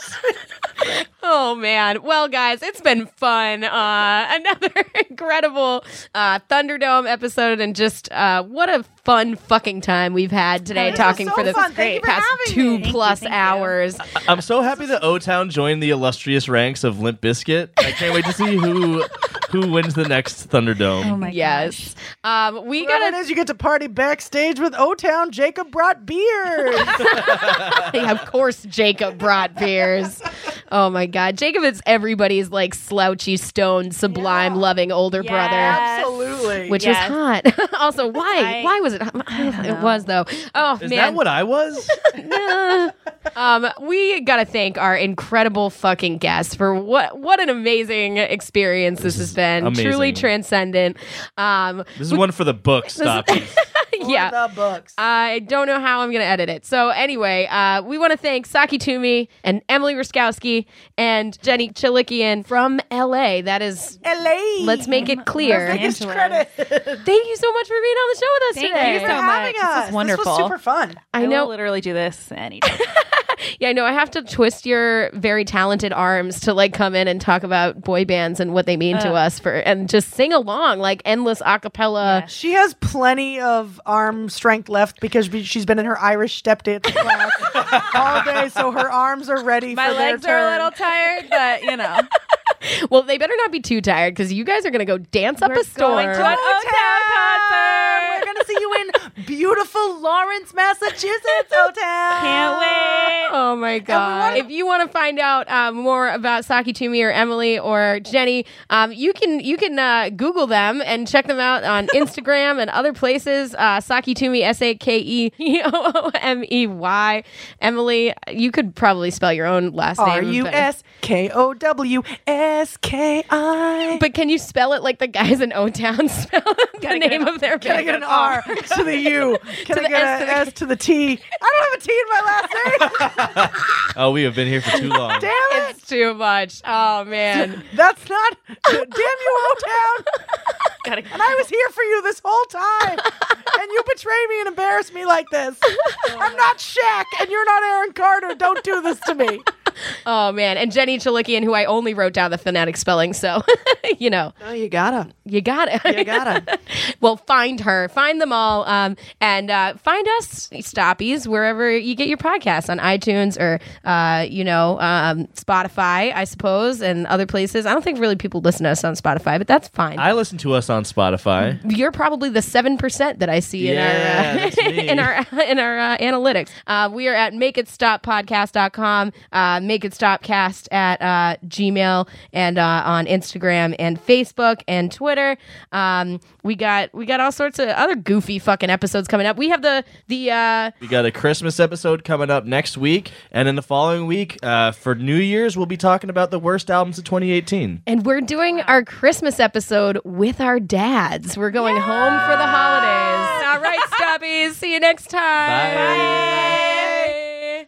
Speaker 1: Oh man. Well guys, it's been fun. Uh another incredible uh Thunderdome episode and just uh what a fun fucking time we've had today
Speaker 2: This is
Speaker 1: talking
Speaker 2: so
Speaker 1: for the
Speaker 2: fun. Thank you for
Speaker 1: past
Speaker 2: having
Speaker 1: two
Speaker 2: me.
Speaker 1: plus
Speaker 4: thank you. Oh
Speaker 1: hours.
Speaker 5: I- I'm so happy that O Town joined the illustrious ranks of Limp Biscuit. I can't wait to see who who wins the next Thunderdome.
Speaker 4: Oh
Speaker 1: Oh,
Speaker 4: my
Speaker 1: Yes. Um we
Speaker 2: Right on
Speaker 1: gotta
Speaker 2: as you get to party backstage with O Town, Jacob brought beer.
Speaker 1: Yeah, of course Jacob brought beers. Oh my god. Jacob is everybody's like slouchy, stoned, sublime, loving older brother.
Speaker 4: Yes.
Speaker 2: Absolutely.
Speaker 1: Which
Speaker 4: Yes.
Speaker 1: was hot. also, why?
Speaker 4: I-
Speaker 1: why was it? Hot? It was though. Oh
Speaker 5: Is
Speaker 1: man,
Speaker 5: that what I was?
Speaker 1: um, we gotta thank our incredible fucking guests for what what an amazing experience this, has been.
Speaker 5: amazing.
Speaker 1: Truly transcendent. Um,
Speaker 5: This is one for the book. Stop.
Speaker 1: yeah, Uh,
Speaker 2: the books.
Speaker 1: I don't know how I'm going to edit it. So anyway, uh, we want to thank Saki Toomey and Emily Ruskowski and Jenny Chilikian from LA. That is,
Speaker 2: LA.
Speaker 1: let's make it clear.
Speaker 2: biggest
Speaker 4: Angela.
Speaker 2: credit.
Speaker 1: Thank you so much for being on the show with us
Speaker 4: Thank
Speaker 1: today.
Speaker 4: you so much.
Speaker 2: having
Speaker 4: This was
Speaker 2: us. This
Speaker 4: wonderful.
Speaker 2: was super fun.
Speaker 1: I
Speaker 4: I
Speaker 1: know.
Speaker 4: will literally do this anytime.
Speaker 1: Yeah, I know. I have to twist your very talented arms to like come in and talk about boy bands and what they mean to us for, and just sing along like endless a cappella.
Speaker 2: She has plenty of arm strength left because be- she's been in her Irish step dance class all day, so her arms are ready
Speaker 4: my
Speaker 2: for
Speaker 4: legs
Speaker 2: their
Speaker 4: are a
Speaker 2: turn.
Speaker 4: little tired, but you know.
Speaker 1: Well, they better not be too tired because you guys are gonna go dance up a storm.
Speaker 4: Going to an O Town
Speaker 2: We're
Speaker 4: concert.
Speaker 2: gonna see you in beautiful Lawrence, Massachusetts, O Town.
Speaker 4: Can't wait.
Speaker 1: Oh my god! if you want to find out uh, more about Saki Toomey or Emily or Jenny, um, you can you can uh, Google them and check them out on Instagram and other places. Uh, Saki Toomey, S A K E O O M E Y. Emily, you could probably spell your own last name.
Speaker 2: R U
Speaker 1: but-
Speaker 2: S K O W S K I.
Speaker 1: But can you spell it like the guys in O Town spell the name of their
Speaker 2: Can I get an R to the U? Can I
Speaker 1: the
Speaker 2: get an
Speaker 1: S to the-
Speaker 2: S to the T? I don't have a T in my last name.
Speaker 5: Oh, we have been here for too long.
Speaker 2: Damn it.
Speaker 1: It's too much. Oh man.
Speaker 2: That's not. Damn you, O Town. And I was here for you this whole time. And you betray me and embarrass me like this. I'm not Shaq and you're not Aaron Carter. Don't do this to me.
Speaker 1: Oh man. And Jenny Chalikian, who I only wrote down the phonetic spelling, so you know.
Speaker 3: No, you gotta.
Speaker 1: you got it.
Speaker 3: You gotta.
Speaker 1: well, find her, find them all, um, and uh, find us, Stoppies, wherever you get your podcasts on iTunes or uh, you know um, Spotify, I suppose, and other places. I don't think really people listen to us on Spotify, but that's fine.
Speaker 5: I listen to us on Spotify.
Speaker 1: You're probably the seven percent that I see
Speaker 5: Yeah,
Speaker 1: in our
Speaker 5: that's
Speaker 1: uh,
Speaker 5: me.
Speaker 1: in our in our uh, analytics. Uh, we are at makeitstoppodcast.com, uh, makeitstopcast at uh, Gmail, and uh, on Instagram and Facebook and Twitter. Um, we got we got all sorts of other goofy fucking episodes coming up. We have the the uh,
Speaker 5: We got a Christmas episode coming up next week, and in the following week uh, for New Year's, we'll be talking about the worst albums of 2018.
Speaker 1: and we're doing our Christmas episode with our dads. We're going home for the holidays. all right, Stoppies. See you next time. Bye.